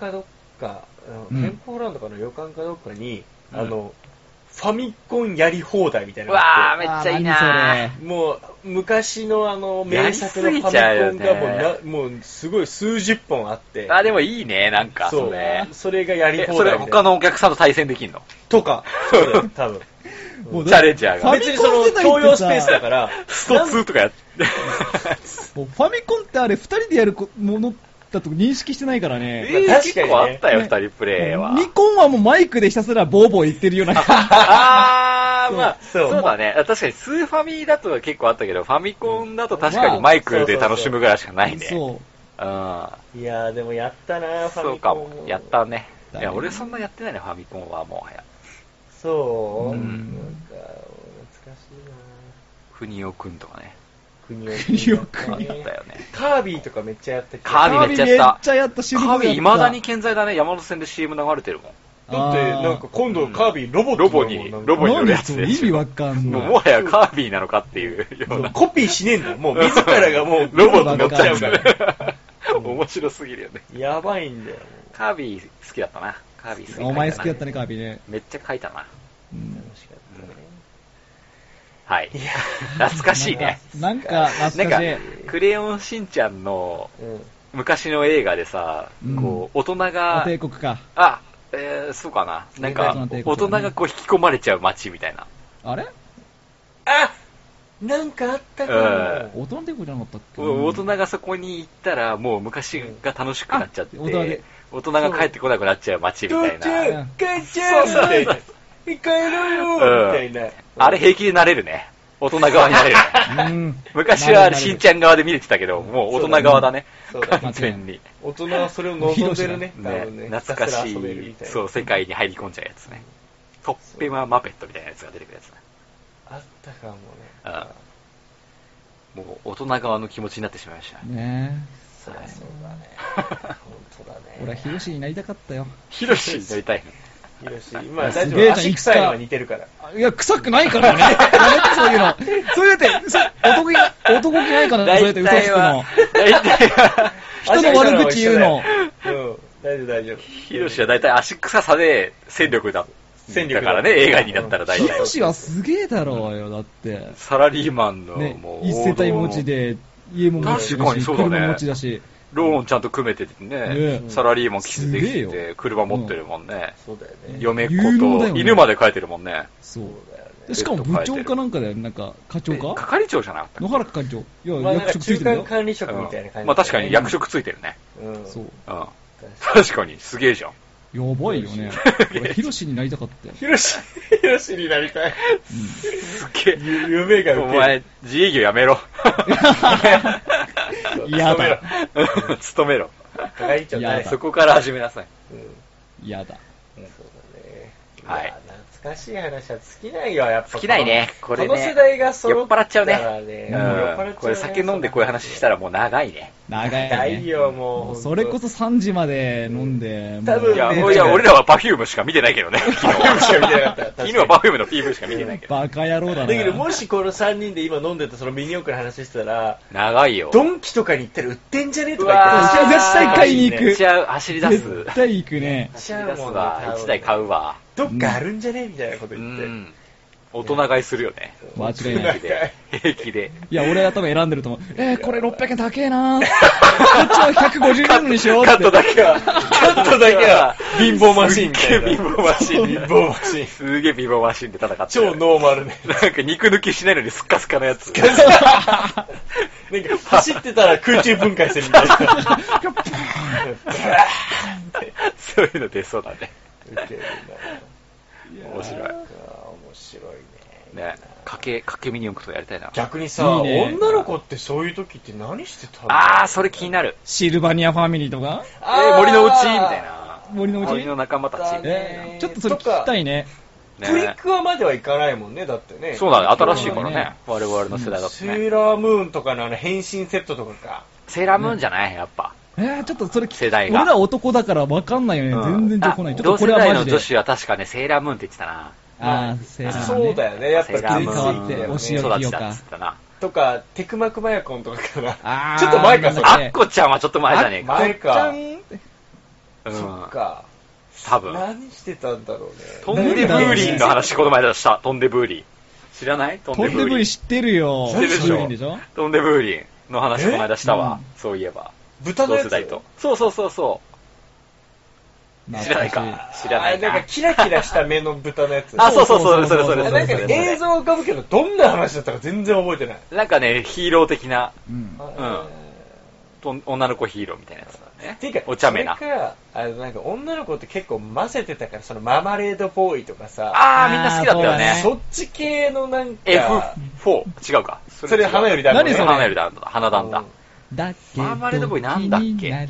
S4: かどっか、
S3: うん
S4: 健康ランドかの旅館かどっかに、
S2: うん
S4: あの、ファミコンやり放題みたいうなのがあ
S2: わー、
S4: って
S2: めっちゃいい
S3: あー
S2: な
S3: 何
S2: ー
S3: そ
S4: もう、昔のあの、
S2: や
S4: 名
S2: りす
S4: 作のファミ
S2: ぎ
S4: コン
S2: ちゃうよね
S4: がもうな、もう、すごい数十本あって。
S2: あ、でもいいね、なんか、
S4: そ
S2: そうれ。
S4: それがやり
S2: え、
S4: 放題
S2: それ
S4: みたい
S2: 他
S4: な。
S2: のお客さんと対戦できんの
S4: とか、そうだよ、多分。
S3: もう
S2: チャレンジャーが
S4: 別にその、共用スペースだか。ら、
S2: スト2とかやって。
S3: ファミコンってさもうファミコンってあれ、二人でやるこものだと認識してないから
S2: え
S3: ね。
S2: ー
S4: まあ確かに
S2: 結
S4: ね
S2: 構あったよ、
S3: ね
S2: 二人プレイは。
S3: ニコンはもうマイクでひたすらボーボー言ってるような感じ。
S2: あー、まあ、
S4: そう
S2: そうだね。確かに、スーファミだと結構あったけど、ファミコンだと確かにマイクで楽しむぐらいしか ないね。
S3: そう。
S2: うん。
S4: いやーでもやったなファミコン。
S2: そうかも。やっ。たね。い
S3: だね
S2: や、俺そんなやってないね、ファミコンはもはや。
S4: そう、
S3: うん
S4: なんか、懐かしいな
S2: ふにおくんとかね。
S4: 国
S3: 国を
S4: を
S2: あっ
S3: 国
S2: た
S4: 国
S2: よ
S4: を
S2: ね。
S4: カービィとかめっちゃやってて。
S2: カービィめっちゃやった
S3: カービィめっちゃやった、死ぬほど
S2: カ
S3: や
S2: ービ
S3: った
S2: ィ未だに健在だね。山手線で CM 流れてるもん。
S4: だって、なんか今度カービィロボット
S2: ロボに
S4: だもん
S2: ロボに乗るやつ
S3: 何それ意味わかんな
S2: も
S3: いう
S2: もはやカービィなのかっていうような。
S4: コピーしねえんだよ。もう自らがもう
S2: ロボット乗っちゃう
S3: ロボ
S2: か
S3: ット
S2: ら。面白すぎるよね。
S4: やばいんだよ。
S2: カービィ好きだったな。カービィ好きだったな。
S3: お前好きだったね、カービィね。
S2: めっちゃ書いたな。
S3: うん
S4: 楽しかったね。
S2: はい。懐かしいね。
S3: なんか、
S2: な
S3: 懐
S2: ん
S3: か
S2: か
S3: しい。、
S2: クレヨンしんちゃんの
S4: うん。
S2: 昔の映画でさ、こう、大人
S3: お
S2: が、
S3: 帝国か。
S2: あ、えー、そうかな。なん
S3: 大
S2: か
S3: 人帝、国
S2: 大人がこう引き込まれちゃう街みたいな。
S3: あれ
S4: あなんかあったかも。
S3: 大人帝国じゃなかったっけ
S2: 大人がそこに行ったら、もう昔が楽しくなっちゃって、
S3: うんあ大人で
S2: 大人が帰ってこなくなっちゃう街み
S4: ど
S2: た
S4: う
S2: い
S4: ちゃ
S2: な。
S4: ん、母ちゃんみたいな。帰ろうよみたいな。
S2: あれ平気でなれるね。大人側になれる。
S3: うん。
S2: 昔はあれ
S3: なるなる
S2: しんちゃん側で見れてたけど、もう大人側だね。
S4: そうだね
S2: 完全に。
S4: 大人はそれを望んでるね。多分ね
S2: ね、。懐か
S4: ひたすら
S2: し
S4: 遊べるみ
S2: い
S4: たいな
S2: そう世界に入り込んじゃうやつねトッペママペットみたいなやつが出てくるやつね
S4: あったかもね。
S2: あもう大人側の気持ちになってしまいました。
S3: ね
S4: そりゃそうだね。本当だね
S3: え。。俺はヒロシになりたかったよ。
S2: ヒロシになりたい。
S4: ヒロシ、今大
S3: す
S4: 丈
S3: げ
S4: 夫。
S3: えな
S4: 足臭いのは似てるから。
S3: いや、臭くない からね。やめて、そういうの。そうやって、そう男気が、男気ないからね、そうやって嘘つくの。
S2: 大体は、
S3: 人の悪口言うの。
S4: うん、大丈夫大丈夫。
S2: ヒロシは大体足臭さで戦力だ。
S4: 戦力だ
S2: だからね、映画になったら大
S3: ヒ
S2: 体
S3: ロ。シはすげえだろうよ、だって。
S2: サラリーマンの、
S3: ね
S2: も、う、
S3: 一世帯持ち。で、家も持ち
S2: 確か
S3: だ
S2: に
S3: し、
S2: そうだね
S3: 車も持ちだし。
S2: ローンちゃんと組めててね、
S3: ね
S2: サラリーマンキスできて
S3: すげえよ
S2: て、車持ってるもんね。
S4: そうだよね。
S2: 嫁っ
S3: 有能だ
S2: 子
S3: よ
S2: と、
S3: ね
S2: 犬まで飼えてるもんね。
S3: そう。
S4: そうだよね。
S3: でしかも部長かなんかだよね、なんか、課長
S2: で
S3: か
S2: 係長じゃなかった
S3: 野原課長。いや、
S4: まあなん
S3: 役
S4: か
S3: 職
S4: 中
S3: ついてる
S4: 間
S3: よ。
S4: 管理職みたいな感じだね、
S2: うんまあ確かに役職ついてるね。
S4: うん。
S3: そう。
S2: うん。
S4: 確か
S2: 確かに、すげえじゃん。
S3: やばい よね。俺、ヒロシになりたかったよ
S4: に。ヒロシ、ヒロシになりたい。
S2: すげえ。
S4: ゆ夢が受
S2: お
S4: ける。
S2: 前、自営業やめろ。
S3: 嫌だ。
S2: 勤めろ。
S4: 係長
S3: や
S4: だ
S3: だ
S4: ね。
S2: そこから始めなさい。
S4: うん
S3: 嫌だ。
S4: そうだね。
S2: はい
S4: や。懐かしい話は尽きないよ、やっぱ。
S2: 尽きないねこれね
S4: この世代が揃た
S2: 酔
S4: ら
S2: っ払っちゃうね
S4: ね
S3: うん
S4: もう酔っ払っちゃ
S2: う
S4: う
S2: ん
S4: ね
S2: これ酒飲んでこういう話したらもう長いね。
S3: 長いよ
S4: な
S3: ね。
S4: いよ、もう。
S3: それこそ3時まで飲んで、もう
S4: 多分
S2: いや、
S4: ね
S2: もういや俺らは Perfume しか見てないけどね。
S4: 本当、しか見てなかっ た。
S2: 犬は Perfume の PV しか見てないけど。
S3: バカ野郎だな。
S4: だけど、もしこの3人で今飲んでたそのミニ四駆の話してたら、
S2: 長いよ。
S4: ドンキとかに行ったら売ってんじゃねえと
S2: うわ
S4: か
S2: ー
S4: 言って
S3: 絶対買いに行く
S2: めっちゃ走り出す。
S3: 絶対行くね。
S2: 走り出すわ。一台買うわ。
S4: どっかあるんじゃねえみたいなこと
S2: う
S4: 言って。
S2: ん。大人買いするよね。
S3: 間違いな
S2: 平気。
S3: い
S2: で。平気で。
S3: いや、俺は多分選んでると思う。えー、これ600円高 えなこっちは150円のにしようっ
S2: カッ
S3: て
S2: ト。だけは、カッ
S4: トだけは貧乏マシンみたいな
S2: 貧乏マシン。
S4: 貧乏マシン
S2: すげえ貧乏マシンで戦ってる
S4: 超ノーマ ルね。
S2: なんか肉抜きしないのにスッカスカのやつ。
S4: なんか走ってたら空中分解するみたい な。
S2: そういうの出そうだね。
S4: ウケるな
S2: 面白い。
S4: あー面白いね。
S2: ね、かけ、かけミニ四駆とかやりたいな。
S4: 逆にさ
S3: いいね
S4: 女の子ってそういう時って何してたの
S2: あー、それ気になる。
S3: シルバニアファミリーとか
S2: えー、森の内みたい。な。
S3: 森の内
S2: 森の仲間たち。
S4: だね
S3: えー、ちょっとそれ聞きたいね。
S4: あープリクワまではいかないもんね、だってね。
S2: そうだね、新しいから
S3: ね
S2: ね。我々の世代だと
S4: セ
S2: ね。
S4: ーラームーンとかのあの変身セットとかか。
S2: セーラームーンじゃないやっぱ。
S3: えー、ちょっとそれ聞き
S2: 世代が
S3: 俺ら男だから分かんないよね。
S2: うん
S3: 全然情報ない。
S2: あ
S3: ちょっとこれはマジ
S2: 同世代の
S3: で
S2: 女。子は確かね、セーラームーンって言ってたな。
S3: あー、セーラーね。
S4: そうだよね、やっぱ
S2: セーラー
S3: ム
S4: ム
S3: ーン
S4: ーン
S3: 変わってお仕置き
S2: 育
S3: よ
S2: ち
S3: か
S2: だっつったな。
S4: とか、テクマクマヤコンとかかな。
S3: あー
S4: ちょっと前か、それ。
S2: あっこちゃんはちょっと前じゃねえか。
S4: 前か。
S2: うん。
S4: そっか。
S2: 多分。
S4: 何してたんだろうね。
S2: トンデブーリンの話、この前出した。トンデブーリン。知らないト
S3: トンデブリ知ってるよ。
S2: 知ってるでしょ
S3: トンデブリでしょ
S2: トンデブーリンの話、この間したわ
S3: え。
S2: そういえば。
S4: 豚の
S2: 同
S4: や
S2: 世
S4: つ
S2: 代と。そうそうそうそう。知らない
S3: 懐か
S2: か。知らない
S4: あ
S2: か。
S4: なんかキラキラした目の豚のやつ。
S2: あ、そうそうそう、それそれ
S4: あ
S2: そ
S4: なん
S2: れ
S4: か
S2: そ
S4: ね
S2: れ。
S4: 映像浮かぶけど、どんな話だったか全然覚えてない。
S2: なんかね、ヒーロー的な、
S3: しいうん。
S2: んと女の子ヒーローみたいなやつだね。
S4: ていうか、
S2: お茶目な
S4: そ。れか、あの、なんか女の子って結構混ぜてたから、そのママレードボーイとかさ、
S2: あー、みんな好きだったよ
S3: あー
S2: ね。
S4: そっち系のなんか、
S2: F4? 違うか。そ
S4: それ花よりだ
S3: 何それ
S2: 花よりだ花壇だ。
S3: だけど
S2: マーマレードボーイなんだっけ
S3: 気になる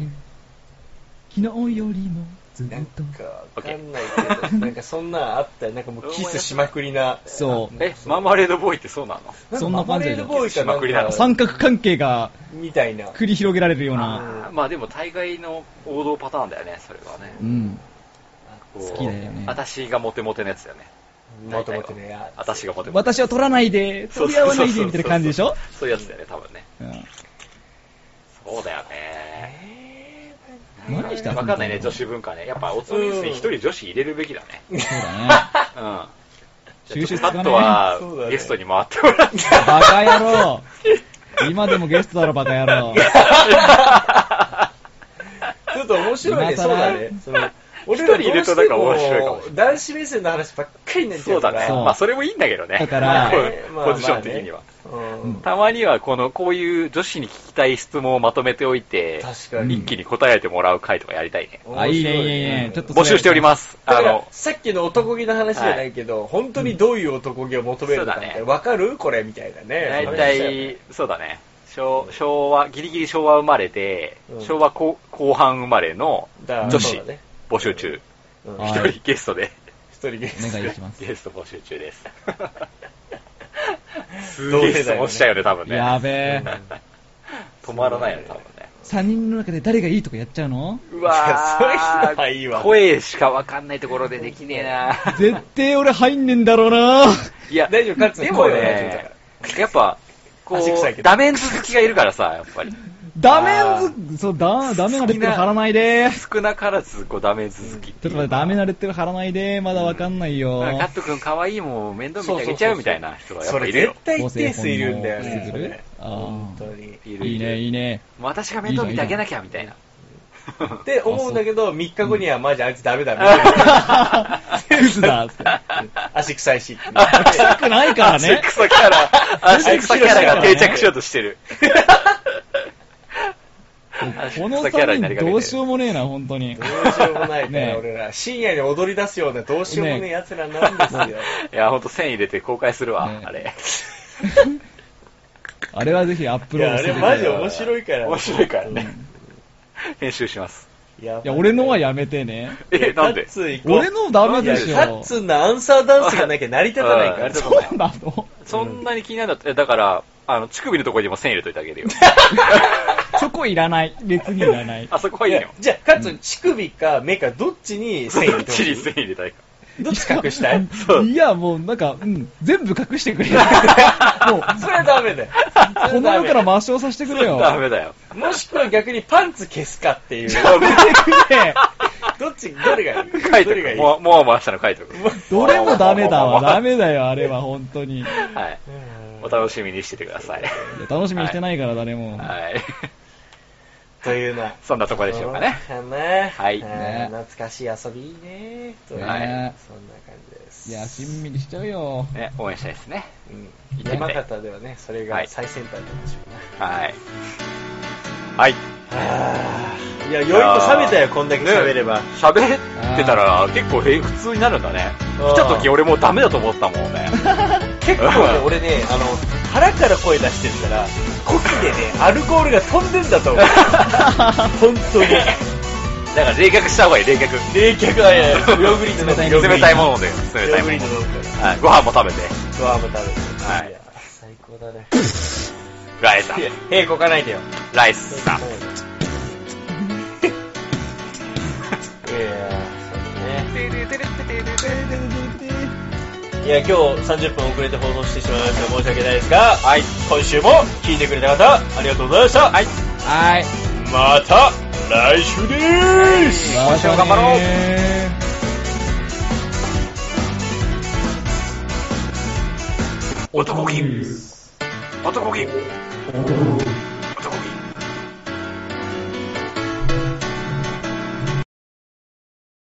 S3: 昨日よりもずっ
S4: なん
S3: と。
S4: か、わかんないけど、なんかそんなんあったよ。なんかもうキスしまくりな。
S3: そう。
S2: え、マーマレードボーイってそうなの
S3: そんな感じ
S4: ママレー
S3: で
S4: ドボーイか
S2: キスしまくりな
S4: なん
S2: の
S4: か、
S3: 三角関係が
S4: みたいな。
S3: 繰り広げられるような。
S2: あーまあでも大概の王道パターンだよね、それはね
S3: う。ん。
S2: こう
S3: 好きだよね
S2: 私がモテモテのやつだよね。
S4: もともとね、あ
S2: 私がモテモテ。
S3: 私を取らないで、
S2: そう
S3: 取り
S2: そ
S3: 合
S2: う
S3: わ
S2: そうそう
S3: ないで、みたいな感じでしょ
S2: そういうやつだよね、多分ね。
S3: うん
S2: そうだよね。
S3: 何して遊んでたの
S2: わかんないね、女子文化ね。やっぱ、おつまみニュースに一人女子入れるべきだね。 うん。
S3: そう だ
S2: じ
S3: ね。
S2: ゃあちょ
S3: 収集
S2: っ
S3: つ
S2: と
S3: か
S2: あ
S3: ね
S2: とは
S4: そうだ、ね
S2: ゲストに回ってもらって。
S3: バカ野郎。今でもゲストだろ、バカ野郎。
S4: ちょっと面白いね、
S3: 今
S4: そう
S3: 更
S4: だね。その俺
S2: 一人いるとなんか面白いかもしれない
S4: 男子目線の話ばっかりになっちゃ
S2: そう
S4: う
S2: だ
S4: か
S2: ね。
S4: ら。
S3: そう
S2: まあ、それもいいんだけどね。
S3: だから
S2: こう
S4: ねまあ
S2: ポジション的には。
S4: まあねうん
S2: たまには、この、こういう女子に聞きたい質問をまとめておいて、
S4: 確かに
S2: 一気に答えてもらう回とかやりたいね。
S3: あ、いいね、いいね、いいね。ちょっとそれ
S2: 募集しております。
S4: だ
S2: あ
S4: から
S2: の、
S4: さっきの男気の話じゃないけど、本当にどういう男気を求めるのかみたい
S2: そうだね
S4: なわかるこれみたいなね。
S2: 大
S4: そういう話だよね
S2: 体、そうだね。昭昭和、ギリギリ昭和生まれで
S4: う、ん
S2: 昭和後後半生まれの
S4: だから
S2: 女
S4: そう
S2: 子
S4: だね
S2: 募集中。
S4: うん
S3: はい
S2: 一人ゲストで。
S4: 一人ゲス
S3: お願いします。
S2: ゲスト募集中です。すげえ質問したよね、多分ね。
S3: やべえ。
S2: 止まらないよね、多分ね。
S3: 3人の中で誰がいいとかやっちゃうの
S2: う
S4: いやそういう
S2: わ
S4: 人はいいわ
S2: 声しかわかんないところでできねえな
S3: 絶対俺入んねんだろうな
S2: いや、
S4: 大丈夫勝つの
S2: でも
S4: 声は大丈夫だ
S2: ね、やっぱ、こ
S4: 足臭いけ
S2: う、
S4: ど
S2: ダメン続きがいるからさ、やっぱり。
S3: ダメンズ、そう、だ、ダメなレッテル貼らないで
S2: 少なからず、こう、ダメン続き
S3: ちょっと待って、ダメなレッテル貼らないでまだわかんないよ。
S2: なんかカット君可愛いもん、面倒見てあげちゃうみたいな人がやっ
S4: そ
S2: ぱ
S4: れ
S2: いるよ
S4: 絶。対一定数いるんだよ
S3: 構成
S4: ね。
S3: 本
S4: そ
S3: 能を
S4: れ
S3: あー
S4: 本当に。
S2: いる
S3: いいね、いいね。
S2: もう私が面倒見てあげなきゃ、みたいな。
S4: って思うんだけど、3日後にはマジあいつダメだ
S3: クズだっつって。
S4: みたいな。 足臭いしって言 って。
S3: 臭くないから
S2: 足
S3: ね。
S2: 草キャラ、足草キャラが定着しようとしてる。
S3: この3人どうしようもねえな、本当に
S4: ど。うしようもない
S3: ね
S4: ね、俺ら。深夜に踊り出すようなどうしようもねえ奴らなんですよ。
S2: いや、ほんと線入れて公開するわ、
S3: ね
S2: あれ。
S3: あれはぜひアップ
S4: い
S3: ロー
S4: や、あ
S3: ドす
S4: れ
S3: る
S4: マジ面白いから。
S2: 面白いからね。編集します。
S4: やばい
S3: いや、俺のはやめてね。
S2: え、なんで
S4: タッツー行こう
S3: 俺のダメでし
S4: い
S3: ょ。
S4: やタッツンのアンサーダンスがなきゃ成り立たないか
S2: うん
S4: ら。
S2: そう
S3: そうなの
S2: そんなに気になるんだったら、だから、あの、乳首のところにも線入れといてあげるよ。
S3: チョコいらない。別にいらない。
S2: あそこはいいのよ。
S4: じゃあ、かつ、乳首か目かどっちに線入
S2: ど
S4: れ
S2: ってちに線入れたいか。
S4: どっち隠 したい
S2: そう
S3: いや、もうなんか、うん、全部隠してくれ よ。もう、
S4: それはダメだよ。
S3: この世から抹消させてくれよ。
S2: ダメだよ。
S4: もしくは逆にパンツ消すかっていう。
S2: ダメ
S3: ね
S4: どっち、どれがいい
S2: 書いと
S4: どれが
S2: く。
S4: いい
S2: もう、もう回したの書いとく。
S3: どれもダメだ わ。ダ
S2: メ。
S3: メだよ、あれは、本当に。いや
S2: はい。
S4: うん
S2: お楽しみにしててください。
S3: 楽しみにしてないから、誰も。
S2: はい。
S4: というな。
S2: そんなとこでしょうかね。
S4: かね。
S2: はい
S4: あー
S3: ね
S4: 懐かしい遊びいいね。というそ
S3: ね
S4: んな感じです。
S3: いや、しんみりしちゃうよ。
S2: ね、応援したいですね。
S4: うん
S2: 行ってみ
S4: 山
S2: たい。
S4: 形ではね、それ
S2: は
S4: が
S2: い
S4: 最先端なんでしょうね。
S2: はい。はい。
S4: いや、酔いも冷めたよ、こんだけ喋れば。
S2: 喋ってたら結構平普通になるんだね。
S4: うん
S2: 来た時俺もうダメだと思ったもんね。
S4: 結構ね、俺ね、あの、腹から声出してるから、呼気でね、アルコールが飛んでん だと思う。本当に。
S2: だから冷却した方がいい、冷却。
S4: 冷却は、いやいやヨーグリートの
S3: 冷
S2: 冷たいもので、冷
S4: ヨ
S2: たいも
S4: ー
S2: の
S4: グリート飲むから。
S2: はい、ご飯も食べて。
S4: ドアも食べて。
S2: はい
S4: や。最高だね。
S2: ライスだ
S4: い。や、屁こかないでよ。
S2: ライスだ。
S4: いやそうね。いや、今日30分遅れて放送してしまいました。申し訳ないですが、はい。今週も聞いてくれた方、ありがとうございました。はい。
S3: はい。
S4: また来週でーす
S3: 今週も頑張ろう。
S2: 男気。男気。
S3: 男気